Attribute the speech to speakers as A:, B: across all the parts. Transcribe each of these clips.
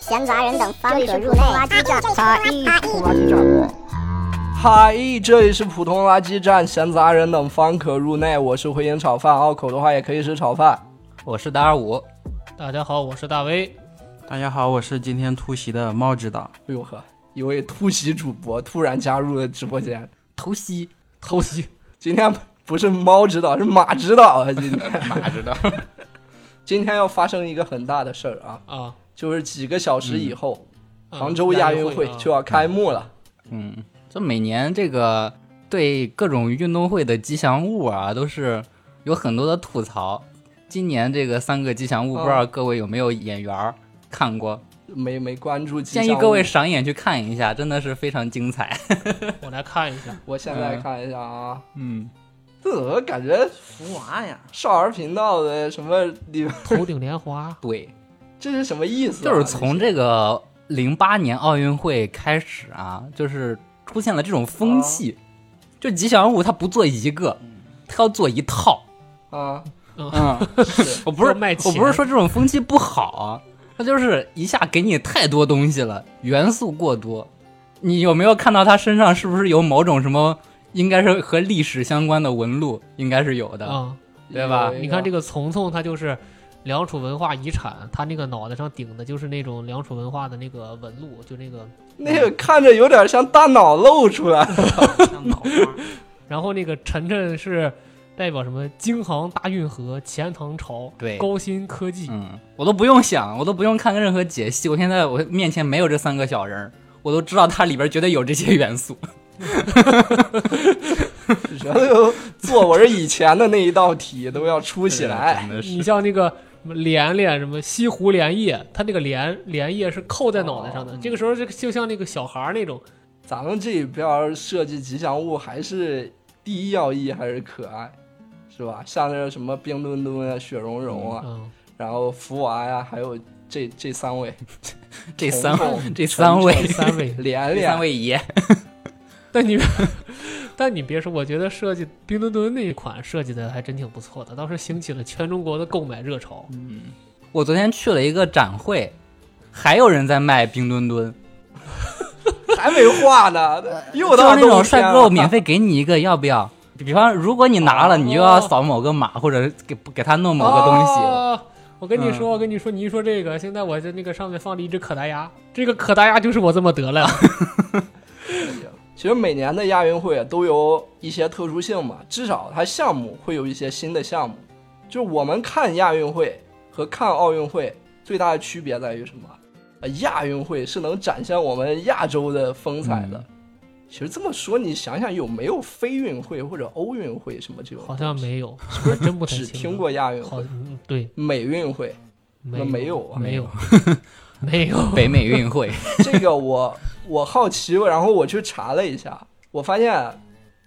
A: 闲杂人等方可入内。哈一
B: 垃圾站。
C: 嗨，这里是普通垃圾站，闲杂人等方可入内。我是回营炒饭，拗口的话也可以是炒饭。
D: 我是达尔五，
E: 大家好，我是大威。
B: 大家好，我是今天突袭的猫指导。
C: 哎呦呵，一位突袭主播突然加入了直播间，
D: 偷袭，偷袭，
C: 今天不是猫指导，是马指导啊！今天
D: 马指导，
C: 今天要发生一个很大的事儿啊，
E: 啊，
C: 就是几个小时以后，
E: 啊
C: 杭州亚运会
E: 啊
C: 就要开幕了。
D: 嗯，这每年这个对各种运动会的吉祥物啊，都是有很多的吐槽。今年这个三个吉祥物，
C: 嗯
D: 不知道各位有没有眼缘儿看过？
C: 没没关注吉祥
D: 建
C: 物，
D: 议各位赏眼去看一下，真的是非常精彩。
E: 我来看一下。
C: 我现在看一下啊，
D: 嗯，
C: 这怎么感觉
B: 福娃呀，
C: 少儿频道的什么里，
E: 头顶莲花
D: 对，
C: 这是什么意思啊、
D: 就是从这个零八年奥运会开始啊，就是出现了这种风气，就吉祥物它不做一个，它要做一套。
C: 啊，
D: 嗯，我不是
E: 要卖钱
D: 我不是说这种风气不好啊，它就是一下给你太多东西了，元素过多。你有没有看到他身上是不是有某种什么？应该是和历史相关的纹路，应该是有的。
E: 啊、
D: 对吧
C: 有一
E: 你看这个丛丛，他就是良渚文化遗产，他那个脑袋上顶的就是那种良渚文化的那个纹路，就那个，
C: 那个看着有点像大脑露出来，
B: 像脑瓜。
E: 然后那个晨晨是代表什么京杭大运河、钱塘潮、
D: 对
E: 高新科技，
D: 嗯，我都不用想，我都不用看任何解析，我现在我面前没有这三个小人儿，我都知道它里边绝对有这些元 素。
C: 觉得作文以前的那一道题都要出起来。
D: 真的
E: 你
D: 是，
E: 像那个什么莲莲什么西湖莲叶，它那个莲莲叶是扣在脑袋上的。
C: 哦
E: 这个时候就就像那个小孩儿那种，
C: 咱们这边设计吉祥物还是第一要义还是可爱，是吧？像那什么冰墩墩啊、雪融融啊，
E: 嗯，
C: 然后福娃呀、还有这这三位，
D: 这三
C: 重重。
D: 这三位
E: 这三位
C: 连
D: 这
C: 连
D: 三位爷，
E: 但你但你别说，我觉得设计冰墩墩那一款设计的还真挺不错的，当时兴起了全中国的购买热潮。
D: 我昨天去了一个展会，还有人在卖冰墩墩，
C: 还没画呢，又
D: 就是
C: 到
D: 那
C: 冬
D: 种
C: 天
D: 帅哥，我
C: 了
D: 免费给你一个，要不要？比方，如果你拿了，
E: 哦
D: 你又要扫某个码，或者给给他弄某个东西。
E: 哦我跟你说，我跟你说，你一说这个，现在我在那个上面放了一只可达鸭，这个可达鸭就是我这么得来的。
C: 其实每年的亚运会都有一些特殊性嘛，至少它项目会有一些新的项目。就我们看亚运会和看奥运会最大的区别在于什么？呃，亚运会是能展现我们亚洲的风采的。
E: 嗯
C: 其实这么说，你想想有没有非运会或者欧运会什么这种？
E: 好像没有，我真不太
C: 只
E: 清楚
C: 听。过亚运
E: 好，
C: 会、
E: 嗯对，
C: 美运会。
E: 没有
C: 没有啊
E: 没有，没有。
D: 北美运会，
C: 这个我我好奇，然后我去查了一下，我发现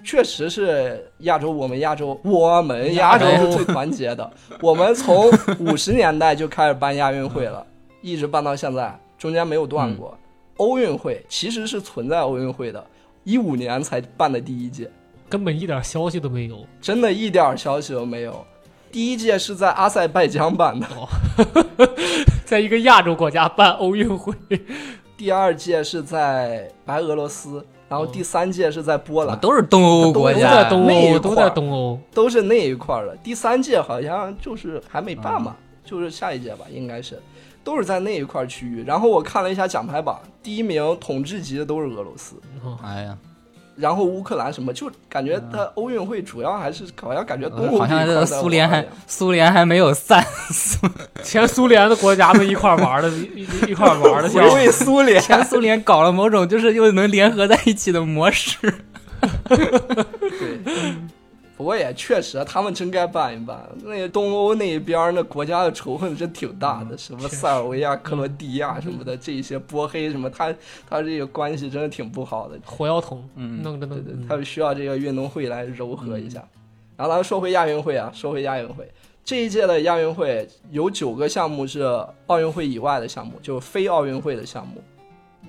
C: 确实是亚洲，我们亚洲，我们亚洲是最团结的。我们 从五十年代就开始办亚运会了，一直办到现在，中间没有断过。欧运会其实是存在奥运会的，一五年才办的第一届，
E: 根本一点消息都没有。
C: 真的一点儿消息都没有。第一届是在阿塞拜疆办的，
E: 在一个亚洲国家办奥运会，
C: 第二届是在白俄罗斯，然后第三届是在波兰。
D: 都是东欧国
E: 都
D: 家
E: 在，东
C: 那一块
E: 欧，都在东欧。
C: 都是那一块儿了。第三届好像就是还没办
E: 嗯
C: 嘛，就是下一届吧，应该是，都是在那一块儿区域。然后我看了一下奖牌榜，第一名统治级的都是俄罗斯，
E: 嗯
D: 哎呀，
C: 然后乌克兰什么，就感觉它欧运会主要还是好像感觉东欧
D: 好像
C: 这
D: 这
C: 一块
D: 个
C: 儿在玩
D: 苏联还
C: 一样
D: 苏联还没有散，
E: 前苏联的国家们一块儿玩的，一一一块儿玩的像
C: 回味苏联，
D: 前苏联搞了某种就是又能联合在一起的模式。
C: 对。不过也确实，啊他们真该办一办。那东欧那一边儿那国家的仇恨真挺大的，什么
E: 嗯确实嗯
C: 塞尔维亚、克罗地亚什么的，这一些波黑什么，他他这个关系真的挺不好的。
E: 火药桶，
D: 嗯
E: 弄着
C: 对
E: 弄着
C: 对，，他们需要这个运动会来柔和一下。然后咱们说回亚运会啊，说回亚运会，这一届的亚运会有九个项目是奥运会以外的项目，就是非奥运会的项目，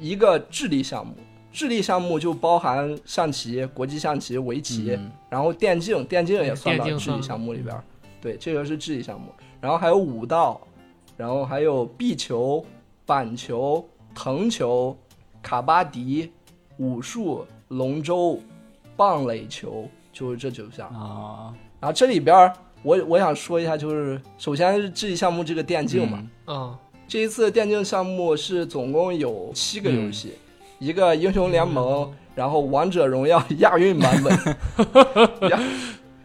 C: 一个智力项目，智力项目就包含象棋、国际象棋、围棋，
D: 嗯
C: 然后电竞，电竞也算到
E: 电竞
C: 智
E: 算嗯
C: 力项目里边儿。对，这个是智力项目。然后还有武道，然后还有壁球、板球、藤球、卡巴迪、武术、龙舟、棒垒球，就是这九项。
E: 嗯
D: 啊，
C: 然后这里边儿我我想说一下，就是首先是智力项目这个电竞嘛，
D: 嗯
E: 嗯，
C: 这一次电竞项目是总共有七个游戏，一个英雄联盟，然后王者荣耀亚运版本 亚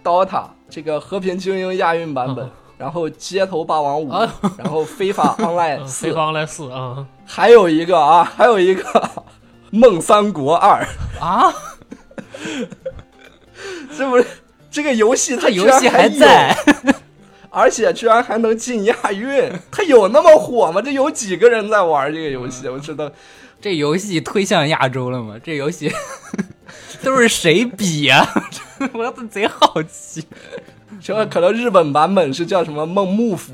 C: ，DOTA 这个和平精英亚运版 本，然后街头霸王五，然后啊哦非法 Online
E: 嗯
C: 哎四
E: 对，方来四啊，
C: 还有一个啊，还有一个梦三国二，
D: 啊，
C: 这不是这个游戏它
D: 这
C: 居
D: 游
C: 然
D: 戏还
C: 有
D: 在，
C: 而且居然还能进亚运，它有那么火吗？这有几个人在玩这个游戏？我真的
D: 这游戏推向亚洲了吗？这游戏 都是谁比呀、 我贼好奇。
C: 这个可能日本版本是叫什么梦幕府，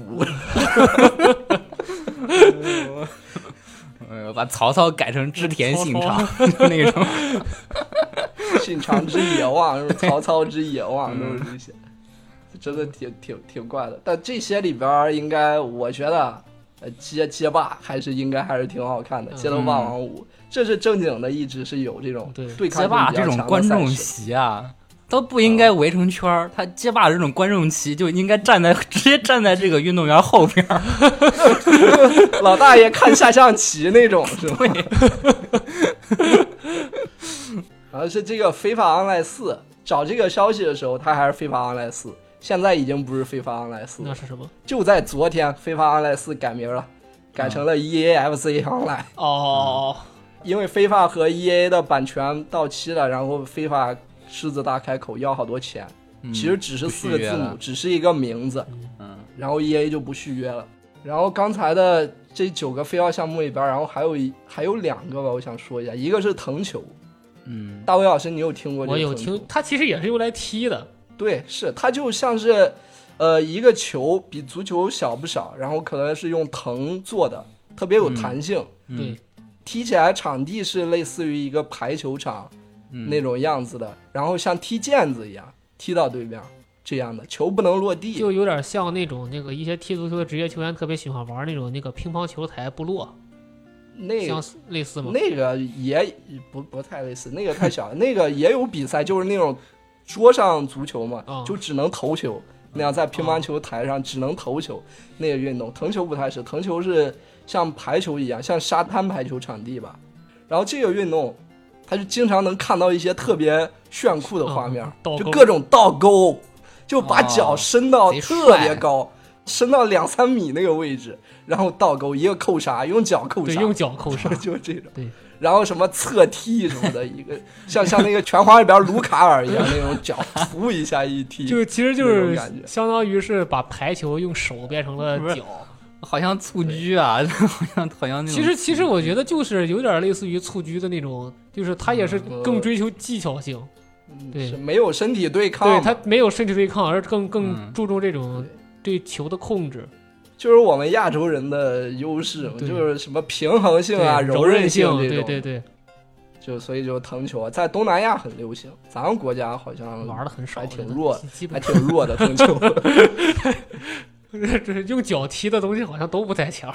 D: 呃，把曹操改成织田信长
E: 曹
D: 那种，
C: 信长之野 望，什么曹操之野望，都
D: 嗯
C: 是这些，真的挺挺挺怪的。但这些里边儿应该，我觉得，呃，街街霸还是应该还是挺好看的，
E: 嗯
C: 街头霸王五，这是正经的，一直是有这种
E: 对
C: 对抗
D: 街霸
C: 性比较
D: 这种
C: 强的
D: 观
C: 赛
D: 众
C: 事
D: 席啊，都不应该围成圈儿。他街霸这种观众席就应该站在 直接站在这个运动员后边儿。
C: 老大爷看下象棋那种是吧？ 然后是这个《非法 online 四》，找这个消息的时候，它还是《非法 online 四》，现在已经不是《非法 online 四》嗯
E: 那
C: 了。
E: 是什么？
C: 就在昨天，《非法 online 四》改名了，改成
D: 啊
C: 了 E EAFC Online，、
E: 哦，
C: 嗯因为非法和 EA 的版权到期了，然后非法狮子大开口要好多钱，其实只是四个
D: 嗯不续
C: 字
D: 约
C: 母
D: 了，
C: 只是一个名字，
D: 嗯，
C: 然后 EA 就不续约了。然后刚才的这九个非要项目里边，然后还有一还有两个吧，我想说一下，一个是藤球，
D: 嗯，
C: 大卫老师你有听过这
E: 我
C: 个？
E: 有听，，它其实也是用来踢的，
C: 对，是它就像是，呃，一个球比足球小不少，然后可能是用藤做的，特别有弹性，
D: 嗯
E: 对，
C: 踢起来场地是类似于一个排球场
D: 嗯
C: 那种样子的，然后像踢毽子一样踢到对面这样的，球不能落地，
E: 就有点像那种那个一些踢足球的职业球员特别喜欢玩那种那个乒乓球台部落，
C: 那个
E: 相似类似吗？
C: 那个也不不太类似，那个太小了。那个也有比赛，就是那种桌上足球嘛，
E: 嗯
C: 就只能投球，那样在乒乓球台上只能投球、那个运动。藤球不太是，藤球是像排球一样，像沙滩排球场地吧。然后这个运动，它就经常能看到一些特别炫酷的画面，
E: 嗯倒钩啊
C: 就各种倒钩，就把
D: 哦
C: 脚伸到
D: 贼
C: 特别
D: 帅
C: 高。伸到两三米那个位置，然后倒钩，一个扣杀，用脚扣
E: 对，
C: 杀，，
E: 用脚扣杀
C: 就是这种。
E: 对，
C: 然后什么侧踢什么的，一个 像像那个拳皇里边卢卡尔一样那种 脚突一下一踢，
E: 就其实就
C: 那种
E: 是
C: 感觉
E: 相当于是把排球用手变成了
D: 不是
E: 脚。
D: 好像蹴鞠啊， 好像好像那种。嗯
E: 其实其实我觉得就是有点类似于蹴鞠的那种，就是它也是更追求技巧性，
C: 嗯
E: 对
C: 是没有身体对抗嘛，
E: 对它没有身体对抗，而更更
D: 嗯
E: 注重这种对球的控制。
C: 就是我们亚洲人的优势嘛，
E: 对
C: 就是什么平衡性
E: 对
C: 啊、
E: 柔
C: 韧
E: 性，
C: 这种，
E: 对对对，
C: 就所以就藤球啊在东南亚很流行，咱们国家好像
E: 玩的很
C: 嗯
E: 少，
C: 还
E: 我
C: 挺
E: 觉得
C: 弱的
E: 基基
C: 还
E: 本
C: 挺弱的藤 球。
E: 这用脚踢的东西好像都不太 强。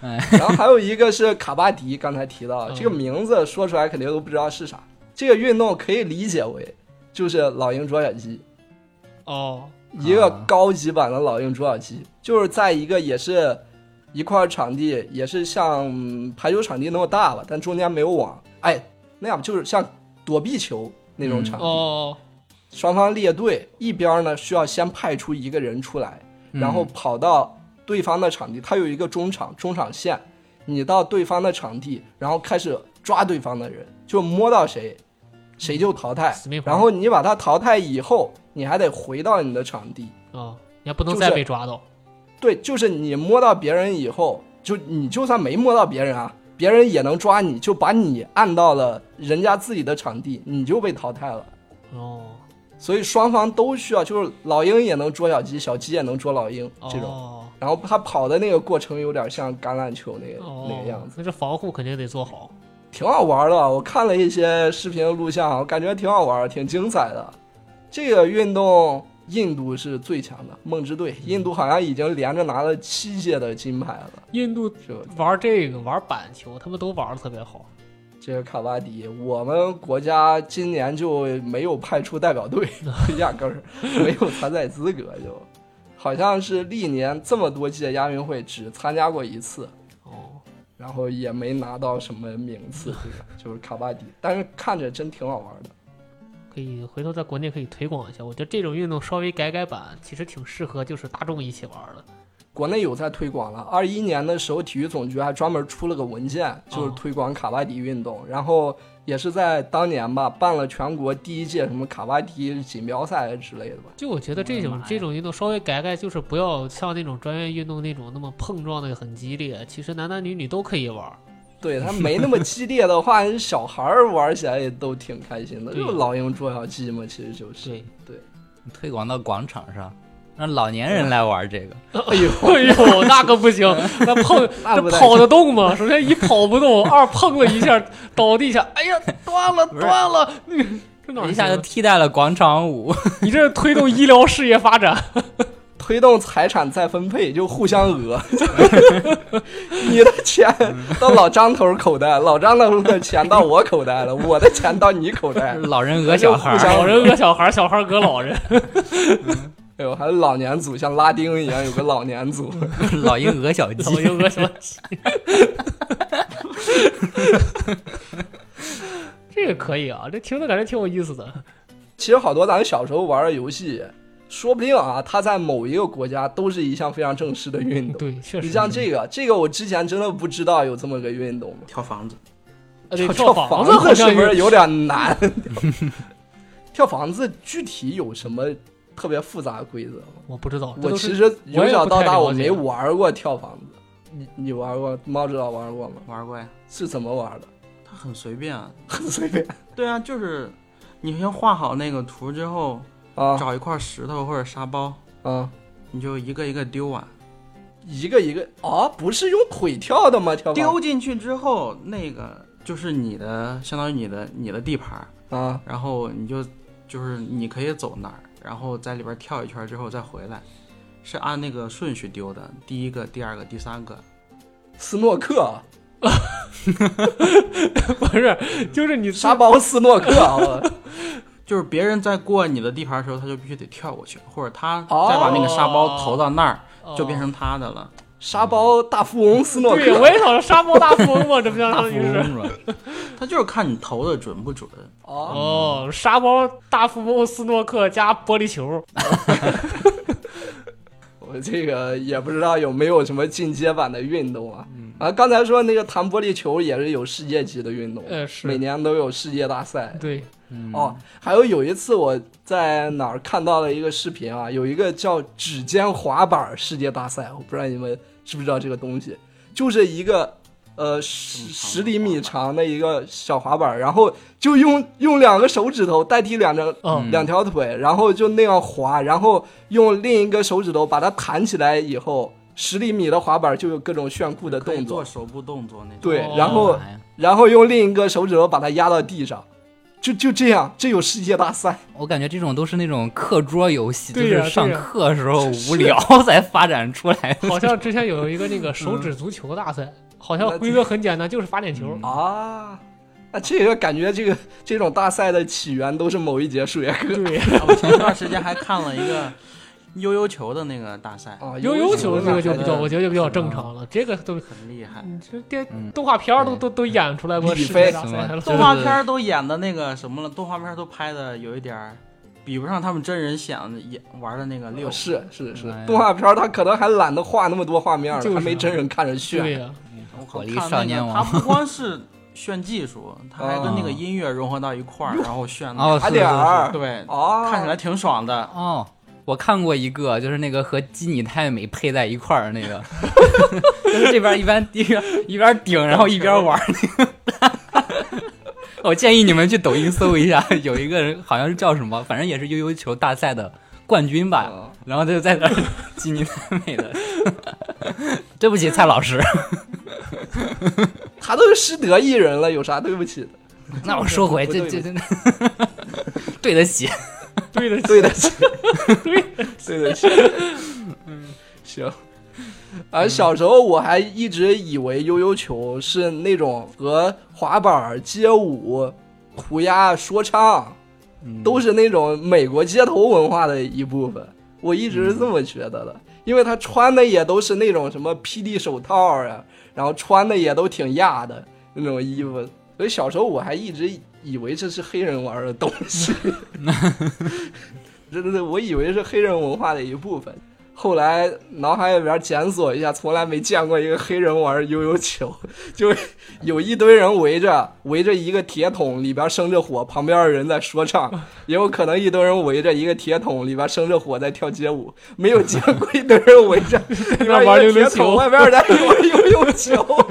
C: 然后还有一个是卡巴迪，刚才提到
E: 嗯
C: 这个名字说出来肯定都不知道是啥。这个运动可以理解为就是老鹰捉小鸡，啊
E: 哦，
C: 一个
D: 啊
C: 高级版的老鹰捉小鸡，就是在一个也是一块场地，也是像嗯排球场地那么大吧，但中间没有网，哎，那样就是像躲避球那种场地，
E: 哦，
C: 双方列队，一边呢需要先派出一个人出来，
D: 嗯
C: 然后跑到对方的场地，它有一个中场中场线，你到对方的场地，然后开始抓对方的人，就摸到谁，谁就淘汰
E: 死命。活
C: 哎然后你把他淘汰以后，你还得回到你的场地。
E: 哦，你还不能
C: 就
E: 再
C: 是
E: 被抓到。
C: 对，就是你摸到别人以后，就你就算没摸到别人啊，别人也能抓你，就把你按到了人家自己的场地，你就被淘汰了。
E: 哦，
C: 所以双方都需要，就是老鹰也能捉小鸡，小鸡也能捉老鹰这种。
E: 哦
C: 然后他跑的那个过程有点像橄榄球那个、
E: 哦，
C: 那个样子，
E: 那这防护肯定得做好。
C: 挺好玩的。啊我看了一些视频录像，啊我感觉挺好玩，挺精彩的。这个运动，印度是最强的，梦之队，印度好像已经连着拿了七届的金牌了。
E: 印度
C: 是吧？
E: 玩这个玩板球，他们都玩的特别好。
C: 这个卡瓦迪，我们国家今年就没有派出代表队，压根儿没有参赛资格就，好像是历年这么多届亚运会只参加过一次，
E: 哦，
C: 然后也没拿到什么名次，这个就是卡巴迪，但是看着真挺好玩的。
E: 可以回头在国内可以推广一下。我觉得这种运动稍微改改版，其实挺适合就是大众一起玩的。
C: 国内有在推广了，二一年的时候，体育总局还专门出了个文件，就是推广卡巴迪运动，然后也是在当年吧，办了全国第一届什么卡巴迪锦标赛之类的吧。
E: 就我觉得这
D: 我的
E: 种
D: 妈呀
E: 这种运动稍微改改，就是不要像那种专业运动那种那么碰撞的很激烈。其实男男女女都可以玩。
C: 对他没那么激烈的话，小孩儿玩起来也都挺开心的，
E: 对
C: 就老鹰捉小鸡嘛，其实就是。
E: 对，
D: 推广到广场上，让老年人来玩这个。
C: 哎呦，
E: 哎呦， 那可 不行，那碰
C: 那不
E: 这
C: 太
E: 跑得动吗？首先一跑不动，二碰了一下倒地下，哎呀，断了
D: 不是
E: 断了，这哪儿
D: 一下就
E: 行啊
D: 替代了广场舞，
E: 你这是推动医疗事业发展，
C: 推动财产再分配，就互相讹。 你的钱到老张头口袋，老张头的钱到我口袋了，我的钱到你口袋。
D: 老人讹小孩
C: 互相
D: 儿。
E: 老人讹小孩，小孩讹老人，
C: 哎呦，还有老年组，像拉丁一样有个老年组。
D: 老鹰讹小
E: 老
D: 鸡，
E: 鹰讹 小鸡。 这个可以啊，这听着感觉挺有意思的。
C: 其实好多咱小时候玩的游戏，说不定啊，它在某一个国家都是一项非常正式的运动。
E: 嗯对，确
C: 你
E: 实是。
C: 像这个，这个我之前真的不知道有这么个运动。
B: 跳房子，
E: 呃对
C: 跳
E: 跳
C: 房
E: 子好
C: 是
E: 像
C: 不是
E: 有
C: 有点 难？跳房子具体有什么特别复杂的规则吗？
E: 我不知道，这
C: 我
E: 都
C: 其
E: 是
C: 实由小到大
E: 我
C: 我
E: 也不太了解
C: 没玩过跳房子，你你玩过？猫知道玩过吗？
B: 玩过呀，
C: 是怎么玩的？
B: 它很随便啊。
C: 很随便
B: 对啊，就是你先画好那个图之后，
C: 啊
B: 找一块石头或者沙包，
C: 啊！
B: 你就一个一个丢啊，
C: 一个一个啊，不是用腿跳的吗？跳房
B: 丢进去之后，那个就是你的，相当于你的你的地盘儿，
C: 啊，
B: 然后你就就是你可以走哪儿，然后在里边跳一圈之后再回来，是按那个顺序丢的，第一个、第二个、第三个，
C: 斯诺克，
E: 不是，就是你
C: 沙包斯诺克啊！我
B: 就是别人在过你的地盘的时候，他就必须得跳过去，或者他
C: 哦
B: 再把那个沙包投到那儿，
E: 哦
B: 就变成他的了。
C: 沙包大富翁斯诺
E: 对，
C: 克
E: 我也想说沙漠大富翁嘛，这不相
D: 大
E: 当
D: 富
E: 于是
D: 翁是吧？
B: 他就是看你投的准不准。
C: 啊，
E: 哦，沙包大富翁斯诺克加玻璃球，
C: 我这个也不知道有没有什么进阶版的运动啊。
E: 嗯
C: 啊，刚才说那个弹玻璃球也是有世界级的运动，
E: 呃是
C: 每年都有世界大赛。
E: 对，
D: 嗯
C: 哦，还有有一次我在哪儿看到了一个视频啊，有一个叫指尖滑板世界大赛，我不知道你们知不知道这个东西，就是一个呃十十厘米长的一个小滑板，然后就用用两个手指头代替两张
E: 嗯
C: 两条腿，然后就那样滑，然后用另一个手指头把它弹起来以后，十厘米的滑板就有各种炫酷的
B: 可以
C: 动作，
B: 做手部动作那种。
C: 对
E: 哦，
C: 然后
D: 哎干嘛呀
C: 然后用另一个手指头把它压到地上，就就这样，这有世界大赛。
D: 我感觉这种都是那种课桌游戏，就
E: 对呀
D: 是上
E: 对呀
D: 课时候无聊 才发展出来的。
E: 好像之前有一个那
C: 嗯
E: 个手指足球大赛，好像规则很简单，就是罚点球。
C: 啊，那这个感觉这个这种大赛的起源都是某一节数学课
E: 对，
B: 啊我前一段时间还看了一个悠悠球的那个大赛，
C: 啊，
E: 悠悠球
C: 这
E: 这个就比较，
C: 我
E: 我觉得就比较正常了。这个都，
B: 很 厉害。
E: 你这电
D: 嗯
E: 动画片儿都都都演出来过
C: 李
E: 世界
C: 飞
E: 大
D: 什么
E: 赛了。
B: 动画片儿都演的那个什么了，动画片儿都拍的有一点儿比不上他们真人想的演玩的那个六。
C: 是是是
D: 哎呀，
C: 动画片儿他可能还懒得画那么多画面儿，
E: 就是
C: 还没真人看着炫。
E: 对呀，
B: 我靠
D: 火力
B: 看
D: 少
B: 那
D: 年
B: 个
D: 王
B: 他不光是炫技术，他还跟那个音乐融合到一块儿，然后炫
D: 哦，
C: 打
D: 是
C: 点
D: 是
C: 儿
D: 是
B: 对，
C: 啊，
B: 看起来挺爽的。
D: 哦，我看过一个，就是那个和基拟泰美配在一块儿那个，就是这边一边一边一边顶，然后一边玩儿那个。我建议你们去抖音搜一下，有一个人好像是叫什么，反正也是悠悠球大赛的冠军吧，
C: 啊
D: 然后他就在那儿基拟泰美的。对不起，蔡老师，
C: 他都是失德艺人了，有啥对不起的？
D: 那我收回，
C: 不
D: 这
C: 对
D: 这这，对得起。
E: 对的，
C: 对得 起，对得起，嗯行。啊，小时候我还一直以为悠悠球是那种和滑板、街舞、涂鸦、说唱，都是那种美国街头文化的一部分。我一直是这么觉得的，因为他穿的也都是那种什么霹雳手套啊，然后穿的也都挺亚的那种衣服，所以小时候我还一直以为这是黑人玩的东西。这这这，我以为是黑人文化的一部分。后来脑海里边检索一下，从来没见过一个黑人玩悠悠球，就有一堆人围着围着一个铁桶，里边生着火，旁边的人在说唱，也有可能一堆人围着一个铁桶，里边生着火在跳街舞，没有见过一堆人围 着里边
E: 那
C: 一
E: 玩
C: 个
E: 溜溜
C: 铁
E: 球
C: 桶，外边在玩悠悠球，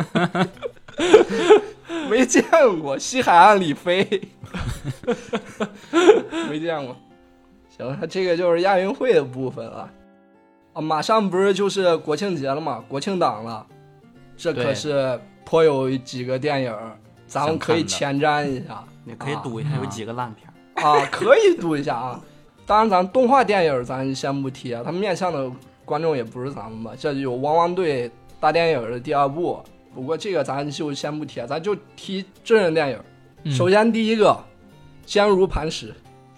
C: 没见过，西海岸里飞， 没见过。行，它这个就是亚运会的部分了。啊，马上不是就是国庆节了嘛，国庆档了，这可
D: 对
C: 是颇有几个电影儿，咱们可以前瞻一下
B: 你可以赌一下有几个烂片儿。
C: 啊，可以读一下啊。当然，咱动画电影儿咱先不提啊，它面向的观众也不是咱们吧。这就有《汪汪队》大电影儿的第二部，不过这个咱就先不提啊，咱就提真人电影儿。
B: 嗯
C: 首先第一个，坚如磐石》，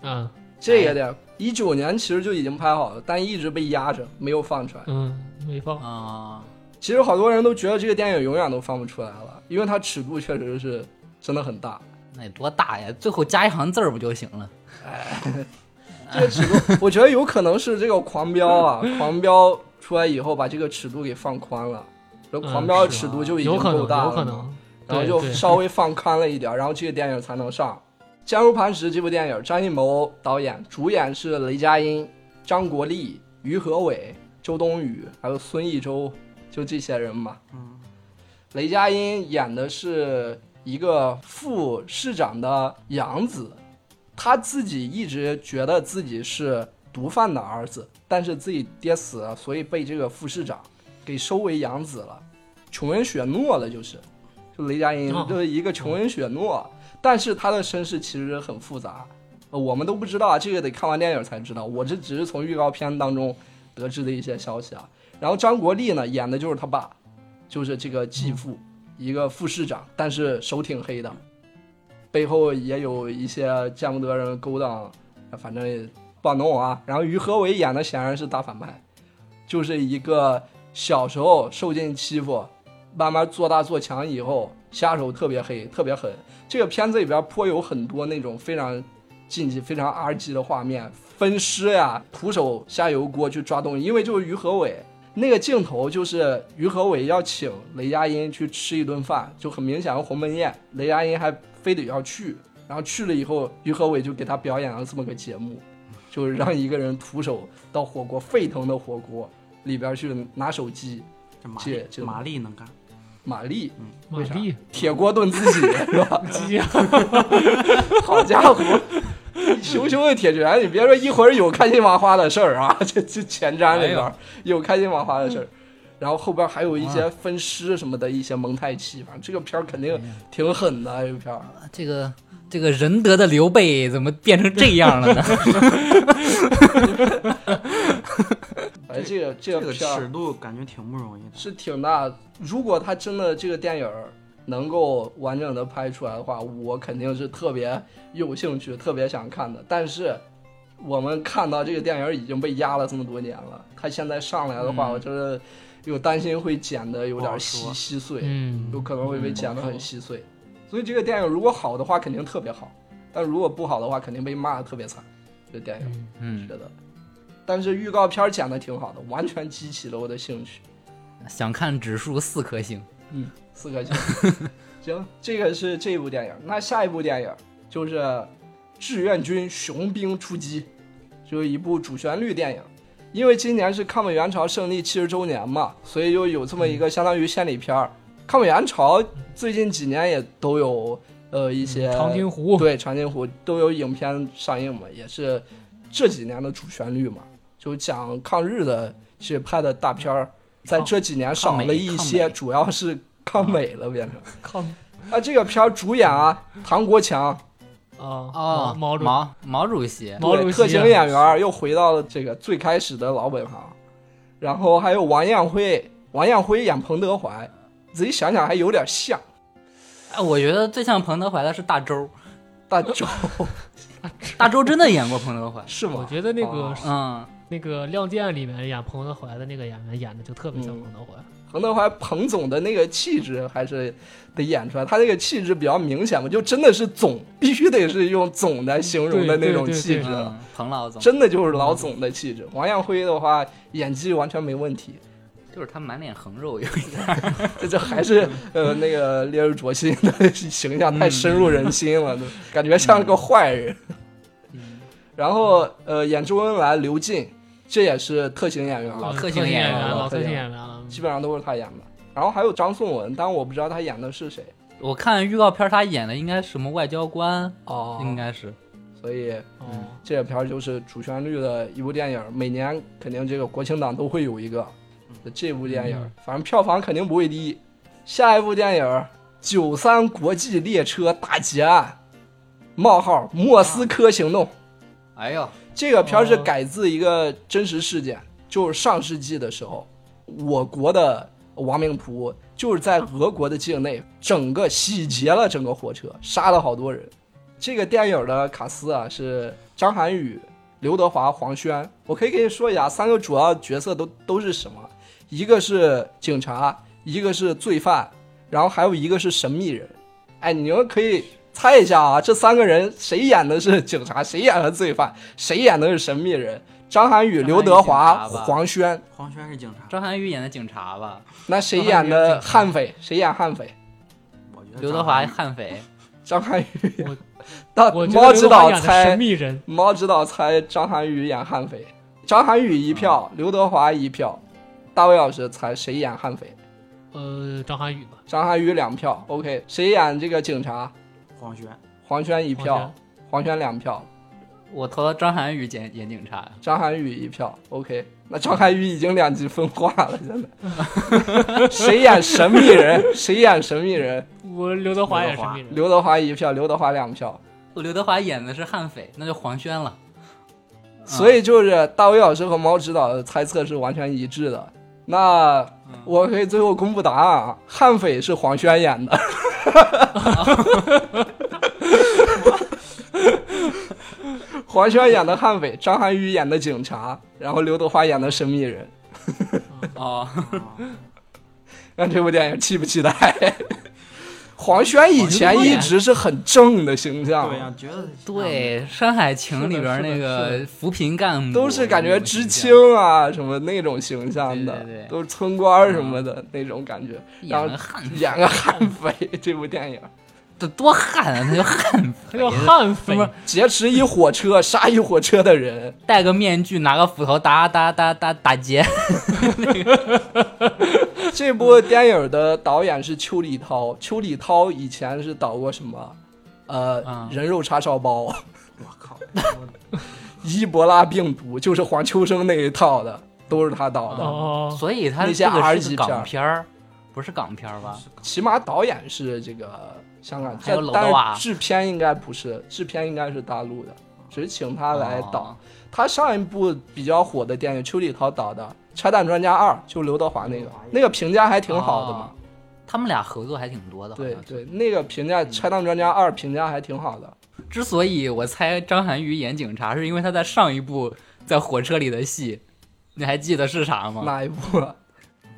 E: 啊，
C: 这个的，一九年其实就已经拍好了，但一直被压着没有放出来。
E: 嗯，没放，
D: 啊，
C: 其实好多人都觉得这个电影永远都放不出来了，因为它尺度确实是真的很大。
D: 那得多大呀？最后加一行字儿不就行了？
E: 哎
C: 这个尺 度，我觉得有可能是这个《狂飙》啊，《狂飙》出来以后把这个尺度给放宽了，这《狂飙》的尺度就已经
E: 嗯啊有可能，
C: 够大
E: 有
C: 了
E: 可
C: 嘛，
E: 能，
C: 然后
E: 对
C: 就
E: 对
C: 稍微放宽了一点，然后这个电影才能上。《坚如磐石》这部电影，张艺谋导演，主演是雷佳音、张国立、于和伟、周冬雨，还有孙艺洲，就这些人嘛。
B: 嗯，
C: 雷佳音演的是一个副市长的养子，他自己一直觉得自己是毒贩的儿子，但是自己爹死了，所以被这个副市长给收为养子了，穷恩雪诺了，就是，就雷佳音
E: 哦
C: 就是一个穷恩雪诺，但是他的身世其实很复杂，呃我们都不知道啊，这个得看完电影才知道，我这只是从预告片当中得知的一些消息啊。然后张国立呢演的就是他爸，就是这个继父，一个副市长，但是手挺黑的，背后也有一些见不得人勾当，反正也不好弄啊。然后于和伟演的显然是大反派，就是一个小时候受尽欺负，慢慢做大做强以后，下手特别黑，特别狠。这个片子里边颇有很多那种非常禁忌、非常 R G 的画面，分尸呀、徒手下油锅去抓东西，因为就是于和伟。那个镜头就是于和伟要请雷佳音去吃一顿饭，就很明显的鸿门宴，雷佳音还非得要去，然后去了以后，于和伟就给他表演了这么个节目，就是让一个人徒手到火锅沸腾的火锅里边去拿手机，
B: 这马
C: 这
B: 丽，
C: 这
B: 马丽能干。
C: 玛丽
E: 马
C: 为啥
E: 丽
C: 铁锅炖自己 是吧？
E: 鸡啊，
C: 好家伙，熊熊的铁拳，你别说一会儿有开心麻花的事儿啊， 这这前瞻里边儿有嗯开心麻花的事儿，然后后边还有一些分尸什么的一些蒙太奇，反正这个片儿肯定挺狠的，这个片儿。
D: 啊这个这个仁德的刘备怎么变成这样了呢？
C: 反正哎这个这
B: 这
C: 个
B: 个
C: 片
B: 尺
C: 儿
B: 度感觉挺不容易的。
C: 是挺大，如果他真的这个电影儿能够完整的拍出来的话，我肯定是特别有兴趣、特别想看的。但是我们看到这个电影儿已经被压了这么多年了，他现在上来的话，我真是又担心会剪的有
B: 不好
C: 点稀
B: 说
C: 稀碎。
E: 嗯
C: 有，可能会被剪得
B: 嗯
C: 很细碎。所以这个电影如果好的话，肯定特别好；但如果不好的话，肯定被骂的特别惨。这电影，
D: 嗯
C: 觉，得，但是预告片儿剪的挺好的，完全激起了我的兴趣。
D: 想看指数四颗星，
C: 四颗星。行，这个是这一部电影。那下一部电影就是《志愿军雄兵出击》，就是一部主旋律电影。因为今年是抗美援朝胜利七十周年嘛，所以就有这么一个相当于献礼片儿。抗美援朝最近几年也都有呃一些
E: 长津湖，
C: 对，长津湖都有影片上映嘛，也是这几年的主旋律嘛，就讲抗日的，其实拍的大片儿，在这几年少
D: 抗美
C: 了一
D: 抗
C: 些，
D: 美
C: 主要是抗美了变成。
E: 靠
C: 啊，这个片儿主演啊，唐国强，
E: 啊
D: 哦，
E: 毛主
D: 毛毛主席，
E: 毛主
C: 对
E: 席啊
C: 特型演员儿又回到了这个最开始的老本行，然后还有王艳辉，王艳辉演彭德怀，仔细想想还有点像
D: 哎，我觉得最像彭德怀的是大周，
C: 大周，
D: 大周真的演过彭德怀
C: 是
E: 我
C: 吗？
E: 觉得那个、
C: 哦
D: 嗯，
E: 那个《亮剑》里面演彭德怀的那个演员演的就特别像
C: 嗯
E: 彭德怀，
C: 彭德怀彭总的那个气质还是得演出来，他那个气质比较明显嘛，就真的是总，必须得是用总来形容的那种
E: 对对对
C: 气质
E: 是
C: 了。
D: 嗯彭老总，
C: 真的就是老总的气质。王艳辉的话，演技完全没问题，
D: 就是他满脸横肉 有一点。
C: 这这还是
E: 嗯
C: 呃那个烈日灼心的形象太深入人心
E: 嗯
C: 了，感觉像个坏人。
D: 嗯
C: 然后呃，演周恩来刘进，这也是特型演员
D: 老
C: 啊，
E: 嗯
D: 特型
E: 型
D: 演
E: 演
D: 员
C: 老
E: 老
C: 特
E: 特型
C: 型
E: 演员嗯了，
C: 基本上都是他演的。然后还有张颂文，但我不知道他演的是谁
D: 我看预告片，他演的应该什么外交官，
C: 哦
D: 应该是
C: 所以
E: 哦，
C: 这片儿就是主旋律的一部电影，每年肯定这个国庆档都会有一个。这部电影
E: 嗯，
C: 反正票房肯定不会低。下一部电影《九三国际列车大劫案》，冒号莫斯科行动。
D: 哎呦，
C: 这个片儿是
E: 哦
C: 改自一个真实事件，就是上世纪的时候，我国的亡命徒就是在俄国的境内整个洗劫了整个火车，杀了好多人。这个电影的卡斯啊是张涵予、刘德华、黄轩。我可以跟你说一下，三个主要角色都都是什么？一个是警察，一个是罪犯，然后还有一个是神秘人。哎，你们可以猜一下啊，这三个人谁演的是警察，谁演的罪犯，谁演的是神秘人？张涵予、
D: 张涵予
C: 刘德华、
D: 警察吧
C: 黄轩，
B: 黄轩是警察，
D: 张涵予演的警察吧，
C: 那谁
E: 张涵
C: 演
E: 予
C: 的
E: 警察
C: 悍匪？谁演悍匪？
B: 我觉得
D: 刘德
B: 张
D: 华
B: 涵予
D: 悍匪，
C: 张涵予
E: 我。
C: 那
E: 我
C: 嗯
E: 觉
C: 猫
E: 得
C: 指
E: 刘德
C: 导
E: 华演的
C: 猜
E: 神秘人，
C: 猫指导猜张涵予演悍匪，张涵予一票，
E: 嗯
C: 刘德华一票，大卫老师猜谁演悍匪？
E: 呃，张涵予吧，
C: 张涵予两票，OK，谁演这个警察？
B: 黄轩，
C: 黄轩一
E: 黄
C: 票，黄轩两票，
D: 我投了张涵予演演警察，
C: 张涵予一票，OK。那张涵予已经两极分化了，现 在谁演神秘人，谁演神秘人？
E: 我刘德华
B: 刘
E: 演
B: 德
E: 神
B: 华
E: 秘人，
C: 刘德华一票，刘德华两票，
D: 刘德华演的是悍匪，那就黄 轩了。
C: 所以就是大卫老师和毛指导的猜测是完全一致的。那我可以最后公布答案啊，悍匪是黄轩演的。 黄轩演的悍匪，张涵予演的警察，然后刘德华演的神秘人。
D: 哦，
B: 哦
C: 那这部电影期不期待？ 黄轩以前一直是很正的形象，
B: 对呀，觉得
D: 对， 《山海情》里边那
E: 是的是
D: 个扶贫干部
C: 都是感觉知青啊什么那种形象的，
D: 对对对
C: 都是村官儿什么的、那种感觉，
D: 演了悍 匪，
C: 演个悍匪这部电影，
D: 这多悍啊！那就 悍
E: 他
D: 匪
E: 叫，悍匪
D: 什，么
C: 劫持一火车，杀一火车的 人，
D: 戴个面具，拿个斧头打打打打打劫。
C: 这部电影的导演是邱礼涛，邱礼涛以前是导过什么？呃，
D: 啊
C: 人肉叉烧 包、
B: 我靠，
C: 伊博拉病毒，就是黄秋生那一套的，都是他导的。啊
E: 哦，
D: 所以他
C: 那些
D: 这个
C: R
D: 是
C: 级
D: 个
C: 片儿
D: 港片儿，不是港片儿吧？
C: 起码导演是这个香港，
D: 还有
C: 但
D: 娄
C: 但
D: 德
C: 是
D: 华
C: 制片应该不是，制片应该是大陆的，只是请他来导。
D: 哦
C: 他上一部比较火的电影，邱礼涛导的《拆弹专家二》，就刘德华那个，那个评价还挺好的嘛。
D: 哦他们俩合作还挺多的，好
C: 对
D: 像是
C: 对，哦那个评价《拆弹专家二》评价还挺好的。
D: 之所以我猜张涵予演警察，是因为他在上一部在火车里的戏，你还记得是啥吗？
C: 哪一部啊？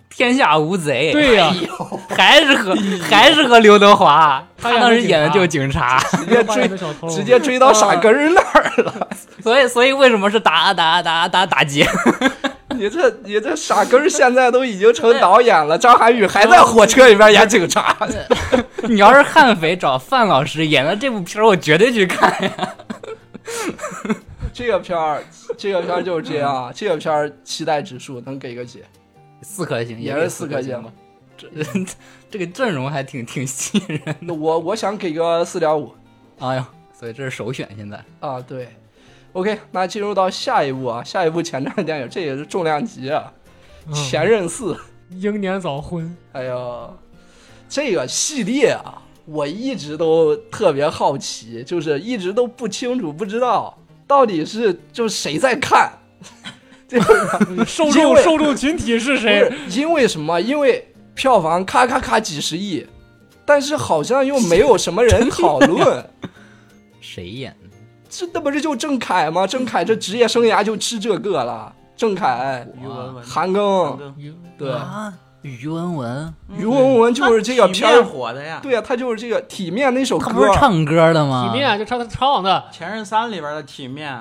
D: 天下无贼。
E: 对呀，
D: 还是和还是和刘德华，
E: 他
D: 嗯 他
E: 演的
D: 当时演的就是警察，
C: 直接
E: 他演
C: 追
E: 的小偷，
C: 哎直接追到傻根儿那 儿了。
D: 所以所以为什么是打打打打打 劫？
C: 你这你这傻根儿现在都已经成导演了，张涵予还在火车里边演警察。
D: 你要是悍匪找范老师演的这部片儿，我绝对去看呀。
C: 这个片儿，这个片儿就是这样啊。这个片儿期待指数能给个几？
D: 四颗星
C: 也
D: 给
C: 是
D: 四
C: 四颗星
D: 星吧。这 这个阵容还挺挺吸引人。
C: 那我我想给个四点五
D: 哎呦，所以这是首选现在。
C: 啊。对，OK，那进入到下一部啊，下一部前传电影，这也是重量级啊，
E: 嗯
C: 前任四》。
E: 英年早婚，
C: 哎呦，这个系列啊，我一直都特别好奇，就是一直都不清楚，不知道到底是就谁在看，这个
E: 受
C: 因
E: 众
C: 为
E: 受众群体是
C: 不
E: 谁
C: 是？因为什么？因为票房咔咔咔几十亿，但是好像又没有什么人讨论。
D: 谁演的？
C: 这那不是就郑恺吗？郑恺这职业生涯就吃这个了。郑恺、
B: 于文文、
C: 韩庚，
B: 庚，
C: 对，
D: 啊，于文文，
C: 于文文就是这个
B: 体
C: 片
B: 面
C: 儿，
B: 火的呀。
C: 对呀、他就是这个《体面》那首
D: 他不
C: 歌
D: 是，唱歌的吗？
E: 体面就唱他唱的，
B: 前任三里边的体面，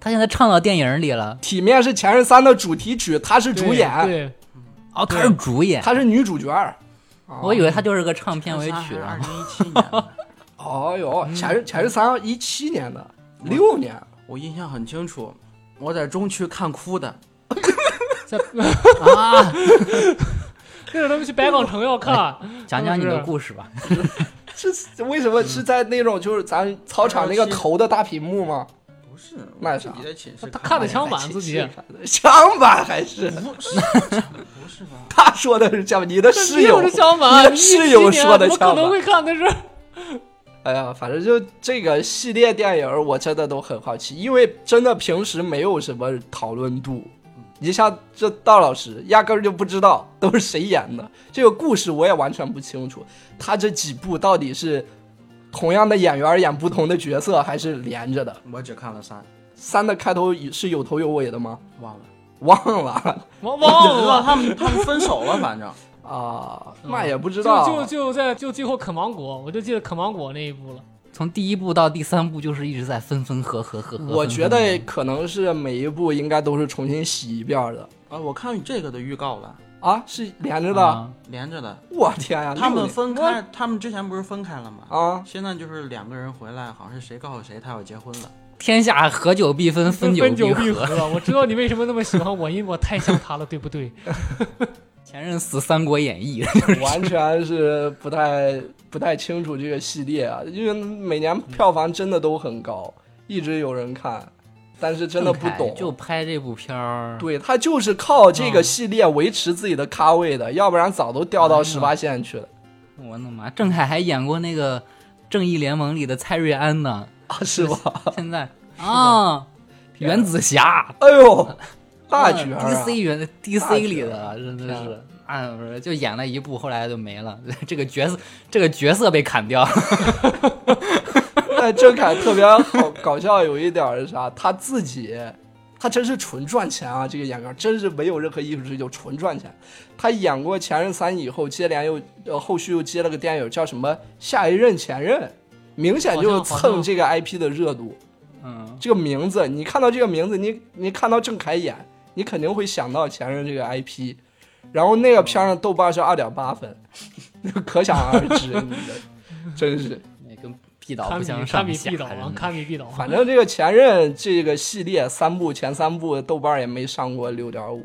D: 他现在唱到电影里了。
C: 《体面》是《前任三》的主题曲，她是主演，
E: 对，
D: 哦，他是主演，
C: 她是女主角。
D: 我以为他就是个唱片
B: 片
D: 尾曲，啊然
B: 二
D: 后
B: 零一七年的，
C: 哦呦，《前任前任三》一七年的，六年，
B: 我印象很清楚，我在中区看哭的，
E: 在
D: 啊，
E: 那是他们去白港城要看，
D: 讲讲你的故事吧。
C: 这是为什么是在那种就是咱操场那个投的大屏幕吗？
B: 不是，
C: 那
B: 我
C: 啥
B: 自己在寝室
E: 他看的
B: 的
E: 枪版自己，
C: 枪吧还是
B: 不是，啊不是吧？
C: 他说的是枪，你的
E: 这
C: 室友
E: 是相
C: 你
E: 反，
C: 的室友说的
E: 我
C: 枪
E: 可能
C: 吧
E: 会看的是
C: 哎呀，反正就这个系列电影儿，我真的都很好奇，因为真的平时没有什么讨论度，一下这道老师压根儿就不知道都是谁演的，这个故事我也完全不清楚，他这几部到底是同样的演员演不同的角色，还是连着的？
B: 我只看了三，
C: 三的开头是有头有尾的吗？
B: 忘了，
C: 忘了
E: 忘
B: 我
E: 忘
B: 知道
E: 了。
B: 他们他们分手了，反正
C: 啊，那也不知
E: 就
C: 道，啊
E: 就就在就最后啃芒果，我就记得啃芒果那一部了。
D: 从第一部到第三部，就是一直在分分合合合合。
C: 我
D: 分分
C: 觉
D: 合
C: 得可能是每一部应该都是重新洗一遍儿的
B: 啊，我看这个的预告了，
C: 啊，是连着
D: 合
C: 的。
D: 啊
B: 连着的。
C: 我天呀、
B: 他
C: 六
B: 们
C: 年
B: 分开，他们之前不是分开了吗？
C: 啊，
B: 现在就是两个人回来，好像是谁告诉谁他要结婚了。
D: 天下合久必分，分久
E: 分久必
D: 合。
E: 合，我知道你为什么那么喜欢我，因为我太像他了，对不对？
D: 前任四《三国演义》
C: 完全是不太不太清楚这个系列啊，因为每年票房真的都很高，一直有人看，但是真的不懂。
D: 就拍这部片儿。
C: 对他就是靠这个系列维持自己的咖位的，要不然早都掉到十八线去了。
D: 我的妈！郑恺还演过那个《正义联盟》里的蔡瑞安呢，
C: 啊，是吧？
D: 现在啊，原子侠，
C: 哎呦，
D: 嗯
C: 大角儿啊！
D: DC 原
C: 大
D: DC
C: 角儿
D: 里的真的
C: 天
D: 是。啊，不是，就演了一部，后来就没了。 这个角色，这个角色被砍掉了。
C: 但郑恺特别好 搞笑，有一点儿是啥？他自己，他真是纯赚钱啊！这个演员真是没有任何艺术追求，纯赚钱。他演过《前任三》以后，接连又呃后续又接了个电影叫什么《下一任前任》，明显就是
E: 好像好像
C: 蹭这个 IP 的热度。
D: 嗯，
C: 这个名字，你看到这个名字，你你看到郑恺演，你肯定会想到《前任》这个 IP。然后那个片儿上豆瓣是二点八分， 可想而知，你的真是。
D: 那跟毕导
E: 堪
D: 不
E: 比
D: 相
E: 堪
D: 上
E: 比
D: 下。
E: 毕导
D: 真
E: 啊，
D: 的
E: 堪比毕导啊。
C: 反正这个前任这个系列三部前三部豆瓣也没上过六点五，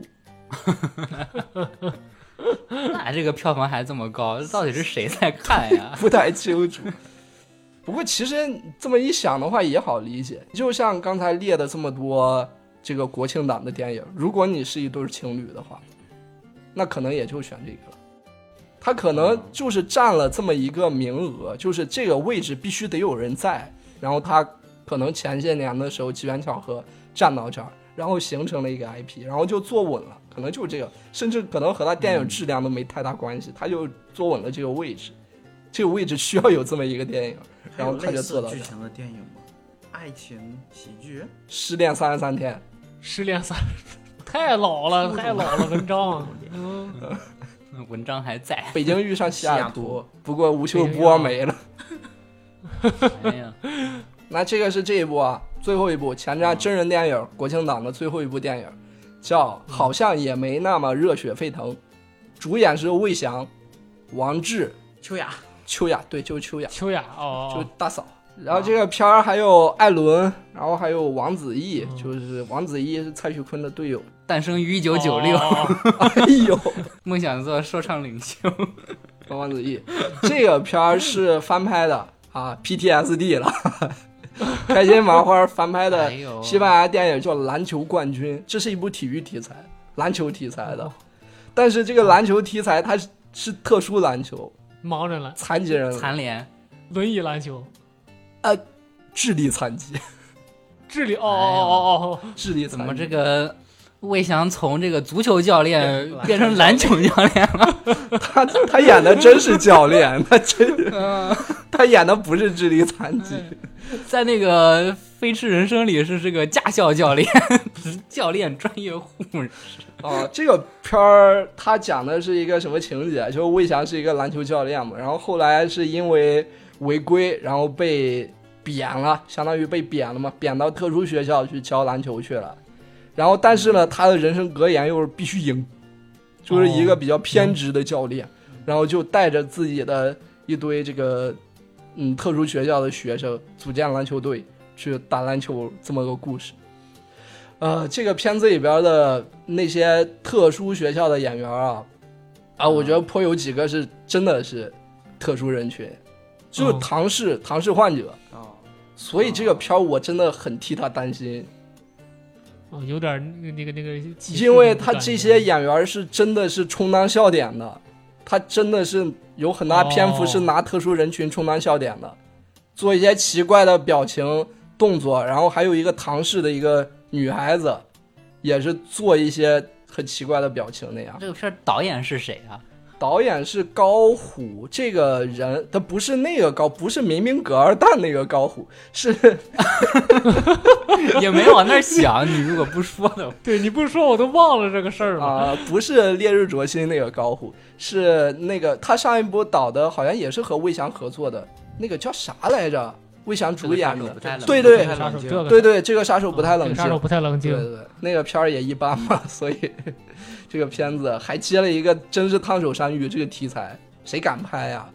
D: 那哎这个票房还这么高，到底是谁在看呀？
C: 不太清楚。 不过其实这么一想的话也好理解，就像刚才列的这么多这个国庆档的电影，如果你是一对情侣的话，那可能也就选这个了。他可能就是占了这么一个名额，就是这个位置必须得有人在，然后他可能前些年的时候机缘巧合站到这儿，然后形成了一个 IP，然后就坐稳了，可能就是这个，甚至可能和他
B: 嗯
C: 电影质量都没太大关系，他就坐稳了这个位置，这个位置需要有这么一个电影，然后他就做到这
B: 剧
C: 儿
B: 情的电影吗？爱情喜剧？
C: 失恋三十三天，
E: 失恋三，太老了，太老了，文章。嗯，
D: 文章还在。
C: 北京遇上西雅
B: 西雅图，
C: 不过吴秀波没了。
D: 哎呀，
C: 那这个是这一部啊，最后一部前
B: 嗯
C: 瞻真人电影，国庆档的最后一部电影，叫
B: 嗯
C: 《好像也没那么热血沸腾》，主演是魏翔、王志、
B: 秋雅，
C: 秋雅，对，就是秋雅，
E: 秋雅
C: 就
E: 哦
C: 是，大嫂。然后
D: 啊
C: 这个片儿还有艾伦，然后还有王子异，
E: 嗯
C: 就是王子异是蔡徐坤的队友。
D: 诞生于一九九六，
E: 哦
C: 哎呦，
D: 梦想做说唱领袖。
C: 王子异，这个片儿是翻拍的啊，PTSD 了， 开心麻花翻拍的
D: 哎呦，
C: 西班牙电影叫《篮球冠军》，这是一部体育题材，
D: 哦
C: 篮球题材的，但是这个篮球题材它是是特殊篮球，
E: 盲人了，
C: 残疾人了，
D: 残联，
E: 轮椅篮球，
C: 智力残疾，
E: 智力哦
D: 哎呀
E: 哦哦哦
C: 智力
D: 怎
C: 残
D: 么
C: 疾
D: 这个魏翔从这个足球教练
E: 变
D: 变成篮球教练了？
C: 他 他演的真是教练，他真
D: 嗯，
C: 他演的不是智力残疾，
D: 在那个《飞驰人生》里是这个驾校教练，教练专业户，
C: 哦，这个片儿它讲的是一个什么情节？就是魏翔是一个篮球教练嘛，然后后来是因为违规，然后被贬了，相当于被贬了嘛，贬到特殊学校去教篮球去了。然后，但是呢，他的人生格言又是必须赢，就是一个比较偏执的教练，然后就带着自己的一堆这个嗯特殊学校的学生组建篮球队去打篮球这么个故事。呃，这个片子里边的那些特殊学校的演员啊，啊，我觉得颇有几个是真的是特殊人群，就是
E: 嗯
C: 唐氏、唐氏患者，
B: 哦，
C: 所以这个片儿我真的很替他担心，
E: 哦，有点那个那个那个歧视
C: 因为
E: 的
C: 他
E: 感
C: 这
E: 觉
C: 些演员是真的是充当笑点的，他真的是有很大篇幅是拿特殊人群充当笑点的，做一些奇怪的表情动作，然后还有一个唐氏的一个女孩子，也是做一些很奇怪的表情那样。
D: 这个片儿导演是谁啊？
C: 导演是高虎这个人，他不是那个高，不是明明格尔蛋那个高虎，是
D: 也没往那儿想，你如果不说的话，
E: 对你不说我都忘了这个事儿了。
C: 啊、不是烈日灼心那个高虎，是那个他上一部导的，好像也是和魏翔合作的，那个叫啥来着？魏翔主演
B: 这
C: 的
B: 个杀手不，太冷
C: 对
B: 不
C: 对
B: 太
E: 杀
B: 冷
E: 手
B: 静
E: 这个
C: 对对，这个杀手不太冷
E: 这个
C: 静，
E: 杀手不太冷
C: 对
E: 静。
C: 对对，那个片儿也一般嘛， 所以这个片子还接了一个真是烫手山芋这个题材，谁敢拍啊呀？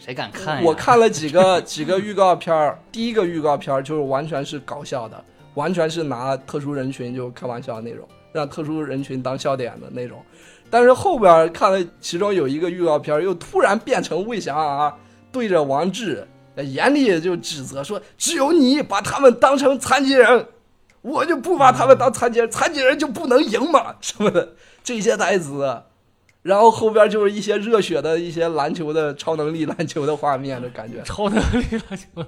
D: 谁敢看呀？
C: 我看了几个几个预告片儿，第一个预告片儿就是完全是搞笑的，完全是拿特殊人群就开玩笑的那种，让特殊人群当笑点的那种。但是后边儿看了其中有一个预告片儿，又突然变成魏翔啊对着王志呃严厉就指责说：“只有你把他们当成残疾人， 我就不把他们当残疾人，残疾人就不能赢嘛什么的这些台词。”然后后边就是一些热血的一些篮球的超能力 篮球的画面的感觉，
E: 超能力篮球，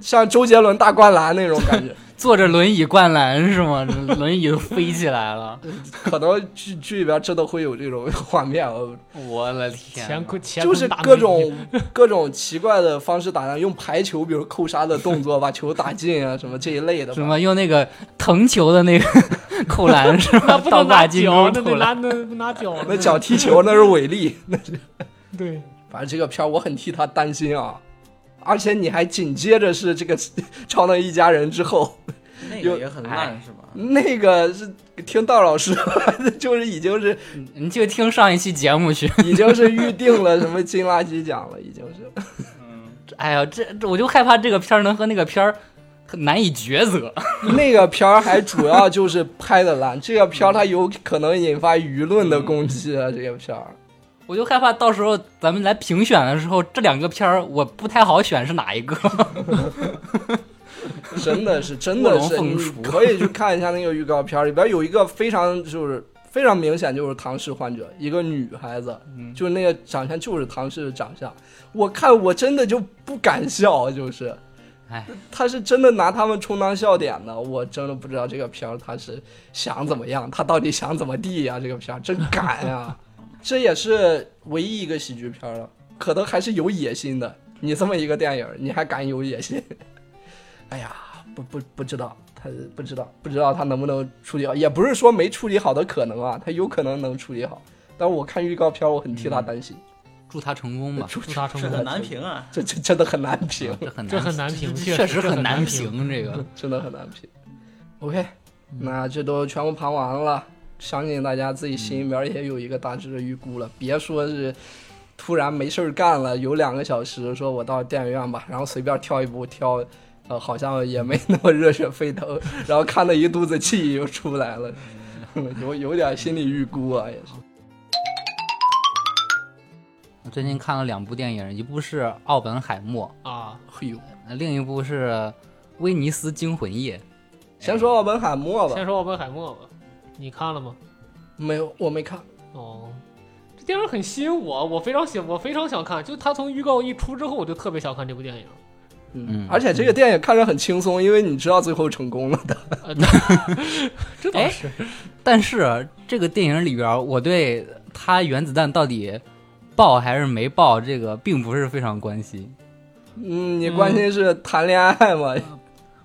C: 像周杰伦大灌篮那种感觉，
D: 坐着轮椅灌篮是吗？ 这轮椅都飞起来了，
C: 可能剧剧里边真的会有这种画面哦，
D: 我的天哪！
E: 乾坤乾
C: 就
E: 坤
C: 是
E: 大
C: 各
E: 挪移
C: 种各种奇怪的方式打篮，用排球，比如扣杀的动作 把球打进啊，什么这一类的吧
D: 什。么用那个藤球的那个 扣篮是吧
E: 那？不
D: 倒
E: 能
D: 挂
E: 拿
D: 金
E: 脚，
D: 钩
E: 那
D: 扣
E: 得
D: 篮
E: 拿。那不拿脚呢，
C: 那脚踢球那是伟力，
E: 对，
C: 反正这个片儿我很替他担心啊。而且你还紧接着是这个《超能一家人》之后，
B: 那
C: 有
B: 个也很烂是吧？
C: 那个是听道老师， 就是已经是
D: 你就听上一期节目去。
C: 已经是预定了什么金垃圾奖了，已经是。
D: 哎呀，这这我就害怕这个片儿能和那个片儿难以抉择。
C: 那个片儿还主要就是拍的烂，这个片儿它有可能引发舆论的攻击啊，这个片儿。
D: 我就害怕到时候咱们来评选的时候，这两个片儿我不太好选是哪一个。
C: 真的是，真的是，
D: 卧龙
C: 你
D: 凤雏
C: 可以去看一下那个预告片儿，里边有一个非常就是非常明显就是唐氏患者，一个女孩子，
D: 嗯
C: 就是那个长相就是唐氏的长相，我看我真的就不敢笑，就是
D: 哎，
C: 他是真的拿他们充当笑点的，我真的不知道这个片儿他是想怎么样，他到底想怎么地呀、这个片儿真敢呀、 这也是唯一一个喜剧片儿了，可能还是有野心的。你这么一个电影儿，你还敢有野心？哎呀，不不不知道，他不知道，不知道他能不能处理好，也不是说没处理好的可能啊，他有可能能处理好。但是我看预告片儿，我很替他担心，
D: 祝他成功吧，
E: 祝他成
B: 是
E: 功
B: 很，难评啊。
C: 这这真的很难评，
D: 这很难，
E: 这很难评，
D: 确
E: 确
D: 实
E: 这很
D: 难
E: 评。嗯
D: 评这个。
C: 真的很难评。OK，那嗯这都全部盘完了，相信大家自己心里面也有一个大致的预估了，别说是。突然没事儿干了，有两个小时，说我到电影院吧，然后随便挑一部挑，呃，好像也没那么热血沸 腾，然后看的一肚子气又出来了，有有点心理预估啊，也是。
D: 我最近看了两部电影，一部是《奥本海默
E: 啊，
C: 哎呦，》，
D: 另一部是《威尼斯惊魂夜》。
C: 先说奥本海默吧
E: 先，说奥本海默吧，你看了吗？
C: 没有，我没看。
E: 哦，这电影很吸引我，我非常喜，我非常想看。就他从预告一出之后，我就特别想看这部电影。
D: 嗯
C: 而且这个电影看着很轻松，因为你知道最后成功了的。
E: 呃，这倒是，
D: 但是啊这个电影里边儿，我对他原子弹到底爆还是没爆，这个并不是非常关心。
C: 嗯，你关心是谈恋爱吗？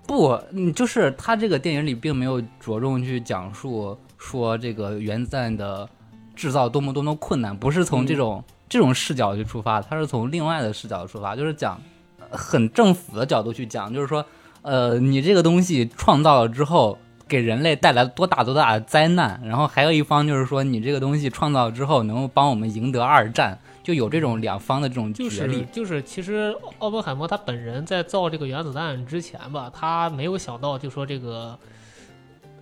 D: 不，嗯，就是他这个电影里并没有着重去讲述说这个原子弹的制造多么多么困难，不是从这种、这种视角去出发，他是从另外的视角出发，就是讲呃很政府的角度去讲，就是说，呃，你这个东西创造了之后。给人类带来多大多大的灾难，然后还有一方就是说，你这个东西创造之后能够帮我们赢得二战，就有这种两方的这种角
E: 就
D: 力。
E: 是就是，其实奥本海默他本人在造这个原子弹之前吧，他没有想到，就说这个，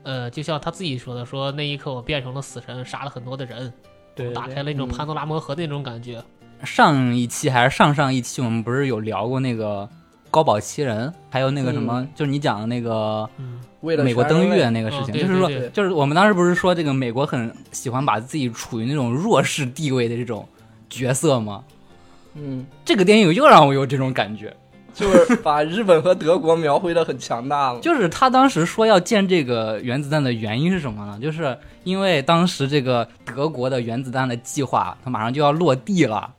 E: 呃，就像他自己说的，说那一刻我变成了死神，杀了很多的人，
C: 对嗯
E: 打开了那种潘多拉魔盒的那种感觉。
D: 上一期还是上上一期，我们不是有聊过那个高保奇人，还有那个什么，
C: 嗯
D: 就是你讲的那个
E: 嗯，
C: 为了
D: 美国登
C: 全人类
D: 月那个事情，
E: 嗯对
D: 就是说，
E: 对
C: 对
D: 就是我们当时不是说这个美国很喜欢把自己处于那种弱势地位的这种角色吗？
C: 嗯，
D: 这个电影又让我有这种感觉，
C: 就是把日本和德国描绘的很强大嘛。
D: 就是他当时说要建这个原子弹的原因是什么呢？就是因为当时这个德国的原子弹的计划，它马上就要落地了。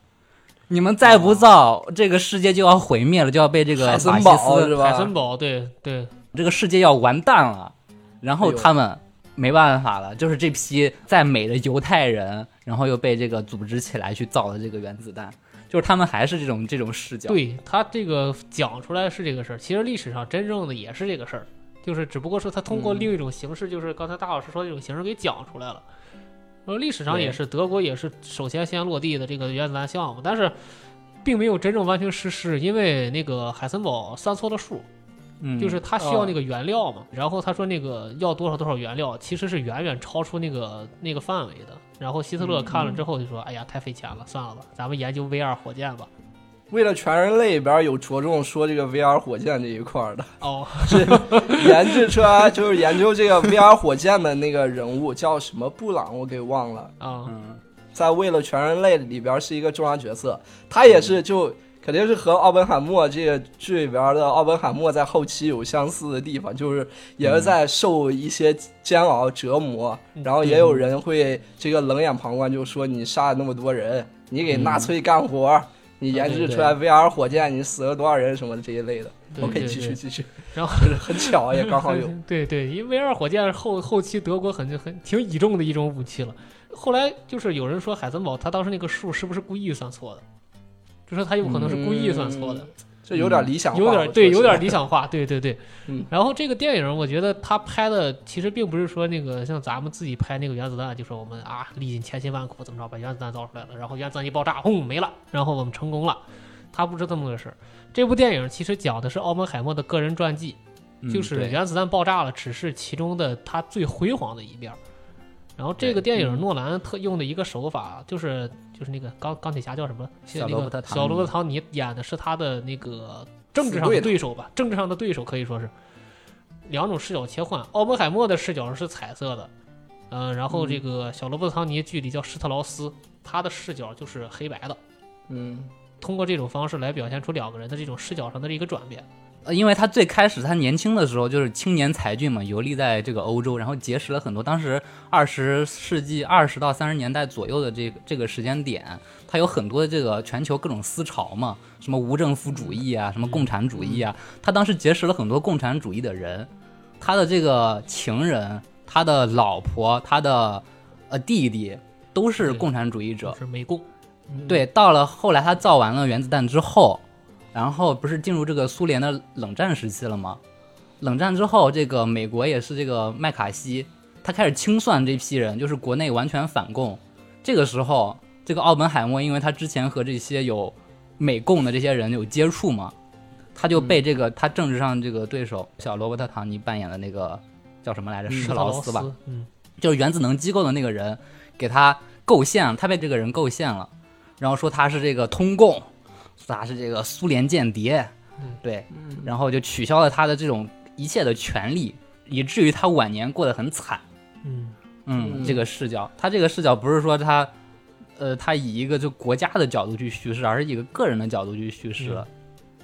D: 你们再不造，这个世界就要毁灭了，就要被这个
C: 海
D: 法
C: 森
D: 西
C: 堡是
D: 斯，
E: 海
C: 吧
E: 森？堡，对对，
D: 这个世界要完蛋了。然
C: 哎
D: 后
C: 呦
D: 他们没办法了，就是这批在美的犹太人，然后又被这个组织起来去造了这个原子弹，就是他们还是这种这种视角。
E: 对他这个讲出来是这个事儿，其实历史上真正的也是这个事儿，就是只不过是他通过
C: 嗯
E: 另一种形式，就是刚才大老师说的那种形式给讲出来了。然后历史上
D: 对
E: 也是，德国也是首先先落地的这个原子弹项目，但是并没有真正完全实施，因为那个海森堡算错了数，
D: 嗯，
E: 就是他需要
C: 哦
E: 那个原料嘛，然后他说那个要多少多少原料，其实是远远超出那个那个范围的。然后希特勒看了之后就说：“哎呀，太费钱了，算了吧，咱们研究 V 二火箭吧。
C: 为了全人类里边有着重说这个 VR 火箭这一块儿的，”
E: 哦，
C: 研制出来就是研究这个 VR 火箭的那个人物叫什么布朗，我给忘了，
E: 啊、
D: 嗯，
C: 在《为了全人类》里边是一个重要角色，他也
E: 嗯
C: 是就肯定是和奥本海默这个剧里边的奥本海默在后期有相似的地方，就是也是在受一些煎熬折磨，
E: 嗯
C: 然后也有人会这个冷眼旁观，就说你杀了那么多人，你给
E: 嗯
C: 纳粹干活。你研制出来 VR 火箭，你死了多少人什么的这一类的
E: 对
C: ，OK，
E: 对
C: 继续
E: 对
C: 继续。
E: 然后
C: 就是很巧，啊也刚好 有。
E: 对对，因为 V 二火箭后后期德国很很挺倚重的一种武器了。后来就是有人说海森堡他当时那个数是不是故意算错的，就说他有可能是故意算错的。
C: 嗯这有点理想化，
E: 有
C: 我
E: 点
C: 说
E: 对，
C: 是
E: 有点理想化， 对对对。
C: 嗯
E: 然后这个电影，我觉得他拍的其实并不是说那个像咱们自己拍那个原子弹，就说我们啊历尽千辛万苦怎么着把原子弹造出来了，然后原子弹一爆炸，轰没了，然后我们成功了。他不是这么个事儿。这部电影其实讲的是奥本海默的个人传记，
D: 嗯
E: 就是
D: 对
E: 原子弹爆炸了，只是其中的他最辉煌的一面儿。然后这个电
D: 嗯
E: 影，诺兰特用的一个手法，就是就是那个钢钢铁侠叫什么？
D: 小
E: 那
D: 罗
E: 个
D: 伯特唐尼
E: 小罗伯特唐尼演的是他的那个政治上
C: 死对
E: 的
C: 头
E: 对手吧？政治上的对手可以说是两种视角切换。奥本海默的视角是彩色的，嗯、然后这个小罗伯特唐尼剧里叫施特劳斯，他的视角就是黑白的。
C: 嗯，
E: 通过这种方式来表现出两个人的这种视角上的一个转变。
D: 呃，因为他最开始他年轻的时候就是青年才俊嘛，游历在这个欧洲，然后结识了很多当时二十世纪二十到三十年代左右的这个这个时间点，他有很多的这个全球各种思潮嘛，什么无政府主义啊，什么共产主义啊，他当时结识了很多共产主义的人，他的这个情人、他的老婆、他的呃弟弟都是
E: 对
D: 共产主义者
E: 就，是美共，
D: 对，到了后来他造完了原子弹之后，然后不是进入这个苏联的冷战时期了吗？冷战之后，这个美国也是这个麦卡锡，他开始清算这批人，就是国内完全反共。这个时候，这个奥本海默，因为他之前和这些有美共的这些人有接触嘛，他就被这个、他政治上这个对手小罗伯特·唐尼扮演的那个叫什么来着？施
E: 施
D: 特
E: 特
D: 劳
E: 斯
D: 斯吧，，
E: 嗯，
D: 就是原子能机构的那个人给他构陷了，他被这个人构陷了，然后说他是这个通共，说他是这个苏联间谍
E: 嗯，
D: 对，然后就取消了他的这种一切的权利，以至于他晚年过得很惨。
E: 嗯，
D: 嗯，
C: 嗯
D: 这个视角，他这个视角不是说他呃，它以一个就国家的角度去叙事，而是以一个个人的角度去叙事了。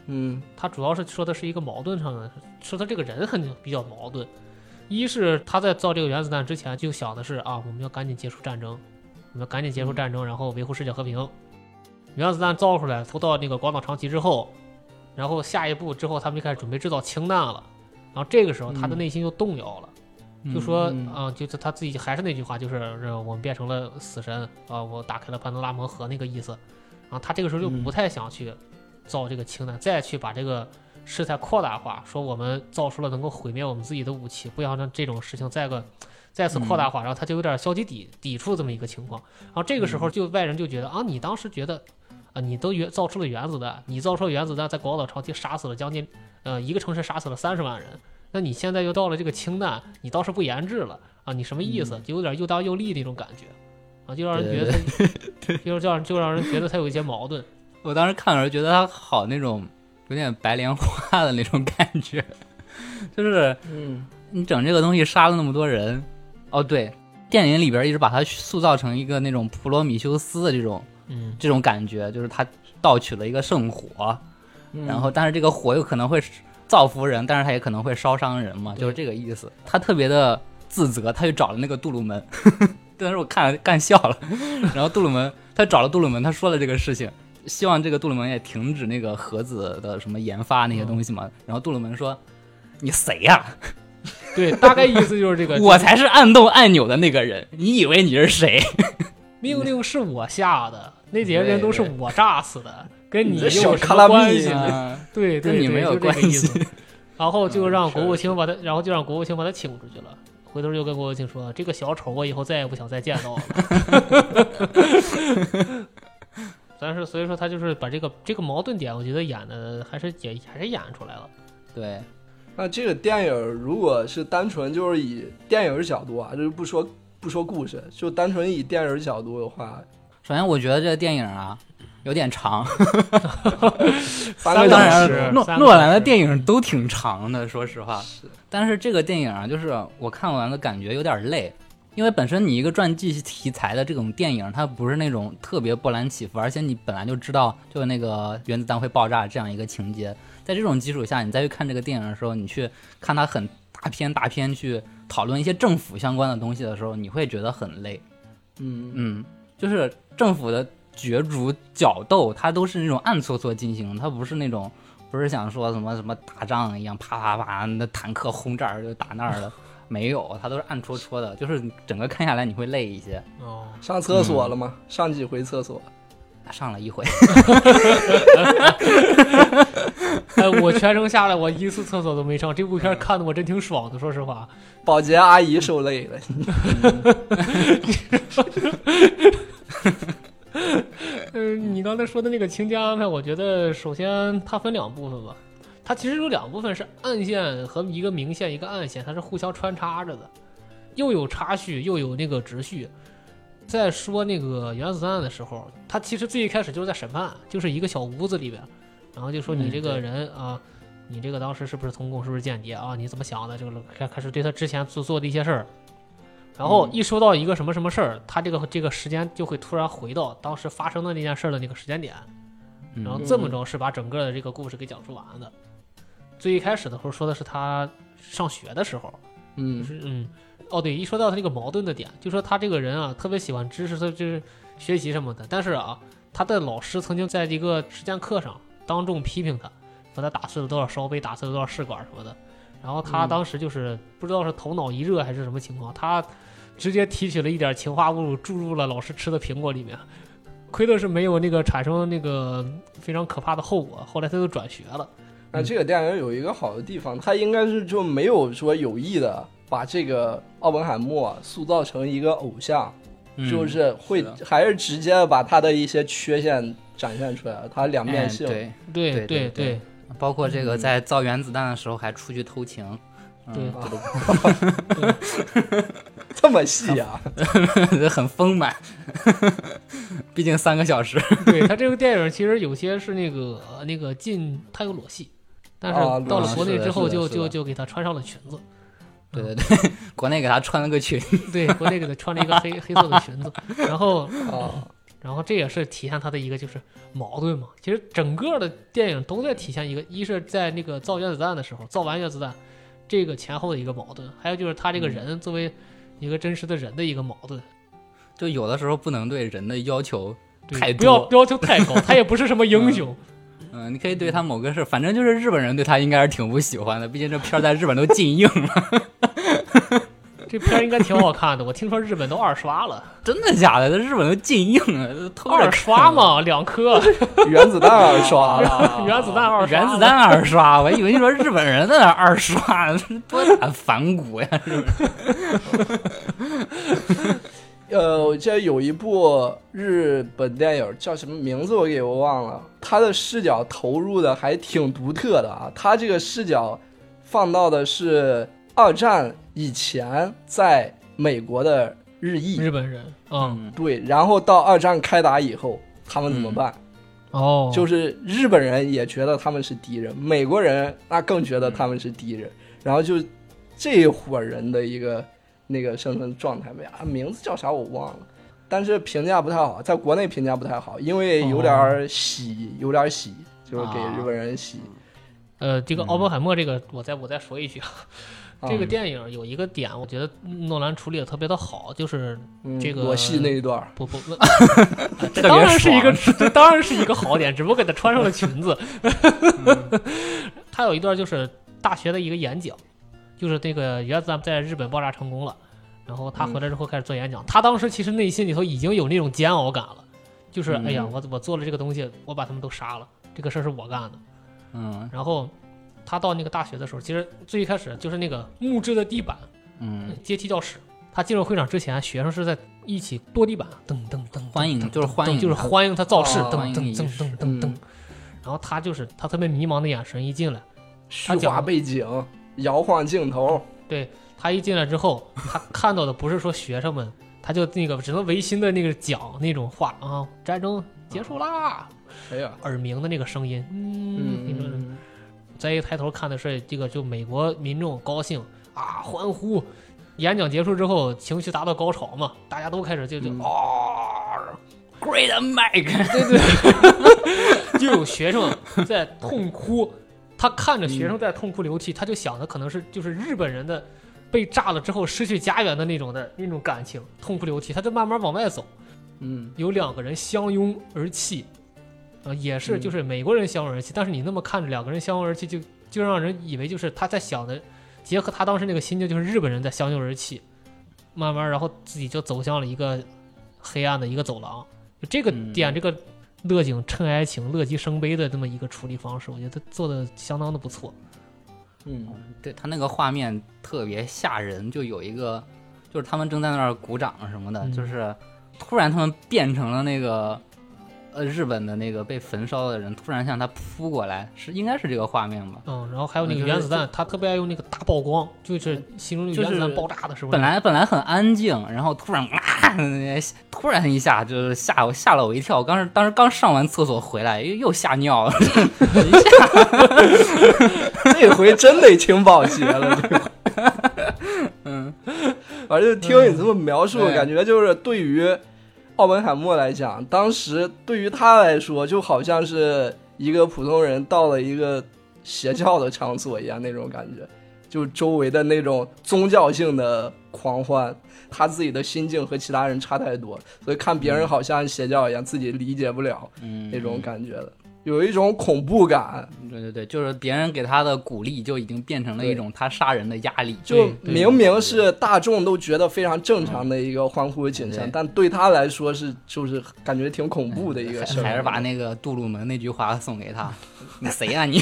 C: 嗯
E: 他主要是说的是一个矛盾上的，说他这个人很比较矛盾。一是他在造这个原子弹之前就想的是啊，我们要赶紧结束战争，我们要赶紧结束战争，然后维护世界和平。原子弹造出来，投到那个广岛、长崎之后，然后下一步之后，他们就开始准备制造氢弹了。然后这个时候，他的内心就动摇了，就说啊、
C: 嗯
E: 就是他自己还是那句话，就是呃我们变成了死神啊、我打开了潘多拉魔盒那个意思。然后他这个时候就
C: 嗯
E: 不太想去造这个氢弹，再去把这个事态扩大化，说我们造出了能够毁灭我们自己的武器，不想让这种事情再个再次扩大
C: 嗯
E: 化，然后他就有点消极抵抵触这么一个情况。然后这个时
C: 嗯
E: 候就外人就觉得啊，你当时觉得啊，你都原造出了原子弹，你造出了原子弹在广岛长崎杀死了将近呃一个城市杀死了三十万人，那你现在又到了这个氢弹，你倒是不研制了啊，你什么意思？
C: 嗯
E: 就有点又当又立那种感觉。啊，就让人觉得他， 就让人就让人觉得他有一些 矛盾，
D: 我当时看的时候觉得它好那种有点白莲花的那种感觉， 就是
C: 嗯
D: 你整这个东西杀了那么多人，哦对，电影里边一直把它塑造成一个那种普罗米修斯的这种
E: 嗯，
D: 这种感觉，就是他盗取了一个圣火，
C: 嗯，
D: 然后但是这个火有可能会造福人，但是它也可能会烧伤人嘛，
E: 对
D: 就是这个意思。他特别的自责，他去找了那个杜鲁门， 但是我看了干笑了。然后杜鲁门，他找了杜鲁门，他说了这个事情，希望这个杜鲁门也停止那个核子的什么研发那些东西嘛。然后杜鲁门说。你谁呀、。
E: 对，大概意思就是这个
D: 我才是按动按钮的那个人，你以为你是 谁？
E: 命令是我下的，那几个人都是我炸死的，跟你
C: 你
E: 有
C: 这
E: 什
C: 小卡
E: 么
C: 拉
E: 关
C: 米
E: 系？
D: 啊
E: 对，
D: 跟
E: 对
D: 你
E: 对
D: 没有
E: 就这个
D: 关
E: 意
D: 系
E: 思 然后就
D: 嗯
E: 让
D: 是
E: 国务卿把他，然后就让国务卿把他请出去了。回头就跟国务卿说：“这个小丑，我以后再也不想再见到了。” 但是，所以说他就是把这个这个矛盾点，我觉得演的还是也还是演出来了。
D: 对，
C: 那这个电影如果是单纯就是以电影角度啊，就是不说不说故事，就单纯以电影角度的话，
D: 首先我觉得这个电影啊有点长，
C: 八个小
E: 当
D: 当
E: 然
D: 然
E: 是
C: 时
D: 了，诺
E: 三个
D: 诺兰
E: 小
D: 的
E: 时
D: 电影都挺长的，说实话。
C: 是
D: 但是这个电影啊，就是我看完了感觉有点累，因为本身你一个传记题材的这种电影，它不是那种特别波澜起伏，而且你本来就知道就那个原子弹会爆炸这样一个情节，在这种基础下，你再去看这个电影的时候，你去看它很大篇大篇去讨论一些政府相关的东西的时候，你会觉得很累。
C: 嗯
D: 嗯，就是政府的角逐角斗，它都是那种暗搓搓进行，它不是那种不是想说什么什么打仗一样啪啪啪，那坦克轰这儿就打那儿的，没有，它都是暗戳戳的，就是整个看下来你会累一些。
E: 哦，
C: 上厕所了吗？上几回厕所？
D: 上了 一回，
E: 哎，我全程下来，我一次厕所都没上。这部
D: 嗯
E: 片儿看的我真挺爽的，说实话。
C: 保洁阿姨受累了，
E: 嗯，你刚才说的那个情节安排，我觉得首先它分两部分吧，它其实有两部分是暗线和一个明线，一个暗线，它是互相穿插着的，又有插叙，又有那个直叙。在说那个原子弹的时候，他其实最一开始就是在审判，就是一个小屋子里边，然后就说你
D: 嗯
E: 这个人啊，你这个当时是不是通共，是不是间谍啊？你怎么想的？这个开开始对他之前做做的一些事儿，然后一说到一个什么什么事儿，他这个这个时间就会突然回到当时发生的那件事儿的那个时间点，
D: 嗯
E: 然后这么着是把整个的这个故事给讲述完的。最一开始的时候说的是他上学的时候，就
C: 嗯
E: 是嗯，哦对，一说到他这个矛盾的点，就说他这个人啊特别喜欢知识，他就是学习什么的，但是啊，他的老师曾经在一个实践课上当众批评他，说他打碎了多少烧杯，打碎了多少试管什么的。然后他
C: 嗯
E: 当时就是不知道是头脑一热还是什么情况，他直接提取了一点氰化物注入了老师吃的苹果里面，亏的是没有那个产生那个非常可怕的后果。后来他就转学了，
C: 那这个电影有一个好的地方，它应该是就没有说有意的把这个奥本海默塑造成一个偶像，
D: 嗯
C: 就是会
D: 是的
C: 还是直接把他的一些缺陷展现出来，他两面
D: 哎
C: 性。
D: 对，
E: 对
D: 对对
E: 对
D: 对包括这个在造原子弹的时候还出去偷情，嗯，
C: 这么细 啊？
D: 很丰满， 毕竟三个小时，
E: 对他这个电影其实有些是那个呃那个进，他有裸戏，但是
C: 啊裸
E: 到了
D: 戏
E: 国
D: 是
E: 内
D: 的
E: 之后
D: 是的
E: 就是就
D: 的
E: 就给他穿上了裙子，
D: 对对对，国内给他穿了个裙，
E: 对，国内给他穿了一个黑黑色的裙子，然后
C: 啊，
E: 然后这也是体现它的一个就是矛盾嘛。其实整个的电影都在体现一个，一是在那个造原子弹的时候，造完原子弹这个前后的一个矛盾，还有就是
D: 嗯
E: 他这个人作为一个真实的人的一个矛盾，
D: 就有的时候不能对人的要求，
E: 对
D: 太
E: 不要
D: 多
E: 要求 太高，他也不是什么英雄，
D: 嗯、你可以对他某个事，反正就是日本人对他应该是挺不喜欢的，毕竟这片儿在日本都禁映 了，嗯
E: 这片儿应该挺好看的。我听说日本都二刷了，
D: 真的假的？这日本都禁映了，偷着看啊
E: 二刷？嘛，两颗
C: 原子弹二刷了，
E: 原子弹二刷，
D: 原子弹二刷，我以为你说日本人在那儿二刷， 多打反骨呀！
C: 呃，我记得有一部日本电影叫什么名字我给我忘了，它的视角投入的还挺独特的啊。它这个视角放到的是二战以前在美国的日裔，
E: 日本人，嗯，
C: 对，然后到二战开打以后，他们怎么办？
E: 哦，
C: 就是日本人也觉得他们是敌人，美国人那更觉得他们是敌人，然后就这一伙人的一个那个生存状态呗啊，名字叫啥我忘了，但是评价不太好，在国内评价不太好，因为有点
E: 哦
C: 儿洗，有点儿洗，就是给
D: 啊
C: 日本人洗。
E: 呃，
D: 嗯
E: 这个奥本海默这个，我再我再说一句啊，
C: 啊
E: 这个电影有一个点，我觉得诺兰处理的特别的好，就是
C: 嗯
E: 这个
C: 裸戏那一段儿，
E: 不不，不 这当然是一个，这当然是一个好点，只不过给他穿上了裙子。
D: 嗯
E: 他有一段就是大学的一个演讲，就是那个原子弹在日本爆炸成功了，然后他回来之后开始做演
D: 嗯
E: 讲。他当时其实内心里头已经有那种煎熬感了，就是
D: 嗯
E: 哎呀，我我做了这个东西，我把他们都杀了，这个事儿是我干的。
D: 嗯
E: 然后他到那个大学的时候，其实最一开始就是那个木质的地板，
D: 嗯，
E: 阶梯教室。他进入会场之前，学生是在一起跺地板，噔噔噔噔，
D: 欢迎就是欢迎
E: 就是
D: 他
E: 欢迎他造势，
C: 哦
E: 噔
D: 欢迎
E: 噔
D: 仪
E: 噔
D: 式
E: 噔噔噔
C: 嗯。
E: 然后他就是他特别迷茫的眼神一进来，
C: 虚
E: 讲
C: 华
E: 了
C: 背景，摇晃镜头，
E: 他一进来之后，他看到的不是说学生们，他就那个只能违心的那个讲那种话啊，战争结束啦，
C: 哎呀，
E: 耳鸣的那个声音，嗯，那种
C: 嗯，
E: 再一抬头看的是这个，就美国民众高兴啊，欢呼。演讲结束之后，情绪达到高潮嘛，大家都开始就
D: 嗯
C: 嗯
E: 就、哦，
D: Great Mike，
E: 对对，就有学生在痛哭，他看着学生在痛哭流涕，他就想的可能是就是日本人的被炸了之后失去家园的那种的那种感情，痛哭流涕，他就慢慢往外走。
C: 嗯，
E: 有两个人相拥而泣，呃，也是
C: 嗯
E: 就是美国人相拥而泣，但是你那么看着两个人相拥而泣就，就让人以为就是他在想的，结合他当时那个心境，就是日本人在相拥而泣，慢慢然后自己就走向了一个黑暗的一个走廊，就这个
D: 嗯
E: 点、这个。乐景趁哀情，乐极生悲的这么一个处理方式，我觉得做的相当的不错。
C: 嗯，
D: 对他那个画面特别吓人，就有一个就是他们正在那儿鼓掌什么的，
E: 嗯
D: 就是突然他们变成了那个呃日本的那个被焚烧的人，突然向他扑过来，是应该是这个画面吧？
E: 嗯，然后还有那
D: 嗯
E: 个
D: 就是呃
E: 原子弹，他特别爱用那个大曝光，就是形容
D: 就
E: 原子弹
D: 是
E: 爆炸的时候那
D: 本
E: 个。
D: 来本来很安静，然后突然啊， 突然一下就是吓我吓了我一跳。我当时当时刚上完厕所回来，又又吓尿了，一下
C: 这回真得请保洁了，这回。嗯， 反正就听你这么描述，
D: 嗯
C: 感觉就是对于奥本海默来讲，当时对于他来说，就好像是一个普通人到了一个邪教的场所一样那种感觉，就周围的那种宗教性的狂欢，他自己的心境和其他人差太多，所以看别人好像邪教一样，自己理解不了
D: 嗯
C: 那种感觉的，有一种恐怖感。
D: 对对对，就是别人给他的鼓励就已经变成了一种他杀人的压力，
C: 就
E: 对
C: 明明是大众都觉得非常正常的一个欢呼的景象，
D: 对
C: 但嗯对他来说是就是感觉挺恐怖的一个事儿。
D: 还是把那个杜鲁门那句话送给他， 你谁呀、你？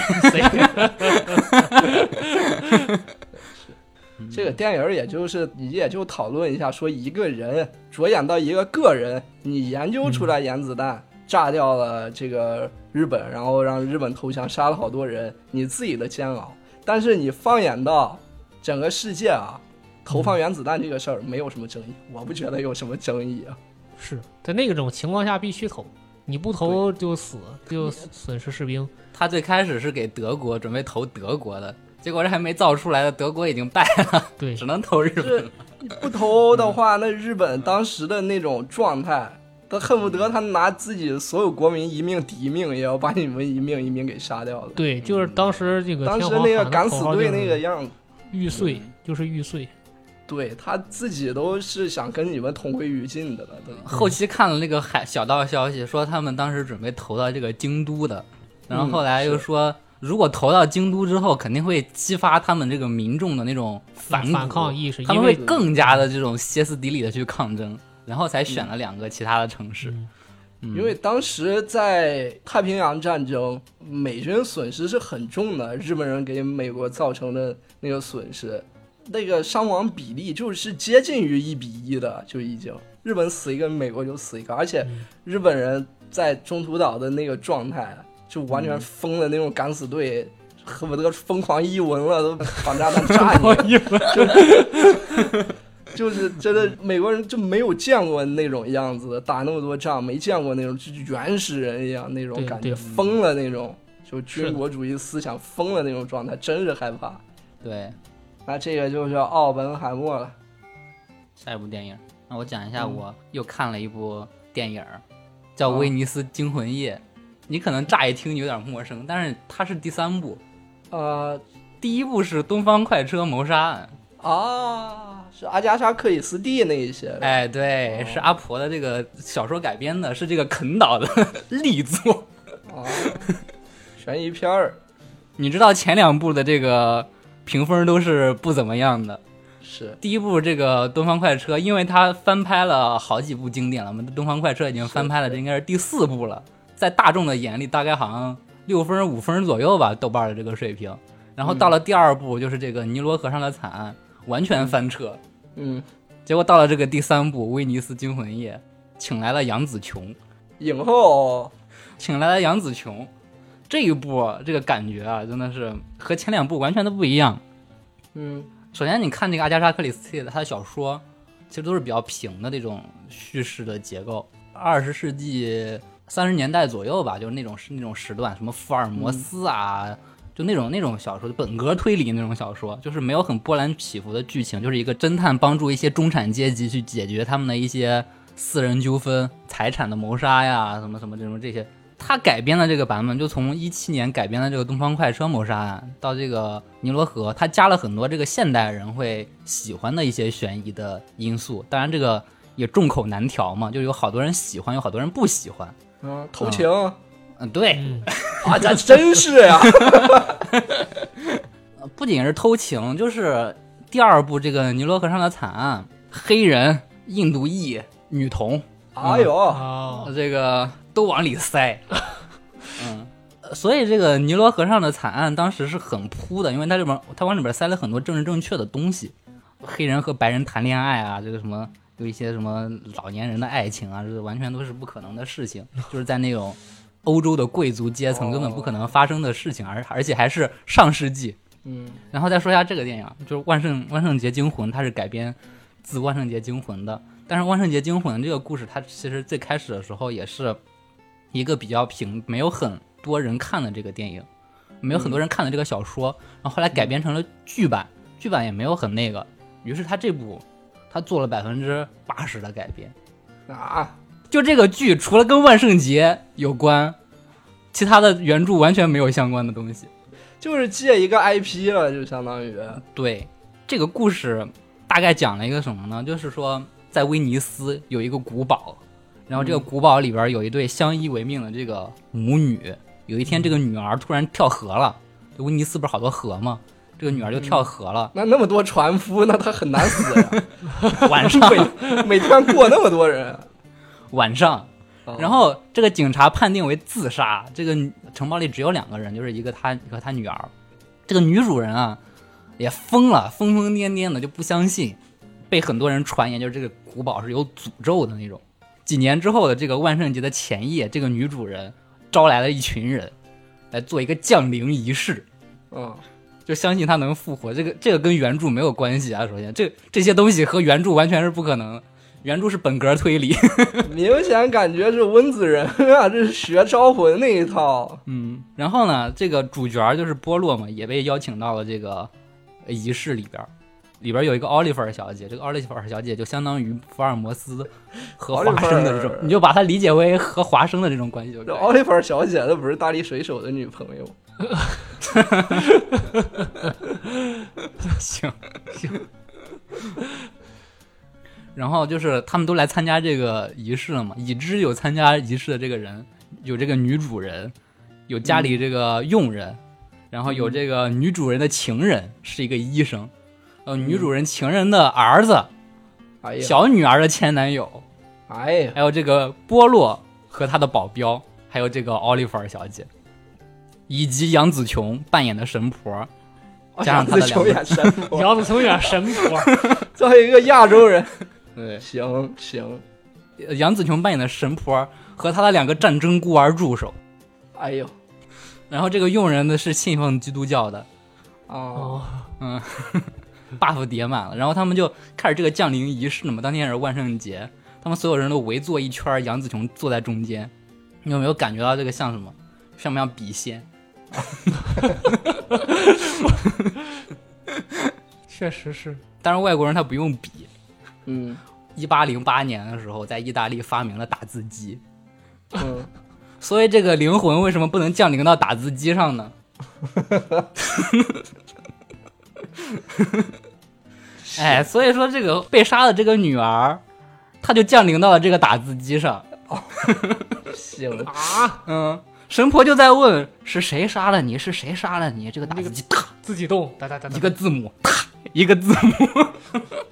C: 这个电影儿，也就是你也就讨论一下，说一个人着眼到一个个人，你研究出来原子弹炸掉了这个日本，然后让日本投降，杀了好多人，你自己的煎熬。但是你放眼到整个世界啊，投放原子弹这个事儿没有什么争议，我不觉得有什么争议啊。
E: 是在那种情况下必须投，你不投就死，就损失士兵。
D: 他最开始是给德国准备投德国的，结果这还没造出来的德国已经败了，
E: 对，
D: 只能投日本。
C: 是不投的话，那日本当时的那种状态，他恨不得他拿自己所有国民一命抵一命，也要把你们一命一命给杀掉了。
E: 对，就是当时这个
C: 嗯当
E: 天
C: 时
E: 皇
C: 那个
E: 喊的
C: 敢
E: 口
C: 死
E: 号
C: 队
E: 就是
C: 那个嗯样子，
E: 玉碎，就是玉碎。
C: 对他自己都是想跟你们同归于尽的了。都
D: 后期看了那个海小道消息，说他们当时准备投到这个京都的，然后后来
C: 嗯
D: 又说，如果投到京都之后，肯定会激发他们这个民众的那种
E: 反
D: 反
E: 反
D: 骨
E: 抗意识，
D: 他
E: 因
D: 们会
E: 为
D: 更加的这种歇斯底里的去抗争，然后才选了两个其他的城市。
E: 嗯
D: 嗯
C: 因为当时在太平洋战争，美军损失是很重的，日本人给美国造成的那个损失，那个伤亡比例就是接近于一比一的，就已经日本死一个，美国就死一个，而且
E: 嗯
C: 日本人在中途岛的那个状态，就完全疯了那种敢死队。恨不得疯狂一文了，都绑炸弹炸 你！就是 真的，美国人就没有见过那种样子，打那么多仗没见过那种，就是原始人一样那种
E: 对
C: 感
E: 对
C: 觉，疯了那种，就是军
E: 的
C: 国主义思想疯了那种状态，真是害怕。
D: 对，
C: 那这个就是奥本海默了，
D: 下一部电影，那我讲一下，
C: 嗯
D: 我又看了一部电影儿，叫《
C: 啊
D: 威尼斯惊魂夜》。你可能乍一听有点陌生，但是它是第三部，
C: 呃
D: 第一部是《东方快车谋杀案》。
C: 啊，是阿加莎·克里斯蒂那一些，
D: 哎，对，
C: 哦
D: 是阿婆的这个小说改编的，是这个肯导的 力作。
C: 啊，悬疑片儿
D: 你知道前两部的这个评分都是不怎么样的，
C: 是
D: 第一部这个《东方快车》，因为它翻拍了好几部经典了嘛，《东方快车》已经翻拍了，这应该是第四部了，在大众的眼里大概好像六分五分左右吧，豆瓣的这个水平。然后到了第二部，就是这个《尼罗河上的惨案》，完全翻车。
C: 嗯，
D: 结果到了这个第三部《威尼斯惊魂夜》，请来了杨紫琼，
C: 影后
D: 请来了杨紫琼。这一部这个感觉啊，真的是和前两部完全都不一样。
C: 嗯
D: 首先，你看这个阿加莎·克里斯蒂的她的小说，其实都是比较平的这种叙事的结构。二十世纪三十年代左右吧，就是那种是那种时段，什么福尔摩斯啊，就那种那种小说，本格推理那种小说，就是没有很波澜起伏的剧情，就是一个侦探帮助一些中产阶级去解决他们的一些私人纠纷、财产的谋杀呀，什么什么这种这些。他改编的这个版本，就从一七年改编的这个《东方快车谋杀案》到这个《尼罗河》，他加了很多这个现代人会喜欢的一些悬疑的因素。当然，这个也众口难调嘛，就有好多人喜欢，有好多人不喜欢。
C: 嗯，偷情
D: 嗯，对，
E: 嗯，
C: 啊，这真是呀，
D: 不仅是偷情，就是第二部这个《尼罗河上的惨案》，黑人、印度裔、女童，
C: 哎呦，
E: 哦，
D: 这个都往里塞。嗯，呃所以这个《尼罗河上的惨案》当时是很扑的，因为它里边它往里边塞了很多政治正确的东西，黑人和白人谈恋爱啊，这个什么有一些什么老年人的爱情啊，这个完全都是不可能的事情，就是在那种欧洲的贵族阶层根本不可能发生的事情，而而且还是上世纪。
C: 嗯
D: 然后再说一下这个电影，就是《万圣万圣节惊魂》，它是改编自《万圣节惊魂》的。但是《万圣节惊魂》这个故事，它其实最开始的时候也是一个比较平，没有很多人看的这个电影，没有很多人看的这个小说。然后后来改编成了剧版，剧版也没有很那个。于是他这部，他做了百分之八十的改编。
C: 啊，
D: 就这个剧，除了跟万圣节有关，其他的原著完全没有相关的东西。
C: 就是借一个 IP 了，就相当于，
D: 对，这个故事大概讲了一个什么呢？就是说，在威尼斯有一个古堡，然后这个古堡里边有一对相依为命的这个母女。有一天，这个女儿突然跳河了，就威尼斯不是好多河吗？这个女儿就跳河了，
C: 那那么多船夫，那他很难死呀、
D: 晚上
C: 每每天过那么多人。
D: 晚上
C: 哦
D: 然后这个警察判定为自杀。这个女城堡里只有两个人，就是一个他和他女儿。这个女主人啊，也疯了，疯疯癫癫的就不相信，被很多人传言就是这个古堡是有诅咒的那种。几年之后的这个万圣节的前夜，这个女主人招来了一群人，来做一个降临仪式，
C: 嗯，
D: 就相信她能复活。这个这个跟原著没有关系啊，首先这这些东西和原著完全是不可能的，原著是本格推理。
C: 明显感觉是温子仁啊，这是学招魂那一套。
D: 嗯，然后呢，这个主角就是波洛嘛，也被邀请到了这个呃仪式里边儿。里边有一个奥利弗尔小姐，这个奥利弗尔小姐就相当于福尔摩斯和
C: 奥利
D: 华
C: 弗尔
D: 生的这种，你就把它理解为和华生的这种关系就可
C: 这
D: 以。
C: 奥利弗尔小姐，那不是大力水手的女朋友吗？
D: 行 行。然后就是他们都来参加这个仪式了嘛，已知有参加仪式的这个人，有这个女主人，有家里这个佣人，然后有这个女主人的情人是一个医生，呃，女主人情人的儿子，
C: 哎呀，
D: 小女儿的前男友，
C: 哎呀，
D: 还有这个波洛和他的保镖，还有这个奥利弗尔小姐，以及杨紫琼扮演的神婆，加上他
C: 杨紫
D: 的
C: 琼
D: 两
C: 演神 婆，
E: 姚子从有点神 婆，
C: 作为一个亚洲人，
D: 对，
C: 行行，
D: 呃杨紫琼扮演的神婆和她的两个战争孤儿助手，
C: 哎呦
D: 然后这个佣人呢是信奉基督教的
C: 啊，
E: 哦，
D: ，buff 叠满了，然后他们就开始这个降临仪式嘛。当天也是万圣节，他们所有人都围坐一圈儿，杨紫琼坐在中间。你有没有感觉到这个像什么？像不像笔仙？
E: 确实是，
D: 但是外国人他不用笔。
C: 嗯
D: 一八零八年的时候，在意大利发明了打字机，
C: 嗯，
D: 所以这个灵魂为什么不能降临到打字机上呢？哎，所以说这个被杀的这个女儿，她就降临到了这个打字机上。
C: 行，
E: 啊
D: 嗯，神婆就在问是谁杀了你？是谁杀了你？这个打字机哒，
E: 自己动，哒哒哒
D: 一
E: 哒，
D: 个字母哒，一个字母。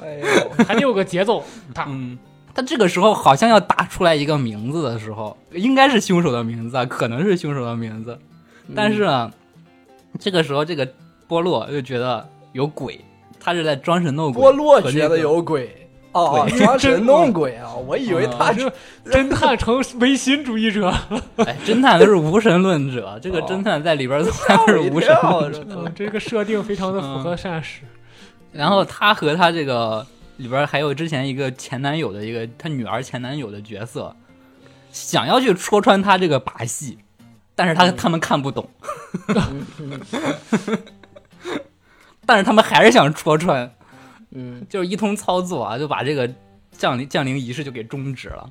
C: 哎呦，
E: 还得有个节奏，哒，
D: 嗯，他这个时候好像要打出来一个名字的时候，应该是凶手的名字啊，可能是凶手的名字。但
C: 嗯
D: 是呢，这个时候这个波洛就觉得有鬼，他是在装神弄鬼。
C: 波洛觉得有鬼。哦，哦
D: 对
C: 装神弄鬼 啊！我以为他
E: 啊，
C: 是
E: 这 侦探成唯心主义者，
D: 哎，侦探都是无神论者，这个
C: 哦
D: 侦探在里边儿他都是无神
C: 啊
D: 论者。
E: 嗯，这个设定非常的符合
C: 嗯
E: 善始，
D: 然后他和他这个里边儿还有之前一个前男友的一个他女儿前男友的角色，想要去戳穿他这个把戏，但
C: 嗯
D: 是他、他们看不懂， 但是他们还是想戳穿，
C: 嗯
D: 就是一通操作啊，就把这个降临降临仪式就给终止了。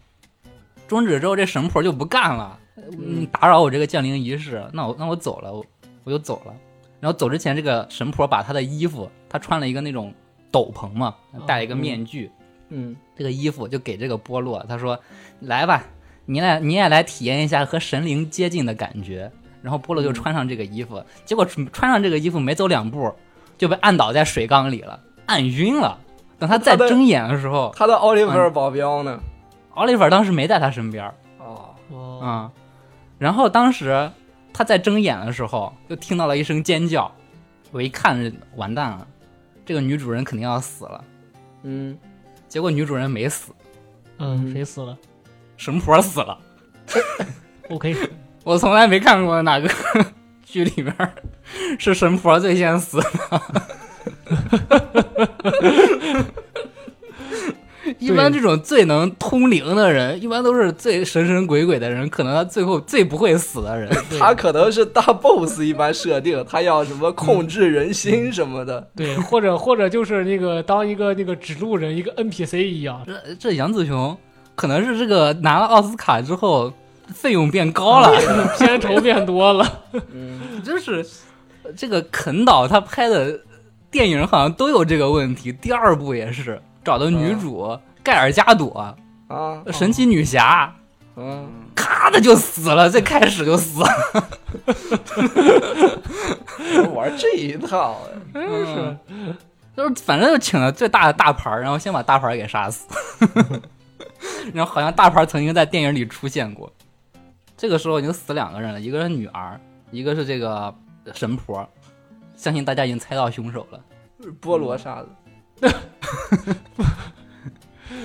D: 终止之后，这神婆就不干了，嗯，打扰我这个降临仪式，那我那我走了，我我就走了。然后走之前，这个神婆把她的衣服，她穿了一个那种斗篷嘛，戴了一个面具，
C: 嗯，
D: 这个衣服就给这个波洛，她说：“来吧，你来你也来体验一下和神灵接近的感觉。”然后波洛就穿上这个衣服，结果穿穿上这个衣服没走两步就被按倒在水缸里了，按晕了。等他再
C: 他的
D: 睁眼的时候，
C: 他的奥利弗
D: 嗯
C: 尔保镖呢？
D: 奥利弗当时没在他身边，
C: 哦，
E: 哦，
D: 啊、然后当时他在睁眼的时候，就听到了一声尖叫，我一看完蛋了，这个女主人肯定要死了。
C: 嗯，
D: 结果女主人没死，
E: 嗯，谁死了
D: 神婆死了。
E: ？OK，
D: 我从来没看过哪个 剧里边儿是神婆最先死的。一般这种最能通灵的人，一般都是最神神鬼鬼的人，可能他最后最不会死的人。
E: 对
C: 他可能是大 boss 一般设定，他要什么控制人
D: 嗯
C: 心什么的。
E: 对，或者或者就是那个当一个那个指路人，一个 NPC 一样，
D: 这这杨紫琼可能是这个拿了奥斯卡之后费用变高了，
E: 片酬变多了，
C: 嗯，
D: 就是这个肯导他拍的电影好像都有这个问题，第二部也是找的女主、盖尔加朵，
C: 啊，
D: 神奇女侠，
C: 嗯。
D: 咔的就死了，最开始就死了，
C: 玩这一套，
E: 真是。
D: 嗯就是反正就请了最大的大牌儿，然后先把大牌儿给杀死， 然后好像大牌儿曾经在电影里出现过，这个时候已经死两个人了，一个是女儿，一个是这个神婆，相信大家已经猜到凶手了。
C: 菠萝啥的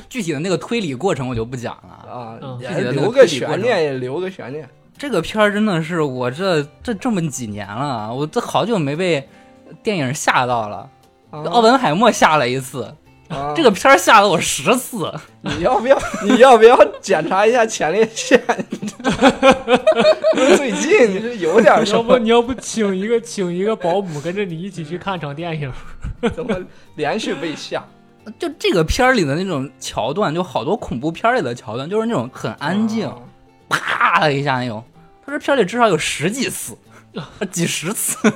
D: 具体的那个推理过程我就不讲了。
C: 啊
E: 嗯，
C: 也
D: 自己的那个
C: 留个
D: 推理过
C: 悬
D: 程
C: 念也留个悬念。
D: 这个片儿真的是我这这这么几年了，啊我这好久没被电影吓到了。
C: 啊
D: 奥本海默吓了一次，
C: 啊
D: 哦这个片儿吓了我十次。
C: 你要不要？你要不要检查一下前列腺？最近你是有点什
E: 要 不
C: 么？
E: 你要不请一个请一个保姆跟着你一起去看场电影？
C: 怎么连续被吓？
D: 就这个片儿里的那种桥段，就好多恐怖片儿里的桥段，就是那种很安静，
C: 啊
D: 啪的一下那种。他这片儿里至少有十几次，几十次，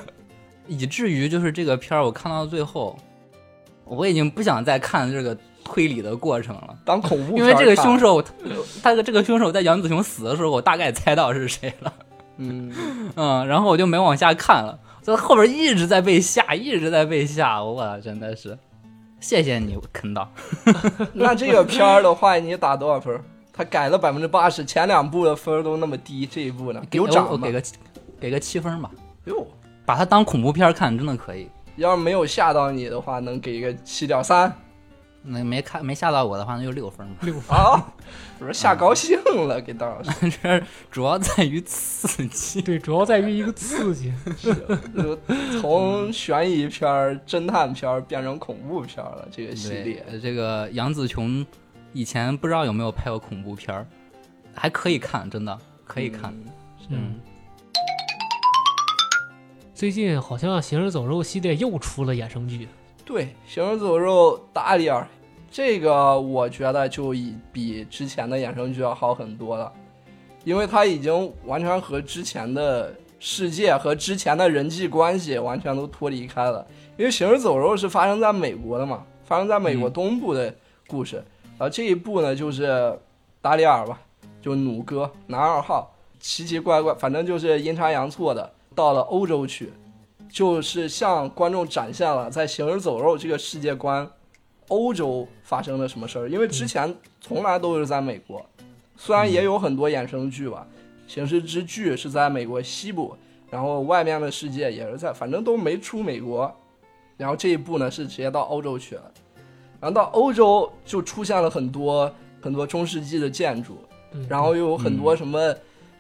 D: 以至于就是这个片儿我看到最后，我已经不想再看这个推理的过程了。
C: 当恐怖片
D: 因
C: 儿
D: 为这个
C: 看
D: 凶，手，他这个凶手在杨子雄死的时候，我大概猜到是谁了，
C: 嗯，
D: 嗯，然后我就没往下看了，在后边一直在被吓，一直在被吓，我真的是，谢谢你坑到，
C: 那这个片儿的话，你打多少分儿？他改了百分之八十，前两部的分儿都那么低，这一部呢
D: 给
C: 有
D: 我
C: 涨
D: 我
C: 吗
D: 给？个给个七分吧，
C: 哟，
D: 把它当恐怖片看真的可以，
C: 要是没有吓到你的话，能给一个七点三。
D: 那没看没吓到我的话，那就六分吧，
E: 六
C: 啊，我说吓高兴了，给大老师，
D: 这主要在于刺激，
E: 对，主要在于一个刺激。
C: 就从悬疑片儿、侦探片儿变成恐怖片儿了，这个系列。
D: 对，这个杨紫琼以前不知道有没有拍过恐怖片儿，还可以看，真的可以看，
C: 嗯
D: 嗯
E: 最近好像《行尸走肉》系列又出了衍生剧，
C: 对，《行尸走肉》打脸儿，这个我觉得就已比之前的衍生剧要好很多了，因为它已经完全和之前的世界和之前的人际关系完全都脱离开了。因为《行尸走肉》是发生在美国的嘛，发生在美国
D: 嗯
C: 东部的故事，然后这一部呢就是达里尔吧，就弩哥男二号，奇奇怪怪，反正就是阴差阳错的到了欧洲去，就是向观众展现了在《行尸走肉》这个世界观，欧洲发生了什么事儿。因为之前从来都是在美国，虽然也有很多衍生剧吧，《行尸之剧》是在美国西部，然后外面的世界也是在，反正都没出美国。然后这一部呢是直接到欧洲去了，然后到欧洲就出现了很多很多中世纪的建筑，
E: 嗯
C: 然后又有很多什么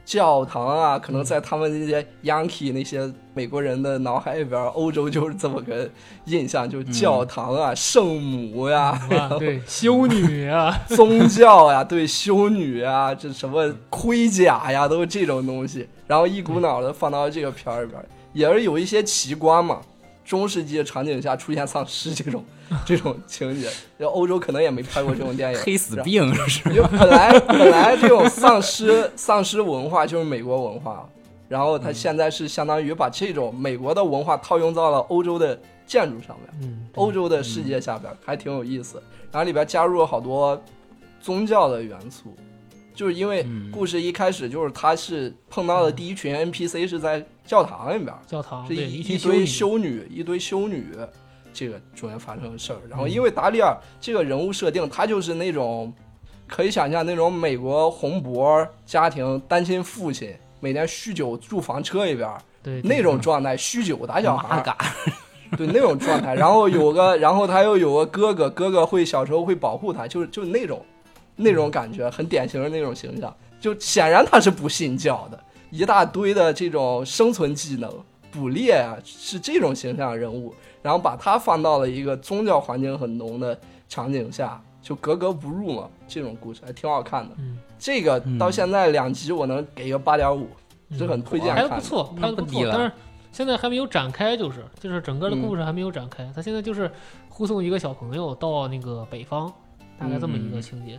C: 教堂啊，可能在他们那些 Yankee 那些美国人的脑海里边，欧洲就是这么个印象，就是教堂啊、圣母呀、然
E: 嗯啊，
C: 后
E: 对，修女啊，
C: 宗教呀、对修女啊，这什么盔甲呀，都是这种东西，然后一股脑的放到这个片儿里边，也是有一些奇观嘛。中世纪的场景下出现丧尸这种 这种情节，就欧洲可能也没拍过这种电影。
D: 黑死
C: 然后
D: 病是吧
C: 因为本来本来这种丧尸丧尸文化就是美国文化，然后他现在是相当于把这种美国的文化套用到了欧洲的建筑上面，
E: 嗯，
C: 欧洲的世界下边还挺有意思。然后里边加入了好多宗教的元素，就是因为
D: 嗯
C: 故事一开始就是他是碰到的第一群 NPC 是在教堂里边，
E: 教堂
C: 是
E: 嗯哦对
C: 一
E: 群
C: 一
E: 修
C: 堆
E: 女，
C: 修女，一堆修女，这个中间发生的事儿。
E: 嗯
C: 然后因为达里尔这个人物设定，他就是那种可以想象那种美国红脖家庭单亲父亲，每天酗酒住房车里边儿
E: 对对
C: 那种状态，酗酒打小孩
D: 妈
C: 儿，
D: 嘎，
C: 对那种状态。然后有个，然后他又有个哥哥，哥哥会小时候会保护他，就是就是那种那种感觉，很典型的那种形象。就显然他是不信教的，一大堆的这种生存技能捕猎啊，是这种形象的人物，然后把他放到了一个宗教环境很浓的场景下，就格格不入嘛。这种故事还挺好看的。
E: 嗯
C: 这个到
D: 嗯
C: 现在两集我能给个八点五，是很推荐
E: 拍
C: 看
E: 的
C: 的。
E: 嗯不错，
D: 那
E: 拍的
D: 不
E: 不
D: 低
E: 错，
D: 了
E: 但是现在还没有展开，就是就是整个的
C: 嗯
E: 故事还没有展开，他现在就是护送一个小朋友到那个北方，大概这么一
D: 嗯
E: 个情节。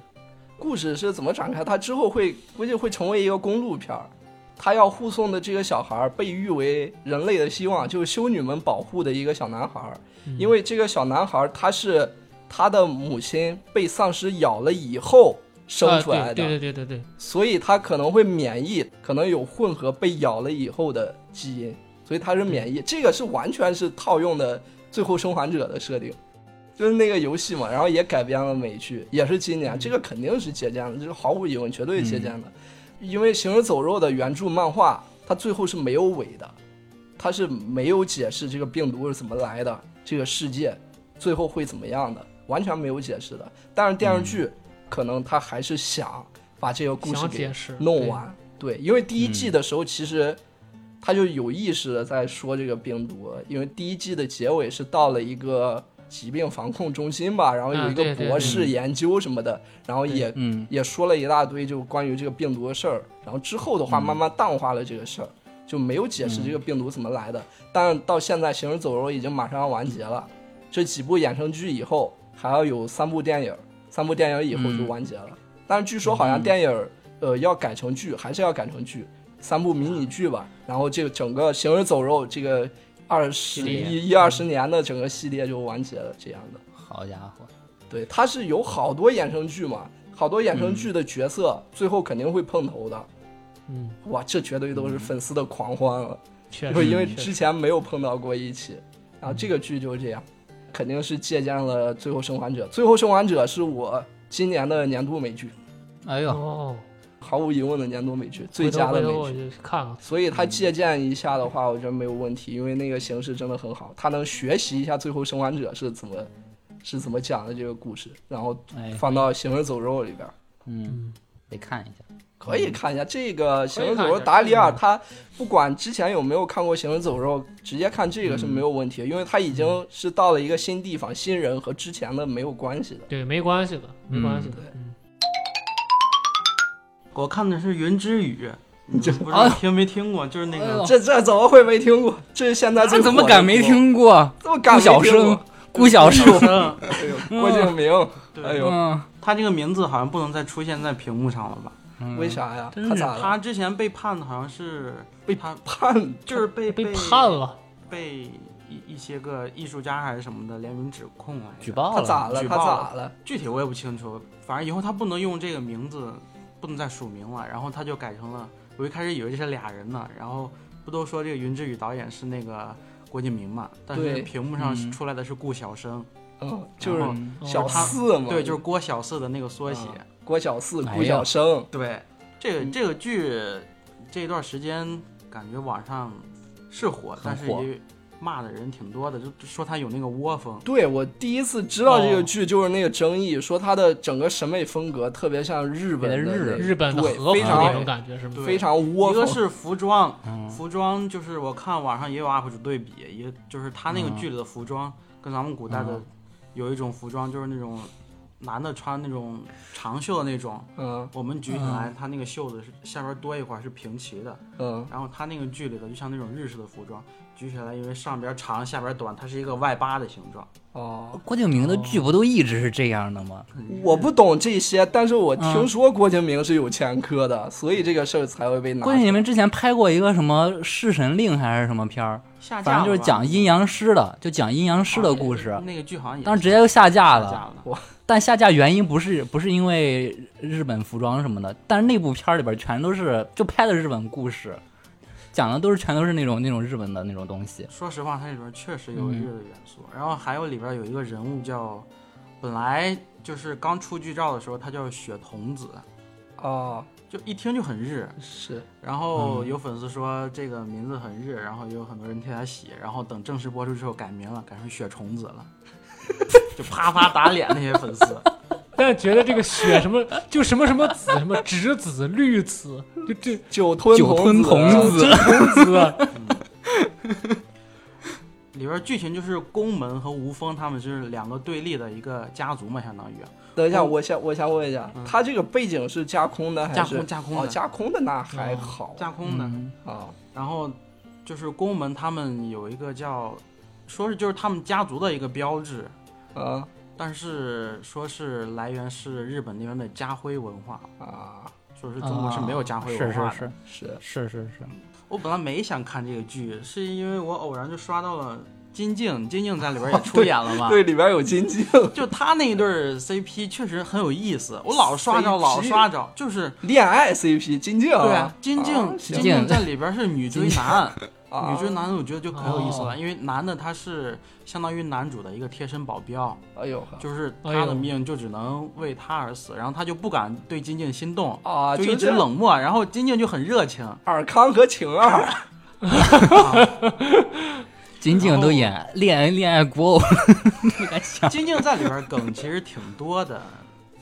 C: 故事是怎么展开，它之后会估计会成为一个公路片儿。他要护送的这个小孩儿被誉为人类的希望，就是修女们保护的一个小男孩儿。
E: 嗯
C: 因为这个小男孩儿他是他的母亲被丧尸咬了以后生
E: 啊
C: 出来的，
E: 对对对对对对，
C: 所以他可能会免疫，可能有混合被咬了以后的基因，所以他是免疫。这个是完全是套用的《最后生还者》的设定，就是那个游戏嘛，然后也改编了美剧，也是今年，这个肯定是借鉴的，这是毫无疑问，绝对是借鉴的。因为《行尸走肉》的原著漫画，它最后是没有尾的，它是没有解释这个病毒是怎么来的，这个世界最后会怎么样的，完全没有解释的。但是电视剧、可能他还是想把这个故事
E: 想
C: 给
E: 解释嗯
C: 弄，完。对，因为第一季的时候，其实他就有意识的在说这个病毒，因为第一季的结尾是到了一个疾病防控中心吧，然后有一
E: 啊对
C: 个
E: 对
C: 博士研究什么的，然后也
D: 嗯，
C: 也说了一大堆就关于这个病毒的事儿，然后之后的话慢慢淡化了这个事儿，就没有解释这个病毒怎么来的。但到现在《行尸走肉》已经马上要完结了，这几部衍生剧以后还要有三部电影，三部电影以后就完结了。但是据说好像电影儿呃要改成剧，还是要改成剧，三部迷你剧吧。然后这个整个《行尸走肉》这个二十
E: 列
C: 一一二十年的整个系列就完结了，这样的。
D: 好家伙，
C: 对，它是有好多衍生剧嘛，好多衍生剧的角色、最后肯定会碰头的。
E: 嗯，
C: 哇，这绝对都是粉丝的狂欢了，
E: 确
C: 就
E: 实，
C: 是因为
E: 确实
C: 之前没有碰到过一起，然后这个剧就是这样，肯定是借鉴了《最后生还者》。《最后生还者》是我今年的年度美剧，
D: 哎呦，
E: 哦，
C: 毫无疑问的年度美剧，最
E: 回头
C: 佳的
E: 回头
C: 美
E: 我
C: 剧。
E: 就看看，
C: 所以它借鉴一下的话，我觉得没有问题，因为那个形式真的很好，它能学习一下《最后生还者》是怎么是怎么讲的这个故事，然后
D: 哎，
C: 放到《行尸走肉》里边。
D: 嗯，得看一下。
C: 可以看一下这个《行
E: 可
C: 尸
E: 以
C: 走
E: 看一
C: 肉》
E: 下
C: 达里尔，他不管之前有没有看过《行尸走肉》，直接看这个是没有问题的，因为他已经是到了一个新地方、新人和之前的没有关系的。
E: 对，没关系的，没关系的，嗯
B: 我看的是《云之羽》， 你
C: 这
B: 们不知道听没听过？就是那
D: 哎
B: 个
D: 呦
C: 这这怎么会没听过？这是现在最火的
D: 他怎么敢没
C: 一部？
D: 听过？
C: 这么敢
D: 顾
C: 没听
D: 晓
C: 过
D: 生，顾晓生，
C: 哎呦郭敬明，哎
B: 对，
C: 呦，
D: 嗯，
B: 他这个名字好像不能再出现在屏幕上了吧？
D: 嗯
C: 为？啥呀？
B: 真
C: 他
B: 是，
C: 咋
B: 他
C: 了？
B: 之前被判的好像是
C: 被
B: 他
C: 判
B: 就是被
E: 被判了，
B: 被一一些个艺术家还是什么的联名指控来着
D: 举，报
C: 他
D: 了，
C: 咋了？
B: 举
C: 他
B: 报
C: 咋了？
B: 具体我也不清楚，反正以后他不能用这个名字，不能再署名了，然后他就改成了，我一开始以为这是俩人呢，然后不都说这个云之羽导演是那个郭敬明嘛，但是
C: 对
B: 屏幕上
D: 嗯
B: 出来的是顾晓生，
C: 嗯，就是
B: 然后
D: 嗯
E: 哦
C: 小
E: 他
C: 四嘛，
B: 对，就是郭小四的那个缩写。
C: 啊郭小四、
D: 哎
C: 顾
D: 呀
C: 晓生，
B: 对，这个
C: 嗯
B: 这个剧这段时间感觉网上是火，但是
D: 火
B: 也骂的人挺多的，就就说他有那个窝风。
C: 对我第一次知道这个
E: 哦
C: 剧，就是那个争议，说它的整个审美风格特别像日本的
D: 有点
C: 那
D: 日
E: 日本的
C: 对
E: 和服
C: 非
D: 常
E: 那种感觉是吗？
B: 对
C: 非常窝
B: 一个
C: 风。
B: 是服装，
D: 嗯
B: 服装就是我看网上也有 UP 主对比，一个就是他那个
D: 嗯
B: 剧里的服装跟咱们古代的
D: 嗯
B: 有一种服装，就是那种男的穿那种长袖的那种，
C: 嗯
B: 我们举起来，他那个袖子是下边多一块儿是平齐的，
C: 嗯，
B: 然后他那个剧里的就像那种日式的服装，举起来因为上边长下边短，它是一个外八的形状。
C: 哦，
D: 郭敬明的剧不都一直是这样的吗？
B: 嗯
C: 我不懂这些，但是我听说郭敬明是有前科的，所以这个事儿才会被拿出
D: 郭
C: 来。
D: 敬明之前拍过一个什么《弑神令》还是什么片儿，
B: 下架
D: 反
B: 了
D: 正
B: 吧
D: 就是讲阴阳师的，就讲阴阳师的故事。
B: 那个剧好像也
D: 当时直接就下架
B: 下
D: 了，
B: 了。
D: 但下架原因不是不是因为日本服装什么的，但是那部片儿里边全都是就拍的日本故事，讲的都是全都是那种那种日本的那种东西。
B: 说实话，它里边确实有日的元素，然后还有里边有一个人物叫，本来就是刚出剧照的时候，他叫雪童子，
C: 哦，
B: 就一听就很日。
C: 是
B: 然后有粉丝说这个名字很日，然后也有很多人替他洗，然后等正式播出之后改名了，改成雪虫子了， 就啪啪打脸那些粉丝。
E: 但是觉得这个血什么就什么什么子，什么栀子、绿 子，就这
C: 酒吞
D: 酒吞
C: 童
D: 童
C: 子
D: 子，
E: 公子，
B: 里边剧情就是宫门和无风他们是两个对立的一个家族嘛，相当于
C: 等一下，我想我想问一下，他这个背景是架空的还
B: 架
C: 是
B: 空嗯架空
C: 哦
B: 的嗯
C: 架空的那还好
B: 架空的。
D: 嗯
C: 啊
B: 然后就是宫门他们有一个叫，说是就是他们家族的一个标志，
C: 啊
B: 但是说是来源是日本那边的家徽文化，
C: 啊
B: 说是中国是没有家徽文化的。
D: 啊是
C: 是
D: 是是是是
B: 我本来没想看这个剧，是因为我偶然就刷到了金靖，金靖在里边
C: 哦
B: 也出演了嘛。
C: 对，里边有金靖，
B: 就他那一对儿 CP 确实很有意思，我老刷着
C: CP
B: 老刷着，就是
C: 恋爱 CP 金靖
B: 对
C: 啊
B: 啊，，金靖
C: 啊
B: 金
D: 金
B: 靖
D: 靖
B: 在里边是女追男，
C: 啊
B: 女追男我觉得就可有意思了，
E: 哦
B: 因为男的他是相当于男主的一个贴身保镖，
C: 哎呦
B: 就是
E: 哎
B: 他
E: 呦
B: 的命就只能为他而死，然后他就不敢对金靖心动，
C: 啊，
B: 就一直
C: 这
B: 冷漠，然后金靖就很热情，
C: 尔康和晴 儿，
D: 金靖都演恋爱恋爱古偶， 不敢想。
B: 金靖在里边梗其实挺多的。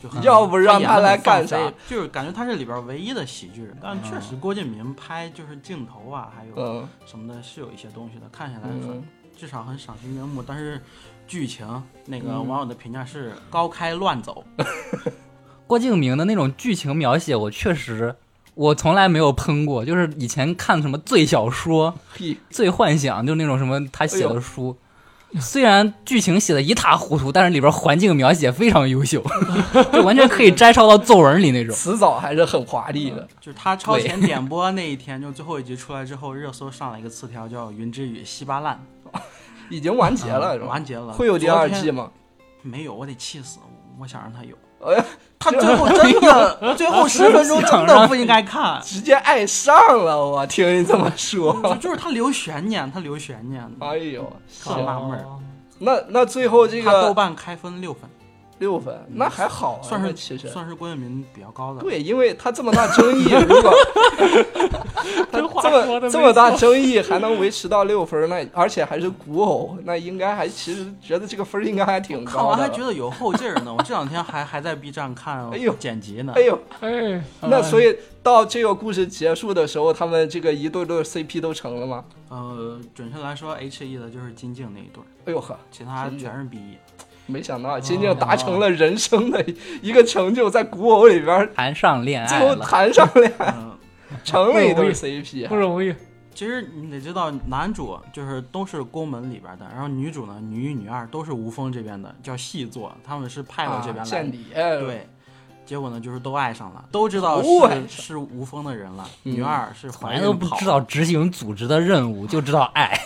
B: 就很
C: 要不让他来干啥
B: 演得很放飞就是感觉他是里边唯一的喜剧人，但确实郭敬明拍就是镜头啊，还有
C: 嗯
B: 什么的，是有一些东西的，看下来很
C: 嗯，
B: 至少很赏心悦目，但是剧情那个
C: 嗯
B: 网友的评价是高开乱走，
D: 郭敬明的那种剧情描写，我确实我从来没有喷过。就是以前看什么《最小说》《
C: 嘿，
D: 最幻想》，就那种什么他写的书，虽然剧情写的一塌糊涂，但是里边环境描写非常优秀， 就完全可以摘抄到作文里那种。
C: 辞藻还是很华丽的。
B: 就是他超前点播那一天，就最后一集出来之后，热搜上了一个词条叫“云之羽稀巴烂
C: 已经完结”，了，是吧？
B: 啊完结了。
C: 会有第二
B: 昨
C: 季
B: 天？
C: 吗？
B: 没有，我得气死我！我想让他有，
C: 哎呀，
B: 他最后真的最后十分钟真的不应该看，
C: 直接爱上了我，听你这么
B: 就
C: 说，
B: 就是他留悬念，他留悬念，
C: 哎呦，
B: 特纳闷儿。
E: 哦
C: 那那最后这
B: 他豆
C: 个
B: 瓣开分六分，
C: 六分，那还好啊，
B: 算是
C: 其实
B: 算是郭敬明比较高的。
C: 对，因为他这么大争议，如 果他
E: 这话
C: 这
E: 说
C: 么
E: 得没
C: 这么大
E: 错
C: 争议还能维持到六分儿，那而且还是古偶，那应该还其实觉得这个分儿应该还挺
B: 看
C: 高
B: 啊完还
C: 的。
B: 觉得有后劲儿呢，我这两天还还在 B 站看
C: 哎呦
B: 剪辑呢。
C: 哎呦，
E: 哎，
B: 嗯
C: 那所以到这个故事结束的时候，他们这个一对对 CP 都成了吗？
B: 呃，准确来说，H E 的就是金靖那一对儿，
C: 哎呦呵，
B: 其他
C: 真的
B: 全是 B E。
C: 没想到金靖达成了人生的一个成就，在古偶里边儿
D: 谈上恋
C: 最
D: 爱
C: 后
D: 了，
C: 谈上了，
B: 嗯，
C: 成了一对啊
E: 不
C: CP。
E: 容易，
B: 其实你得知道，男主就是都是宫门里边儿的，然后女主呢，女一、女二都是无风这边的，叫细作，他们是派到这边
C: 啊
B: 来
C: 见
B: 的。
C: 礼，，
B: 对，结果呢，就是都爱上了，都知道
C: 都爱上
B: 是是无风的人了。
C: 嗯
B: 女二是
D: 从
B: 怀
D: 来都
B: 孕
D: 不
B: 跑
D: 知，道执行组织的任务，就知道爱。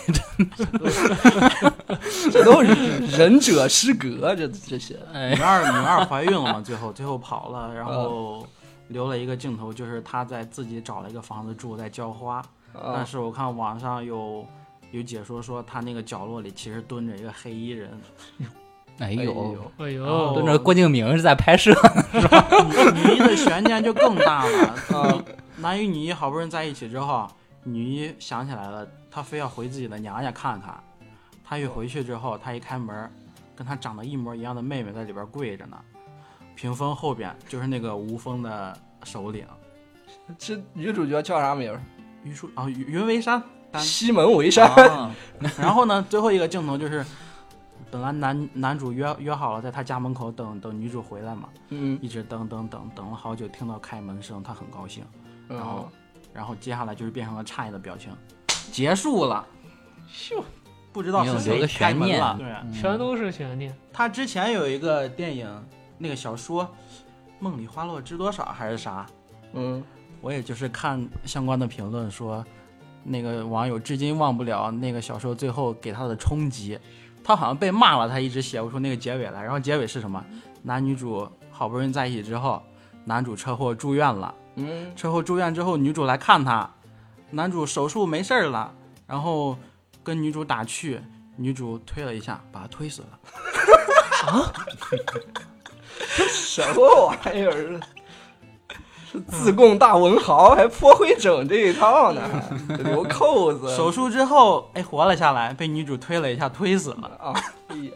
C: 这都是忍者失格，这这些。
D: 哎
B: 女二女二怀孕了嘛，最后最后跑了，然后留了一个镜头，就是她在自己找了一个房子住，在浇花。但
C: 啊，
B: 是我看网上有有解说说，他那个角落里其实蹲着一个黑衣人，
D: 哎
C: 哎
D: 呦，
C: 呦，
E: 哎
B: 哦
E: 呦
D: 跟，着郭敬明是在拍摄，
B: 女一的悬念就更大了
C: 啊。
B: 男与女一好不容易在一起之后，女一想起来了，她非要回自己的娘家看看。她一回去之后，她一开门，跟她长得一模一样的妹妹在里边跪着呢。屏风后边就是那个无风的首领
C: 这女主角叫啥名儿？
B: 于树啊，于云为山。单
C: 西门为山。
B: 啊 然后呢，最后一个镜头就是，本来男男主约约好了在他家门口等等女主回来嘛，
C: 嗯，
B: 一直等等等等了好久，听到开门声，他很高兴。
C: 然
B: 哦
C: 后
B: 然后接下来就是变成了诧异的表情，结束了，
C: 咻，
B: 不知道
D: 没有
B: 是谁
D: 留个
B: 开
D: 悬
B: 门
D: 念
B: 了。对，啊
E: 全都是悬念，
B: 他之前有一个电影，那个小说《梦里花落知多少》还是啥，
C: 嗯，
B: 我也就是看相关的评论说，那个网友至今忘不了那个小说最后给他的冲击，他好像被骂了，他一直写不出那个结尾来。然后结尾是什么？男女主好不容易在一起之后，男主车祸住院了，
C: 嗯，
B: 车祸住院之后，女主来看他，男主手术没事儿了，然后跟女主打趣，女主推了一下，把他推死了。
C: 什么玩意儿？是自贡大文豪，还颇会整这一套呢，
B: 嗯
C: 留扣子。
B: 手术之后，哎，活了下来，被女主推了一下，推死了。
C: 啊，哎呀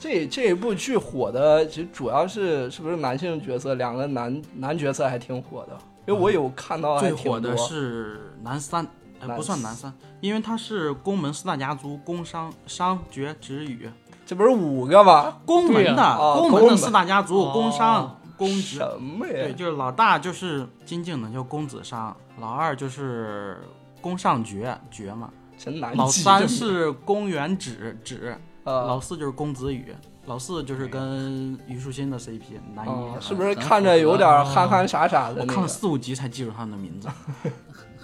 C: 这这一部剧火的，其实主要是是不是男性角色？两个男男角色还挺火的，因为我有看到还
B: 最
C: 挺
B: 火的
C: 多
B: 是男三，呃，
C: 男
B: 不算男三，因为他是宫门四大家族，宫商商角徵羽，
C: 这不是五个吗？
B: 宫门
E: 对
B: 的、
E: 呀
C: 啊哦
B: 宫
C: 宫
B: 门的
C: 门
B: 四大家族，
E: 哦
B: 宫商、宫职。
C: 什么
B: 对，
C: 呀？
B: 就是老大就是金靖的，叫公子商；老二就是宫上角，角嘛；
C: 真难记。
B: 老三是宫元指，指；
C: 啊
B: 老四就是公子羽，老四就是跟虞书欣的 CP 男一
C: 啊，
B: 的。
C: 是不是看着有点憨憨傻傻的
B: 我
C: 那
B: 看了
C: 个？
B: 四五集才记住他们的 名字。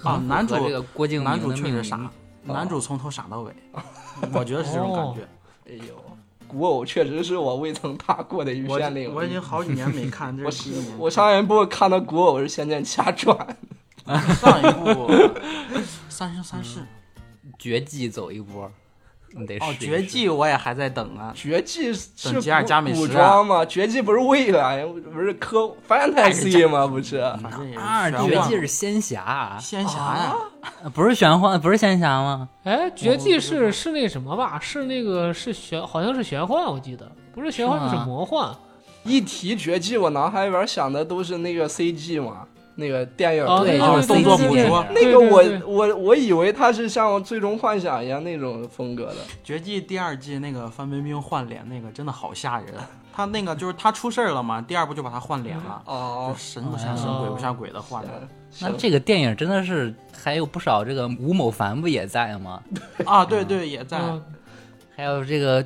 B: 啊，男主
D: 和这个郭敬
B: 男
D: 明
B: 主
D: 的
B: 确
D: 命
B: 实
D: 名
B: 傻，男主从头傻到尾， 我觉得是这种感觉。
C: 哎呦，古偶确实是我未曾踏过的一
B: 我
C: 片领
B: 我已
C: 域
B: 经。好几年没 看，这
C: 我
B: 是第一年
C: 我上一部看的古偶是《仙剑奇侠传》，
B: 上一部《三生三世》
D: 绝技走一波，你得试
B: 哦，《
D: 一试
B: 绝技》我也还在等啊，
C: 《绝技》是
B: 等吉尔加美什
C: 古
B: 啊
C: 装吗？《绝技》不是未来，不是科 fantasy 吗？不是，
B: 反正也是
D: 二
B: 玄
D: 绝
B: 幻
D: 技是仙侠啊，
B: 仙侠呀，
D: 不是玄幻，不是仙侠吗？
E: 哎，
C: 哦
E: 绝技是是那什么吧？是那个是玄，好像是玄幻，我记得不是玄幻
D: 是
E: 就
D: 吗
E: 是魔幻。
C: 一提《绝技》，我脑海里边想的都是那个 CG 嘛，那个电影，
E: 哦
D: 对
E: 哦
D: 就是
E: 对
B: 动作
E: 对
B: 捕
E: 对
B: 捉
C: 那
E: 对
C: 个
E: 对
C: 我
E: 对
C: 我我以为它是像《最终幻想》一样那种风格的，
B: 绝技第二季那个范冰冰换脸那个真的好吓人，他那个就是他出事儿了嘛，第二部就把他换脸了，就
C: 哦，
B: 神不像神
E: 哦
B: 鬼不像鬼的换的
D: 那
C: 行
D: 这个电影真的是还有不少这个吴某凡不也在吗？
B: 啊，对对也在，
E: 嗯
D: 还有这个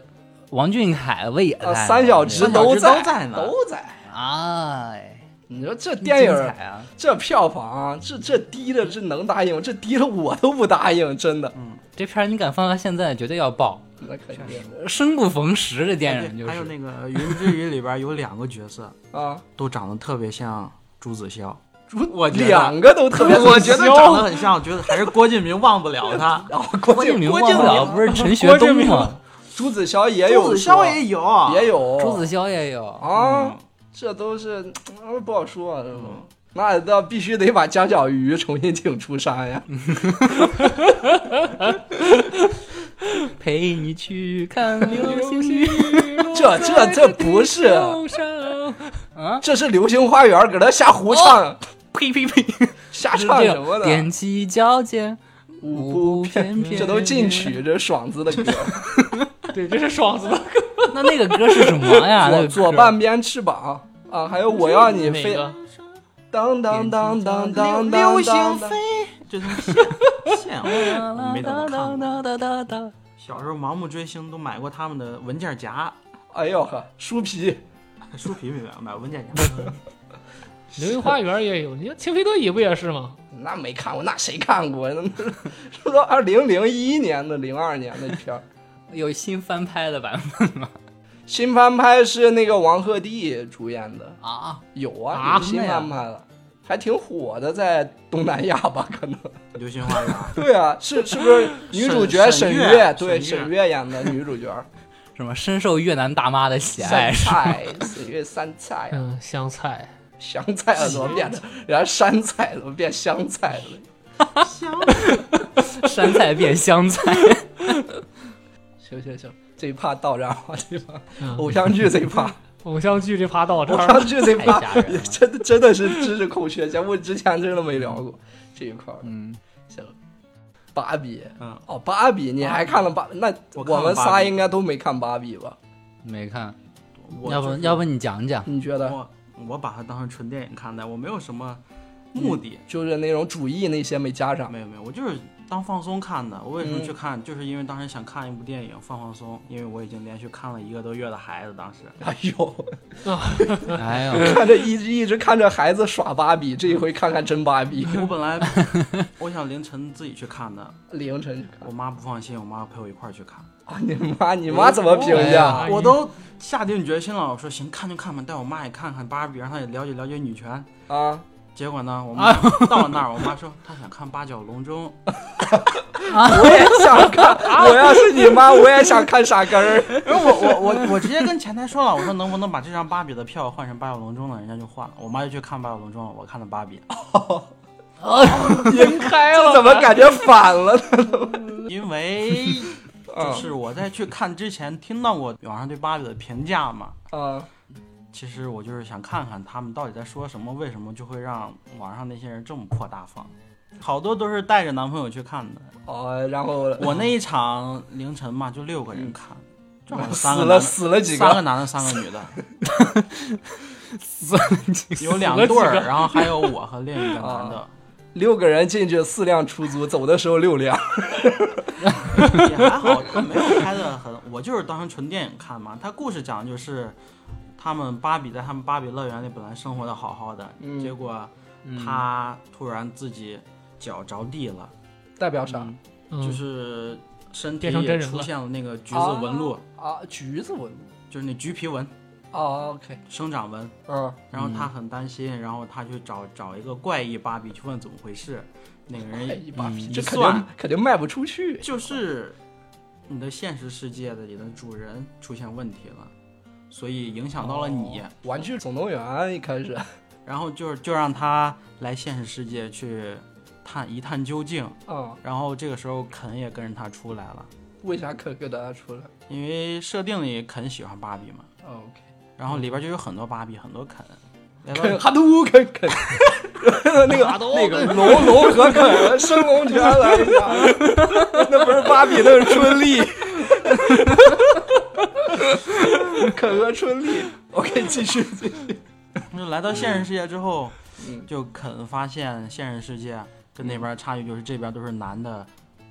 D: 王俊凯不也在吗？
C: 啊三小只
B: 三小
C: 都
B: 只
C: 在
B: 都在呢
C: 都在。
D: 哎，
C: 你说这电
D: 精
C: 影
D: 彩啊，
C: 这票房这这低的这能答应吗？这低了我都不答应，真的。
D: 这片儿你敢放到现在，绝对要爆，
C: 那肯定
D: 生不逢时。这电
B: 对
D: 影就
B: 还有
D: 是
B: 那个《云之羽》里边有两个角色
C: 啊，
B: 都长得特别像朱子骁，
C: 我
B: 觉得
C: 两个都特别
B: 我觉得
C: 很
B: 长得
C: 香
B: 很像，我觉得还是郭敬明忘不了他。
C: 然后郭
D: 郭敬明
C: 郭
D: 忘
C: 敬
D: 不了，
C: 明
D: 不是陈学
C: 郭敬
D: 冬
C: 明
D: 吗？
C: 朱子骁也有
B: 朱
C: 说，
B: 子骁也有，
C: 也有
D: 朱子骁也有，
C: 啊
B: 嗯，
C: 这都是嗯不好说啊，这都。那那必须得把江小鱼重新请出山呀！
D: 陪你去 看流星雨。
C: 这这这不是，
D: 啊，
C: 这是《流星花园》搁那瞎胡唱、
D: 呸呸呸！
C: 瞎 唱什 么的，
D: 踮起脚尖，
C: 舞
D: 舞
C: 步
D: 步
C: 翩
D: 翩
C: 翩，
D: 翩。
C: 这都进曲，这是爽子的歌。
E: 对，这是爽 子的。
D: 那那个歌是什么呀？啊那
C: 左
D: 个
C: 左
D: 歌
C: 半边翅膀啊，还有我要你
E: 哪
C: 飞，
E: 个
C: 当当当当当当
B: 流
C: 当
B: 星
C: 当
B: 飞，这东西现
D: 嗯
B: 我没怎么看过。小时候盲目追星都买过他们的文件夹，
C: 哎呦呵，书皮
B: 书皮没买，买文件夹。
E: 流星花园也有，你看《情非得已》不也是吗？
C: 那没看过，那谁看过呀？ 那这都二零零一年的、零二年的片儿。
D: 有新翻拍的版本
C: 新翻拍是那个王鹤棣主演的，
D: 啊？
C: 有
E: 啊
C: 啊，有新翻拍了，还挺火的，在东南亚吧，可能。
B: 流星花园，
C: 对啊，是是不是女主角沈
B: 沈月
C: 月？对，
B: 沈月
C: 沈月演的女主角，
D: 什么深受越南大妈的喜爱
C: 山？菜，沈月山菜啊，
E: 嗯，香菜。
C: 香菜了怎么变成？然后山菜怎么变香菜了？
D: 山菜变湘菜，
C: 行行行，这一趴到这儿吧，这一趴
E: 嗯
C: 偶像剧这一趴，
E: 偶像剧这趴到这
C: 偶
E: 儿，
C: 像剧这一
D: 太
C: 趴
D: 吓人
C: 也
D: 了
C: 真的真的是知识空缺，咱们之前真的没聊过这一块儿。
D: 嗯，
C: 行，芭比，
B: 嗯，
C: 哦，芭比，你还看了芭？那
B: 我看
C: 我
B: 了
C: 们
B: 芭
C: 仨
B: 比
C: 应该都没看芭比吧？
D: 没看，
B: 我
D: 要不
B: 就是
D: 要不你讲 讲？
C: 你觉得
B: 我我把它当成纯电影看待，我没有什么目的，
C: 就是那种主义那些没加上？
B: 没有没有，我就是当放松看的。我为什么去看？就是因为当时想看一部电影放放松，因为我已经连续看了一个多月的孩子，当 时
C: 哎呦，
D: 哎 呦，
C: 看着一直一直看着孩子耍芭比，这一回看看真芭比。
B: 我本来我想凌晨自己去看的，
C: 凌晨去看
B: 我妈不放心，我妈陪我一块儿去看，
C: 啊！你妈，你妈怎么评价
D: 哎呀？
B: 我都下定决心了。我说行，看就看吧，带我妈也看看芭比，让她也了解了解女权。
C: 啊，
B: 结果呢，我妈 到那儿，我妈说她想看八角笼中，
C: 我也想看，我要是你妈，我也想看傻根儿。
B: 然后我我我我直接跟前台说了，我说能不能把这张芭比的票换成八角笼中呢？人家就换了，我妈就去看八角笼中了，我看的芭比。
E: 人开
C: 这
E: 了，
C: 怎么感觉反了呢？
B: 因为就
C: 啊
B: 是我在去看之前听到过网上对芭比的评价嘛，
C: 啊，
B: 其实我就是想看看他们到底在说什么，为什么就会让网上那些人这么破大方。好多都是带着男朋友去看的，
C: 哦，然后
B: 我那一场凌晨嘛，就六个人看，正好
C: 死
B: 三个男
C: 了
B: 的，
C: 死了几
B: 三个
C: 个？
B: 男的，三个女的，
D: 算
B: 有两对儿，然后还有我和另一个男的，
C: 六个人进去，四辆出租，走的时候六辆。
B: 也还好，没有拍的很，我就是当成纯电影看嘛。它故事讲的就是，他们芭比在他们芭比乐园里本来生活的好好的，
C: 嗯
B: 结果
D: 嗯
E: 嗯
B: 他突然自己脚着地了，
C: 代表啥？
E: 嗯
B: 就是身体
E: 变成真
B: 也
E: 人了
B: 出现了那个橘子纹路，
C: 啊，橘子纹路。
B: 就是那橘皮纹、
C: 哦，OK，
B: 生长纹。
C: 嗯，
B: 然后他很担心，然后他去找找一个怪异芭比去问怎么回事，那个
C: 哎，
B: 人
C: 一把皮，
B: 嗯
C: 这
B: 一
C: 肯定
B: 算
C: 肯定卖不出去。
B: 就是你的现实世界的里的主人出现问题了，所以影响到了你。
C: 哦玩具总动员一开始，
B: 然后就是就让他来现实世界去探一探究竟。
C: 嗯，
B: 然后这个时候肯也跟着他出来了，
C: 为啥肯给大家出来
B: 因为设定里肯喜欢芭比嘛，
C: 哦？OK，
B: 然后里边就有很多芭比，很多肯。来
C: 啃
B: 到
C: 哈都啃啃，那个
E: 哈都
C: 那个
E: 啃
C: 龙龙和啃升龙拳来一下，那不是芭比，那是春 丽，啃和春丽。OK，继 续继续。
B: 那来到现实世界之后，
C: 嗯
B: 就肯发现现实世界跟那边差距就是这边都是男的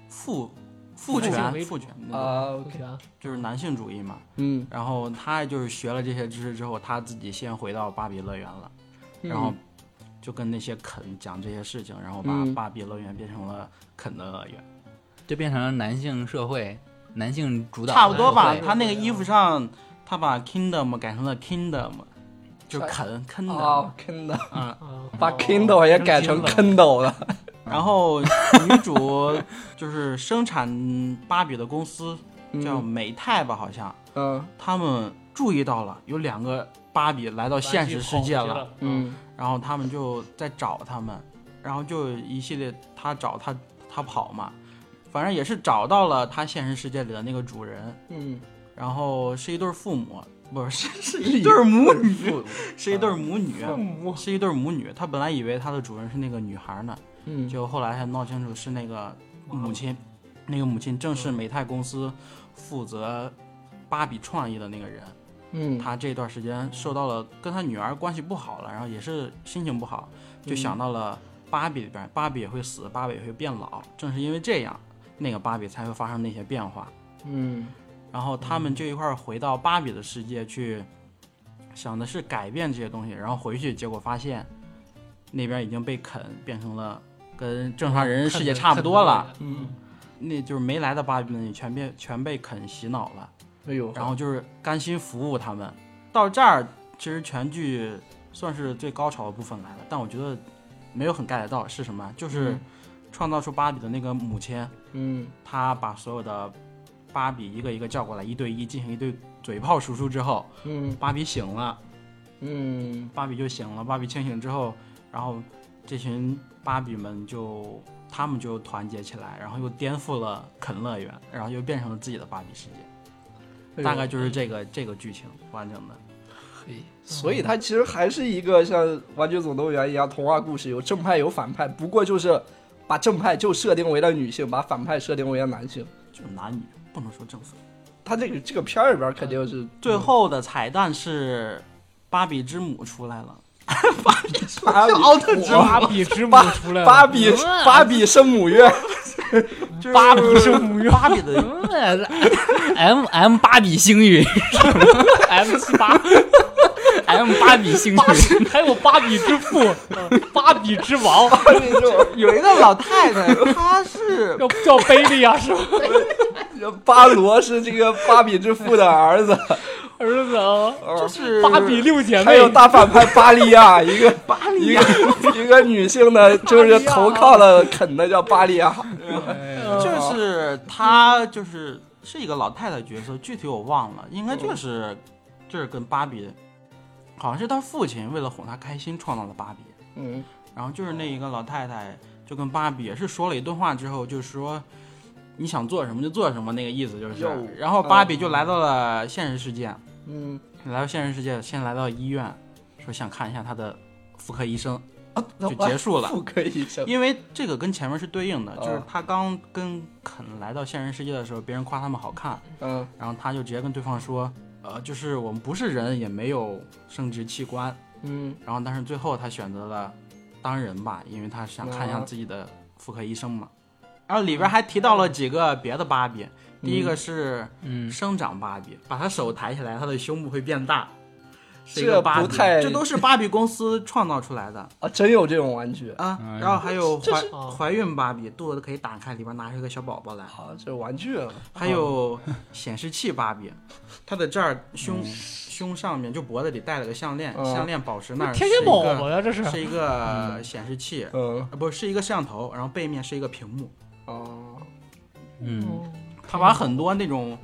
B: 父父
E: 性
B: 权
E: 为
B: 父权那个
C: 啊，OK，
E: ，OK 啊，
B: 就是男性主义嘛。
C: 嗯，
B: 然后他就是学了这些知识之后，他自己先回到芭比乐园了，
C: 嗯
B: 然后就跟那些肯讲这些事情，然后把
C: 嗯
B: 芭比乐园变成了肯的乐园，
D: 就变成了男性社会、男性主导的哎
B: 差不多 吧
D: 社。会
B: 他那个衣服上，他把 kingdom 改成了 kingdom，就是肯肯的，
C: 啊，Kindle，
B: 嗯。
E: 啊
C: 把 Kindle 也改成 Kindle 了。
B: 然后女主就是生产芭比的公司叫
C: 嗯
B: 美泰吧，好像
C: 嗯
B: 他们注意到了有两个芭比来到现实世界了，，
C: 嗯
B: 然后他们就在找他们，然后就一系列他找他他跑嘛，反正也是找到了他现实世界里的那个主人，
C: 嗯，
B: 然后是一对父母，不是是是一对母女，是一对母女，
E: 嗯
B: 是一对母女。他本来以为他的主人是那个女孩呢，
C: 嗯，
B: 就后来才闹清楚是那个母亲，那个母亲正是美泰公司负责芭比创意的那个人。
C: 嗯
B: 他这段时间受到了跟他女儿关系不好了，然后也是心情不好，就想到了芭比里边，芭比也会死，芭比也会变老，正是因为这样，那个芭比才会发生那些变化。
C: 嗯
B: 然后他们就一块儿回到芭比的世界去，想的是改变这些东西，然后回去，结果发现那边已经被啃变成了跟正常
E: 嗯
B: 人世界差不多了，，
C: 嗯，
B: 那就是没来的芭比们也全被全被啃洗脑了。
C: 哎呦，
B: 然后就是甘心服务他们。到这儿，其实全剧算是最高潮的部分来了，但我觉得没有很 get 到是什么，就是
C: 嗯
B: 创造出芭比的那个母亲，
C: 嗯
B: 她把所有的芭比一个一个叫过来，一对一进行一对嘴炮输出之后，
C: 嗯
B: 芭比醒了，
C: 嗯
B: 芭比就醒了，芭比清醒之后，然后这群芭比们就。他们就团结起来，然后又颠覆了肯乐园，然后又变成了自己的芭比世界，
C: 哎呦
B: 大概就是这个这个剧情完整的。
C: 所以它其实还是一个像《玩具总动员》一样童话故事，有正派有反派，不过就是把正派就设定为了女性，把反派设定为了男性。
B: 就男女不能说正反。
C: 它这个这个片儿里边肯定是
B: 最后的彩蛋是芭比之母出来了，
C: 芭比
B: 奥特之
E: 芭比之母出来了，
C: 芭比芭比圣母院，
E: 芭比之母院
B: 芭比的
D: ，M M 芭嗯 M，M 比星云
E: M 七八，
D: ，M 芭比星
E: 芭
D: 云，
E: 比还有芭比之父，呃芭比之王，
C: 芭比 就
B: 有一啊个老太太， 她是
E: 要叫贝利啊，是吧？
B: 啊
C: 巴罗是这个芭比之父的儿子，
E: 儿子啊，
B: 就是
E: 芭比六姐
C: 还
E: 妹
C: 有，大反派巴利亚， 一个巴利亚一个一个女性的，就是投靠了肯的叫巴利亚。
B: 哎就是她就是是一个老太太角色，具体我忘了，应该就是就是跟芭比，好像是她父亲为了哄她开心创造的芭比，
C: 嗯
B: 然后就是那一个老太太就跟芭比也是说了一段话之后，就是说。你想做什么就做什么，那个意思就是
C: 哟。
B: 然后芭比就来到了现实世界，
C: 嗯，
B: 来到现实世界，先来到医院，说想看一下他的妇科医生，
C: 啊
B: 就结束 了。
C: 妇科医生。
B: 因为这个跟前面是对应的，
C: 哦
B: 就是他刚跟肯来到现实世界的时候，别人夸他们好看，
C: 嗯
B: 然后他就直接跟对方说，呃，就是我们不是人，也没有生殖器官。
C: 嗯
B: 然后但是最后他选择了当人吧，因为他想看一下
C: 哦
B: 自己的妇科医生嘛。然后里边还提到了几个别的芭比，第一个是
D: 嗯，
B: 生长芭比，把她手抬起来，她的胸部会变大。是一
C: 这
B: 个芭
C: 不
B: 比
C: 太
B: 这都是芭比公司创造出来的
C: 啊，真有这种玩具
B: 啊
D: 哎。呀
B: 然后还有
C: 这
B: 怀
C: 是
E: 哦
B: 怀孕芭比，肚子可以打开，里边拿出一个小宝宝来。
C: 啊，这玩具啊
B: 还有显示器芭比，她的这儿胸胸上面就脖子里戴了个项链，
C: 嗯
B: 项链宝石那儿
E: 天啊
B: 是
E: 天
B: 一
E: 宝
B: 个
E: 宝呀，这是
B: 是一个显示器，
C: 嗯
B: 呃不是一个摄像头，然后背面是一个屏幕。
C: 哦，
D: 嗯，
E: 哦
B: 他把很多那种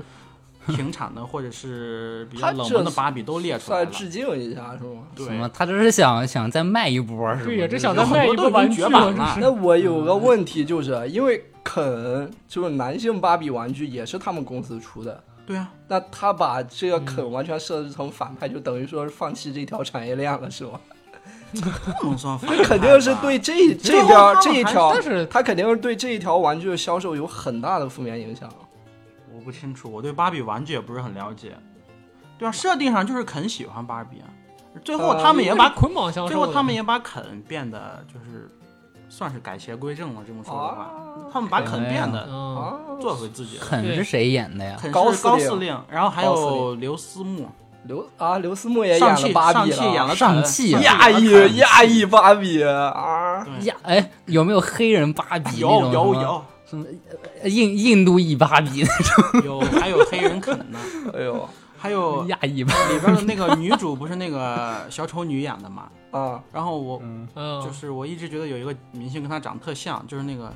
B: 停产的或者是比较
C: 他
B: 冷
C: 这
B: 门的芭比都列出来
C: 算
B: 了。
C: 致敬一下是吗？
D: 什么？他这是想想再卖一波，是吧？
E: 对呀，
D: 就是
E: 这想再卖一个玩具
B: 有很多都已经绝版
E: 啊
B: 了
E: 这是
C: 那我有个问题，就是因为肯就是男性芭比玩具也是他们公司出的，
B: 对啊，
C: 那
B: 嗯
C: 他把这个肯完全设置成反派，就等于说是放弃这条产业链了，是吗？
B: 不能算反
C: 这肯定是
B: 叛吧
C: 对 这这
B: 最后
C: 边
B: 他们
C: 这一
B: 还
C: 条
E: 但，是
C: 他肯定是对这一条玩具的销售有很大的负面影响。
B: 我不清楚，我对芭比玩具也不是很了解。对啊，设定上就是肯喜欢芭比啊，最后
C: 呃
B: 他们
C: 因
B: 也
C: 为
B: 把、
E: 把捆绑销售的，
B: 最后他们也把肯变得就是算是改邪归正了，这么说的话，
C: 啊
B: 他们把肯变得
E: 嗯，
C: 啊！
B: 做回自己了。
D: 肯是谁演的呀？
B: 肯是
C: 高
B: 高
C: 司令
B: 令，然后还
C: 高司
B: 有刘思慕，
C: 刘啊，刘思慕也演
B: 上
C: 了
B: 汽
C: 芭
B: 上
C: 比
B: 汽演
C: 了，
B: 了
D: 上
B: 肯哎
D: 汽
B: 上
C: 亚
B: 演了肯
C: 裔亚裔芭比 啊！
B: 对
D: 呀，哎，有没有黑人芭比
B: 有
D: 那种
B: 有
D: 什么呃
B: 有
D: 印印度裔芭比那
B: 有，还有黑人肯呢，
C: 哎呦
B: 还有
D: 种
B: 里
D: 亚裔芭
B: 边的那个女主不是那个小丑女演的嘛？
C: 啊，
B: 然后我
D: 嗯，
E: 嗯，
B: 就是我一直觉得有一个明星跟她长得特像，就是那个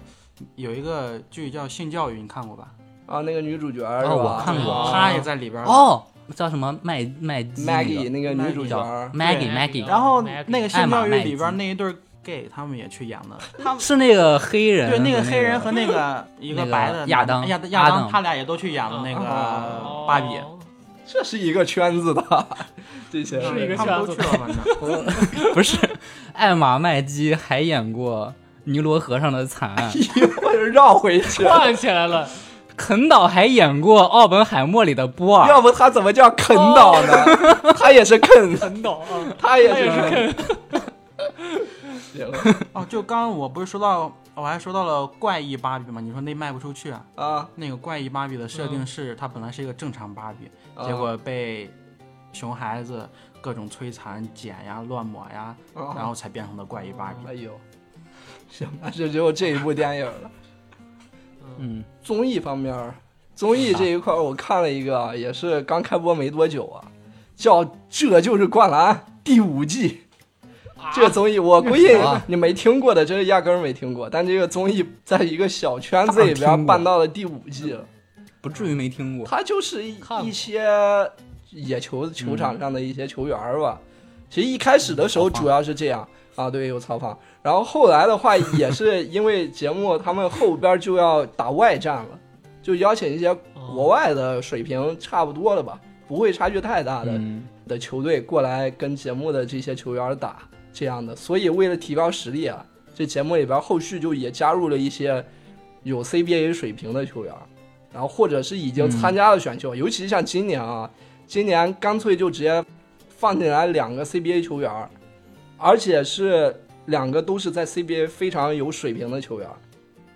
B: 有一个剧叫《性教育》，你看过吧？
C: 啊，那个女主角是
D: 哦我
C: 吧？
D: 看
E: 哦
D: 过
B: 她也在里边儿。
D: 哦，叫什么麦麦基那个
C: Maggie 那个女主角儿
B: 对
D: Maggie
B: 然
D: Maggie
B: 后
E: 麦基
B: 那个《性教育
D: 艾玛麦》基
B: 里边那一对儿 gay，他们也去演了。
D: 是那个黑人
B: 对，那
D: 个
B: 个黑人和那 个一个
D: 那个
B: 白的
D: 亚当
B: 亚当
D: 阿
B: 亚
D: 当
B: 当，他俩也都去演了那
C: 哦
B: 个芭比。
E: 哦
C: 这是一个圈子的，这些
E: 是一个
B: 他们
E: 圈
B: 都
E: 子
B: 去了，反正。
D: 不是艾玛麦基还演过《尼罗河上的惨 案》，
C: 我就绕回去。
E: 串起来了，
D: 肯导还演过《奥本海默》里的波尔。
C: 要不他怎么叫啃岛呢？他也是 啃，
E: 很懂啊，
C: 他也
E: 他哦也是
C: 啃。行
B: 哦，就刚刚我不是说到，我还说到了怪异芭比嘛？你说那卖不出去啊？
C: 啊，
B: 那个怪异芭比的设定是，她本来是一个正常芭比，
C: 啊
B: 结果被熊孩子各种摧残、剪呀、乱抹呀，
C: 啊
B: 然后才变成的怪异芭比。
C: 哎呦，行吧，这只有这一部电影了。
D: 嗯，
C: 综艺方面儿，综艺这一块儿我看了一个啊，也是刚开播没多久啊，叫《这就是灌篮》第五季。这个综艺我估计
D: 啊
C: 你没听过的，真是压根儿没听过。但这个综艺在一个小圈子里边
D: 当
C: 儿
D: 听过
C: 办到了第五季了，
D: 不至于没听过。
C: 它就是一
E: 看过
C: 一些野球球场上的一些球员儿吧。其实一开始的时候
D: 嗯
C: 主要是这样啊，对，有曹芳。然后后来的话，也是因为节目他们后边就要打外战了，就邀请一些
E: 哦
C: 国外的水平差不多的吧，不会差距太大的
D: 嗯，
C: 的球队过来跟节目的这些球员打这样的。所以为了提高实力啊，这节目里边后续就也加入了一些有 CBA 水平的球员，然后或者是已经参加了选秀，尤其像今年啊，今年干脆就直接放进来两个 CBA 球员，而且是两个都是在 CBA 非常有水平的球员。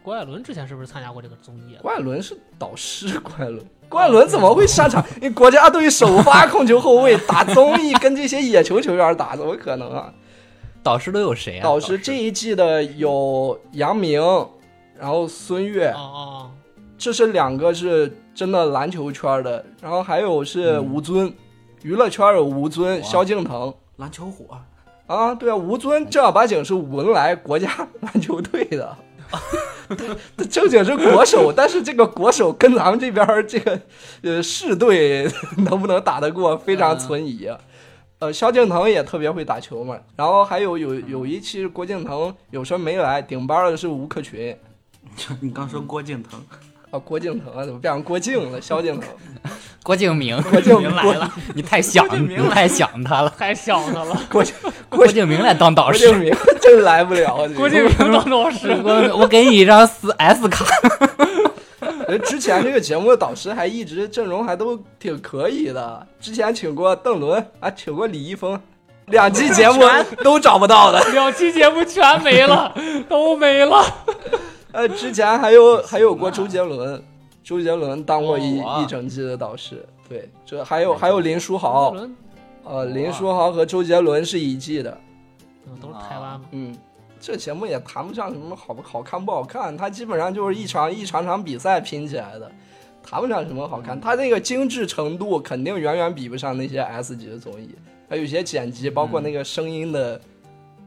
E: 郭艾伦之前是不是参加过这个综艺啊？
C: 郭艾伦是导师，郭艾伦，郭艾伦怎么会上场？你国家队首发控球后卫打综艺，跟这些野球球员打，怎么可能啊？
D: 导师都有谁啊？
C: 导
D: 导
C: 师这一季的有杨明，然后孙悦
E: 哦，哦，
C: 这是两个是真的篮球圈的，然后还有是吴尊，娱乐圈有吴尊、
D: 哇
C: 萧敬腾
B: 篮球火，
C: 啊，对啊，吴尊正儿八经是文莱国家篮球队的。 他正经是国 手，但是这个国手跟咱们这边儿这个呃市队 能不能打得过，非常存疑。
E: 嗯
C: 呃，萧敬腾也特别会打球嘛，然后还有有
E: 嗯
C: 有一期是郭敬腾有时候没来，顶班儿的是吴克群，
B: 你刚说郭敬腾，
C: 啊，郭敬腾啊，怎么变成郭靖了？萧敬腾，
D: 郭敬明，
C: 郭 敬
B: 明来
C: 郭
B: 了，
D: 你太想
B: 敬明
D: 你太想他了。
E: 太小他了，
C: 郭敬
D: 郭敬明来当导
C: 郭
D: 师，
C: 敬明 真来不了 啊。这个
E: 啊郭敬明当导师，
D: 我我给你一张 S S 卡。
C: 呃之前这个节目的导师还一直阵容还都挺可以的，之前请过邓伦，啊，请过李易峰，两期节目都找不到的。
E: 两期节目全没了，都没了。
C: 呃，之前还有还有过周杰伦，周杰伦当过一、
D: 哇
C: 一整季的导师。对，这还有还有林书豪，呃，林
D: 哇
C: 书豪和周杰伦是一季的。
E: 嗯都是台湾嘛，
C: 嗯，这节目也谈不上什么好不好看不好看，它基本上就是一场一场场比赛拼起来的，谈不上什么好看。它那个精致程度肯定远远比不上那些 S 级的综艺，还有一些剪辑，包括那个声音的、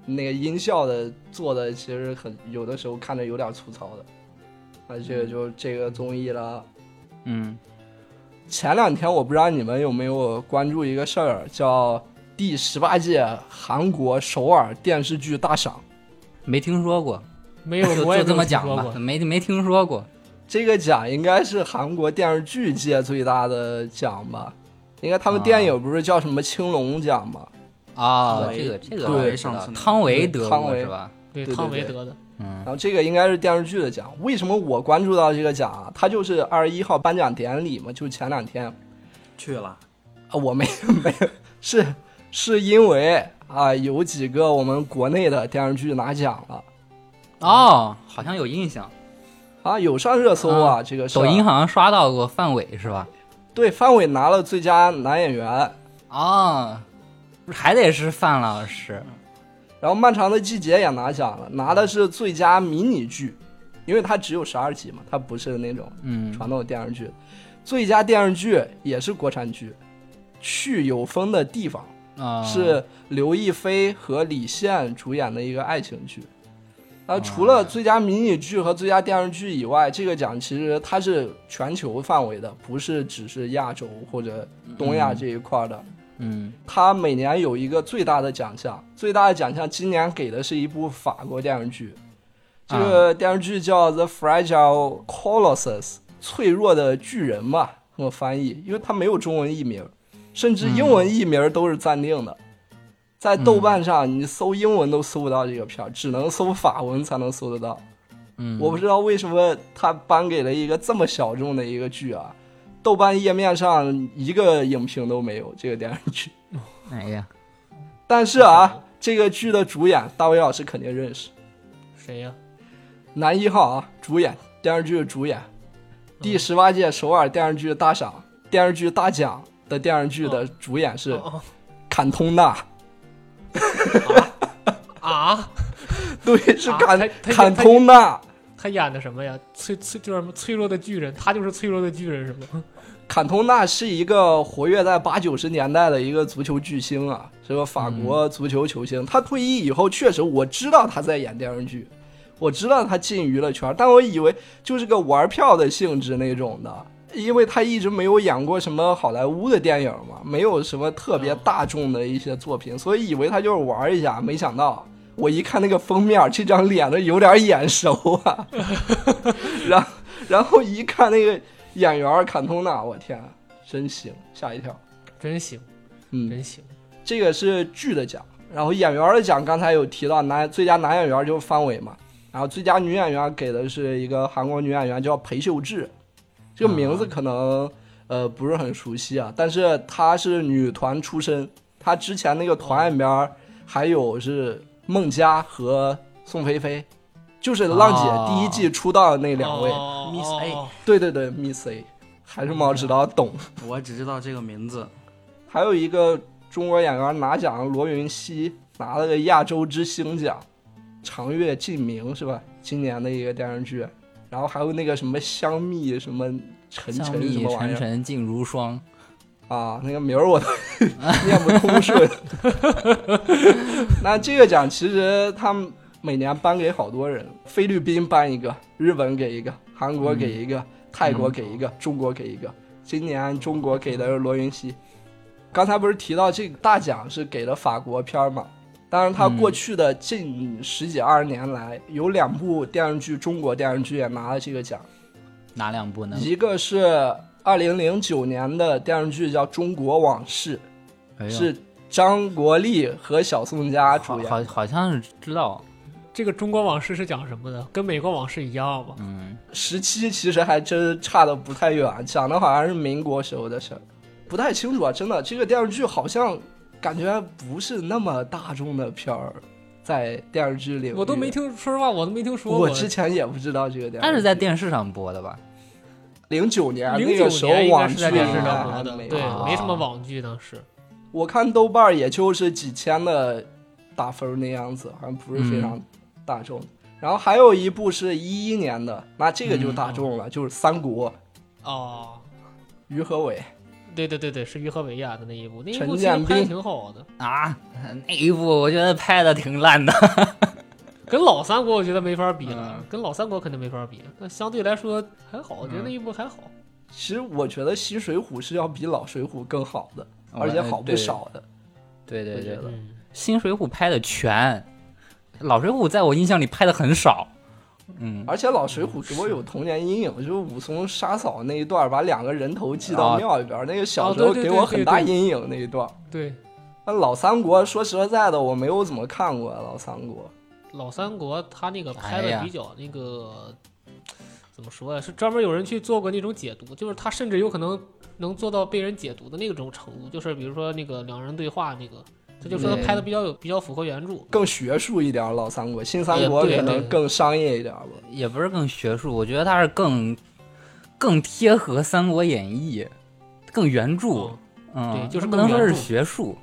C: 那个音效的做的，其实很有的时候看着有点粗糙的。啊，这个就这个综艺了。
D: 嗯，
C: 前两天我不知道你们有没有关注一个事儿，叫第十八届韩国首尔电视剧大赏。
D: 没听说过，
E: 没有
D: 就，
E: 我也
D: 就这么讲
E: 没有听
D: 吧
E: 说，过
D: 没没听说过。
C: 这个奖应该是韩国电视剧界最大的奖吧？应该他们电影不是叫什么青龙奖吗？
D: 啊，
B: 对
D: 这个这个
B: 对
D: 我也知
B: 上
D: 道
B: 次那个
D: 汤唯得
C: 汤
D: 过
C: 唯
D: 是吧？
E: 对
C: 对
E: 汤
C: 对
E: 唯
C: 对
E: 得的，
D: 嗯
C: 然，后这个应该是电视剧的奖。为什么我关注到这个奖啊？它就是二十一号颁奖典礼嘛，就前两天啊，
B: 去了，
C: 我没 没是是因为啊，有几个我们国内的电视剧拿奖了
D: 哦，好像有印象，
C: 啊，有上热搜啊，这个事儿
D: 抖音好像刷到过范伟是吧？
C: 对范伟拿了最佳男演员，
D: 哦，还得是范老师，
C: 然后《漫长的季节》也拿奖了，拿的是最佳迷你剧，因为它只有十二集嘛，它不是那种
D: 嗯，
C: 传统电视剧。最佳电视剧也是国产剧，《去有风的地方》
D: 啊
C: 是刘亦菲和李现主演的一个爱情剧。呃，除了最佳迷你剧和最佳电视剧以外，这个奖其实它是全球范围的，不是只是亚洲或者东亚这一块儿的。
D: 嗯
C: 它每年有一个最大的奖项，最大的奖项今年给的是一部法国电视剧，这个电视剧叫《The Fragile Colossus》，脆弱的巨人嘛，这么翻译，因为它没有中文译名，甚至英文译名都是暂定的。在豆瓣上，你搜英文都搜不到这个片儿，只能搜法文才能搜得到。
D: 嗯，
C: 我不知道为什么他颁给了一个这么小众的一个剧啊，豆瓣页面上一个影评都没有这个电视剧。
D: 哎呀，
C: 但是啊，这个剧的主演大卫老师肯定认识，
E: 谁呀？
C: 男一号啊，主演电视剧的主演，第十八届首尔电视剧大赏电视剧大奖的电视剧的主演是
E: 哦
C: 坎通纳，
E: 啊，
C: 对，是
E: 啊
C: 坎
E: 他他
C: 坎通纳，
E: 他演的什么呀？脆脆就是什么脆弱的巨人，他就是脆弱的巨人是吗？
C: 坎通纳是一个活跃在八九十年代的一个足球巨星啊，是个法国足球球星。他退役以后，确实我知道他在演电视剧，我知道他进娱乐圈，但我以为就是个玩票的性质那种的，因为他一直没有演过什么好莱坞的电影嘛，没有什么特别大众的一些作品，所以以为他就是玩一下。没想到我一看那个封面，这张脸都有点眼熟啊， 然后 然后一看那个演员坎通纳，我天啊，真行，吓一跳。
E: 真行，
C: 嗯，
E: 真行，
C: 这个是剧的奖，然后演员的奖刚才有提到男最佳男演员就是范伟嘛，然后最佳女演员给的是一个韩国女演员叫裴秀智，这个名字可能、呃不是很熟悉啊，但是她是女团出身，她之前那个团里边还有是孟佳和宋菲菲，就是浪
D: 哦
C: 姐第一季出道的那两位，
E: 哦
B: Miss
E: 哦
B: A
E: 哦
C: 对对对，Miss A，还是毛指导懂。
B: 我只知道这个名字，
C: 还有一个中国演员拿奖，罗云熙拿了个亚洲之星奖，《长月烬明》是吧？今年的一个电视剧，然后还有那个什么香蜜什么晨
D: 香
C: 晨什
D: 蜜
C: 么玩意
D: 沉
C: 儿
D: 沉烬如霜，
C: 啊，那个名儿我都 念不通顺。 那这个奖其实他们每年颁给好多人，菲律宾颁一个，日本给一个，韩国给一个，泰国给一个，中国给一个。今年中国给的是罗云熙。刚才不是提到这个大奖是给了法国片儿嘛？但是他过去的近十几二十年来，有两部电视剧，中国电视剧也拿了这个奖。
D: 哪两部呢？
C: 一个是二零零九年的电视剧叫《中国往事
D: 哎》，呦
C: 是张国立和小宋佳
D: 好
C: 主演，
D: 好好像是知道，
E: 这个中国往事是讲什么的？跟美国往事一样吗？
D: 嗯，
C: 时期其实还真差的不太远，讲的好像是民国时候的事儿，不太清楚啊。真的，这个电视剧好像感觉不是那么大众的片儿，在电视剧里
E: 我都没。听，说实话我都没听说
C: 我
E: 过。
C: 之前也不知道这个电视剧，
D: 那是在电视上播的吧？
C: 零九年
E: 09
C: 那个时候
E: 年应该
C: 网
E: 是
C: 剧
E: 在电视
C: 还
E: 上播的
C: 没，有
E: 对，
D: 啊
E: 没什么网剧当时。
C: 我看豆瓣儿也就是几千的打分儿那样子，好像不是非常大众。然后还有一部是一一年的，那这个就大众
E: 嗯
C: 了，就是《三国》，
E: 哦，
C: 于和伟。
E: 对对对对，是于和伟演的那一部，那一
C: 陈
E: 部其实
C: 建
E: 拍的
C: 斌
E: 挺好的，
D: 啊，那一部我觉得拍的挺烂的。
E: 跟老三国我觉得没法比了，
D: 嗯
E: 跟老三国肯定没法比。那相对来说还好，我
C: 嗯
E: 觉得那一部还好。
C: 其实我觉得《新水浒》是要比老《水浒》更好的，
E: 哦哎
C: 而且好不少的。
D: 对。对
C: 我
D: 对
C: 觉
D: 对
C: 得，
E: 嗯，
D: 新水浒拍的全，老水浒在我印象里拍的很少。嗯，
C: 而且老《水浒》给我有童年阴影，就是武松杀嫂那一段儿，把两个人头系到
D: 啊
C: 庙里边儿，那个小
E: 哦
C: 时候
E: 对对
C: 给
E: 对
C: 我
E: 对
C: 很大
E: 对
C: 阴影那一段儿。
E: 对，
C: 那老三国说实在的，我没有怎么看过老三国。
E: 老三国他那个拍
D: 哎
E: 的
D: 呀
E: 比较那个、怎么说呀？是专门有人去做过那种解读，就是他甚至有可能能做到被人解读的那种程度，就是比如说那个两人对话那个，这就说他
D: 对
E: 拍的比较有比较符合原著。
C: 更学术一点儿，老三国，新三
E: 也
C: 国
E: 对
C: 可能
E: 对
C: 更商业一点儿吧。
D: 也不是更学术，我觉得它是更更贴合《三国演义》，更原著
E: 嗯。
D: 嗯，
E: 对就是
D: 它不能
E: 更
D: 说
E: 原
D: 是
E: 著
D: 学术。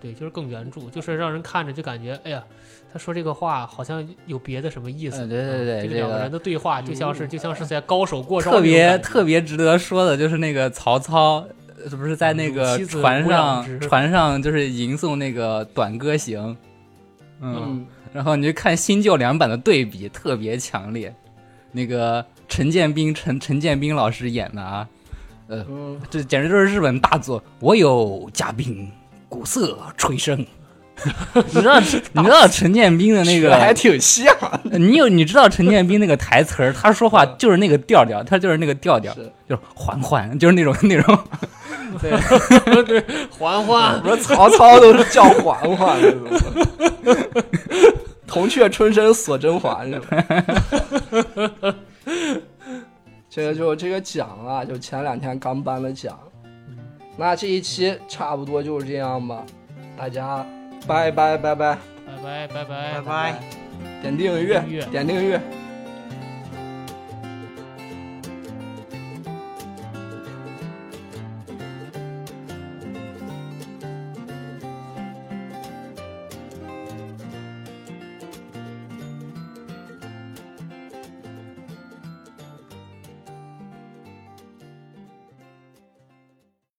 E: 对，就是更原著，就是让人看着就感觉，哎呀，他说这个话好像有别的什么意思。
D: 呃对对对
E: 啊
D: 这
E: 这个两个
D: 个
E: 人的对话就像是就像是在高手过招那
D: 特
E: 种
D: 别
E: 感觉，
D: 特别值得说的就是那个曹操，呃是不是在那
E: 嗯
D: 个
E: 妻子
D: 船
E: 无养
D: 上
E: 之
D: 船上就是吟诵那个《短歌行》，嗯，
C: 嗯，
D: 然后你就看新旧两版的对比特别强烈，那个陈建斌陈陈建斌老师演的啊，
C: 嗯，
D: 这简直就是日本大作。我有嘉宾，鼓瑟吹笙。 你 知道你知道陈建斌的那
C: 嗯学还
D: 个，
C: 挺 像，
D: 你有你知道陈建斌那个台词儿，他说话
C: 嗯
D: 就是那个调调，他就是那个调调，
C: 是
D: 就是缓缓，就是那种 那种。
E: 环环
C: 我说曹操都是叫嬛嬛那种。铜雀春深锁甄嬛是吧？ 这个就这个奖啊，就前两天刚颁的奖。那这一期差不多就是这样吧，大家拜拜拜拜，
E: 哎拜拜拜拜
B: 拜拜。
C: 点订阅
E: 订阅，
C: 点订阅，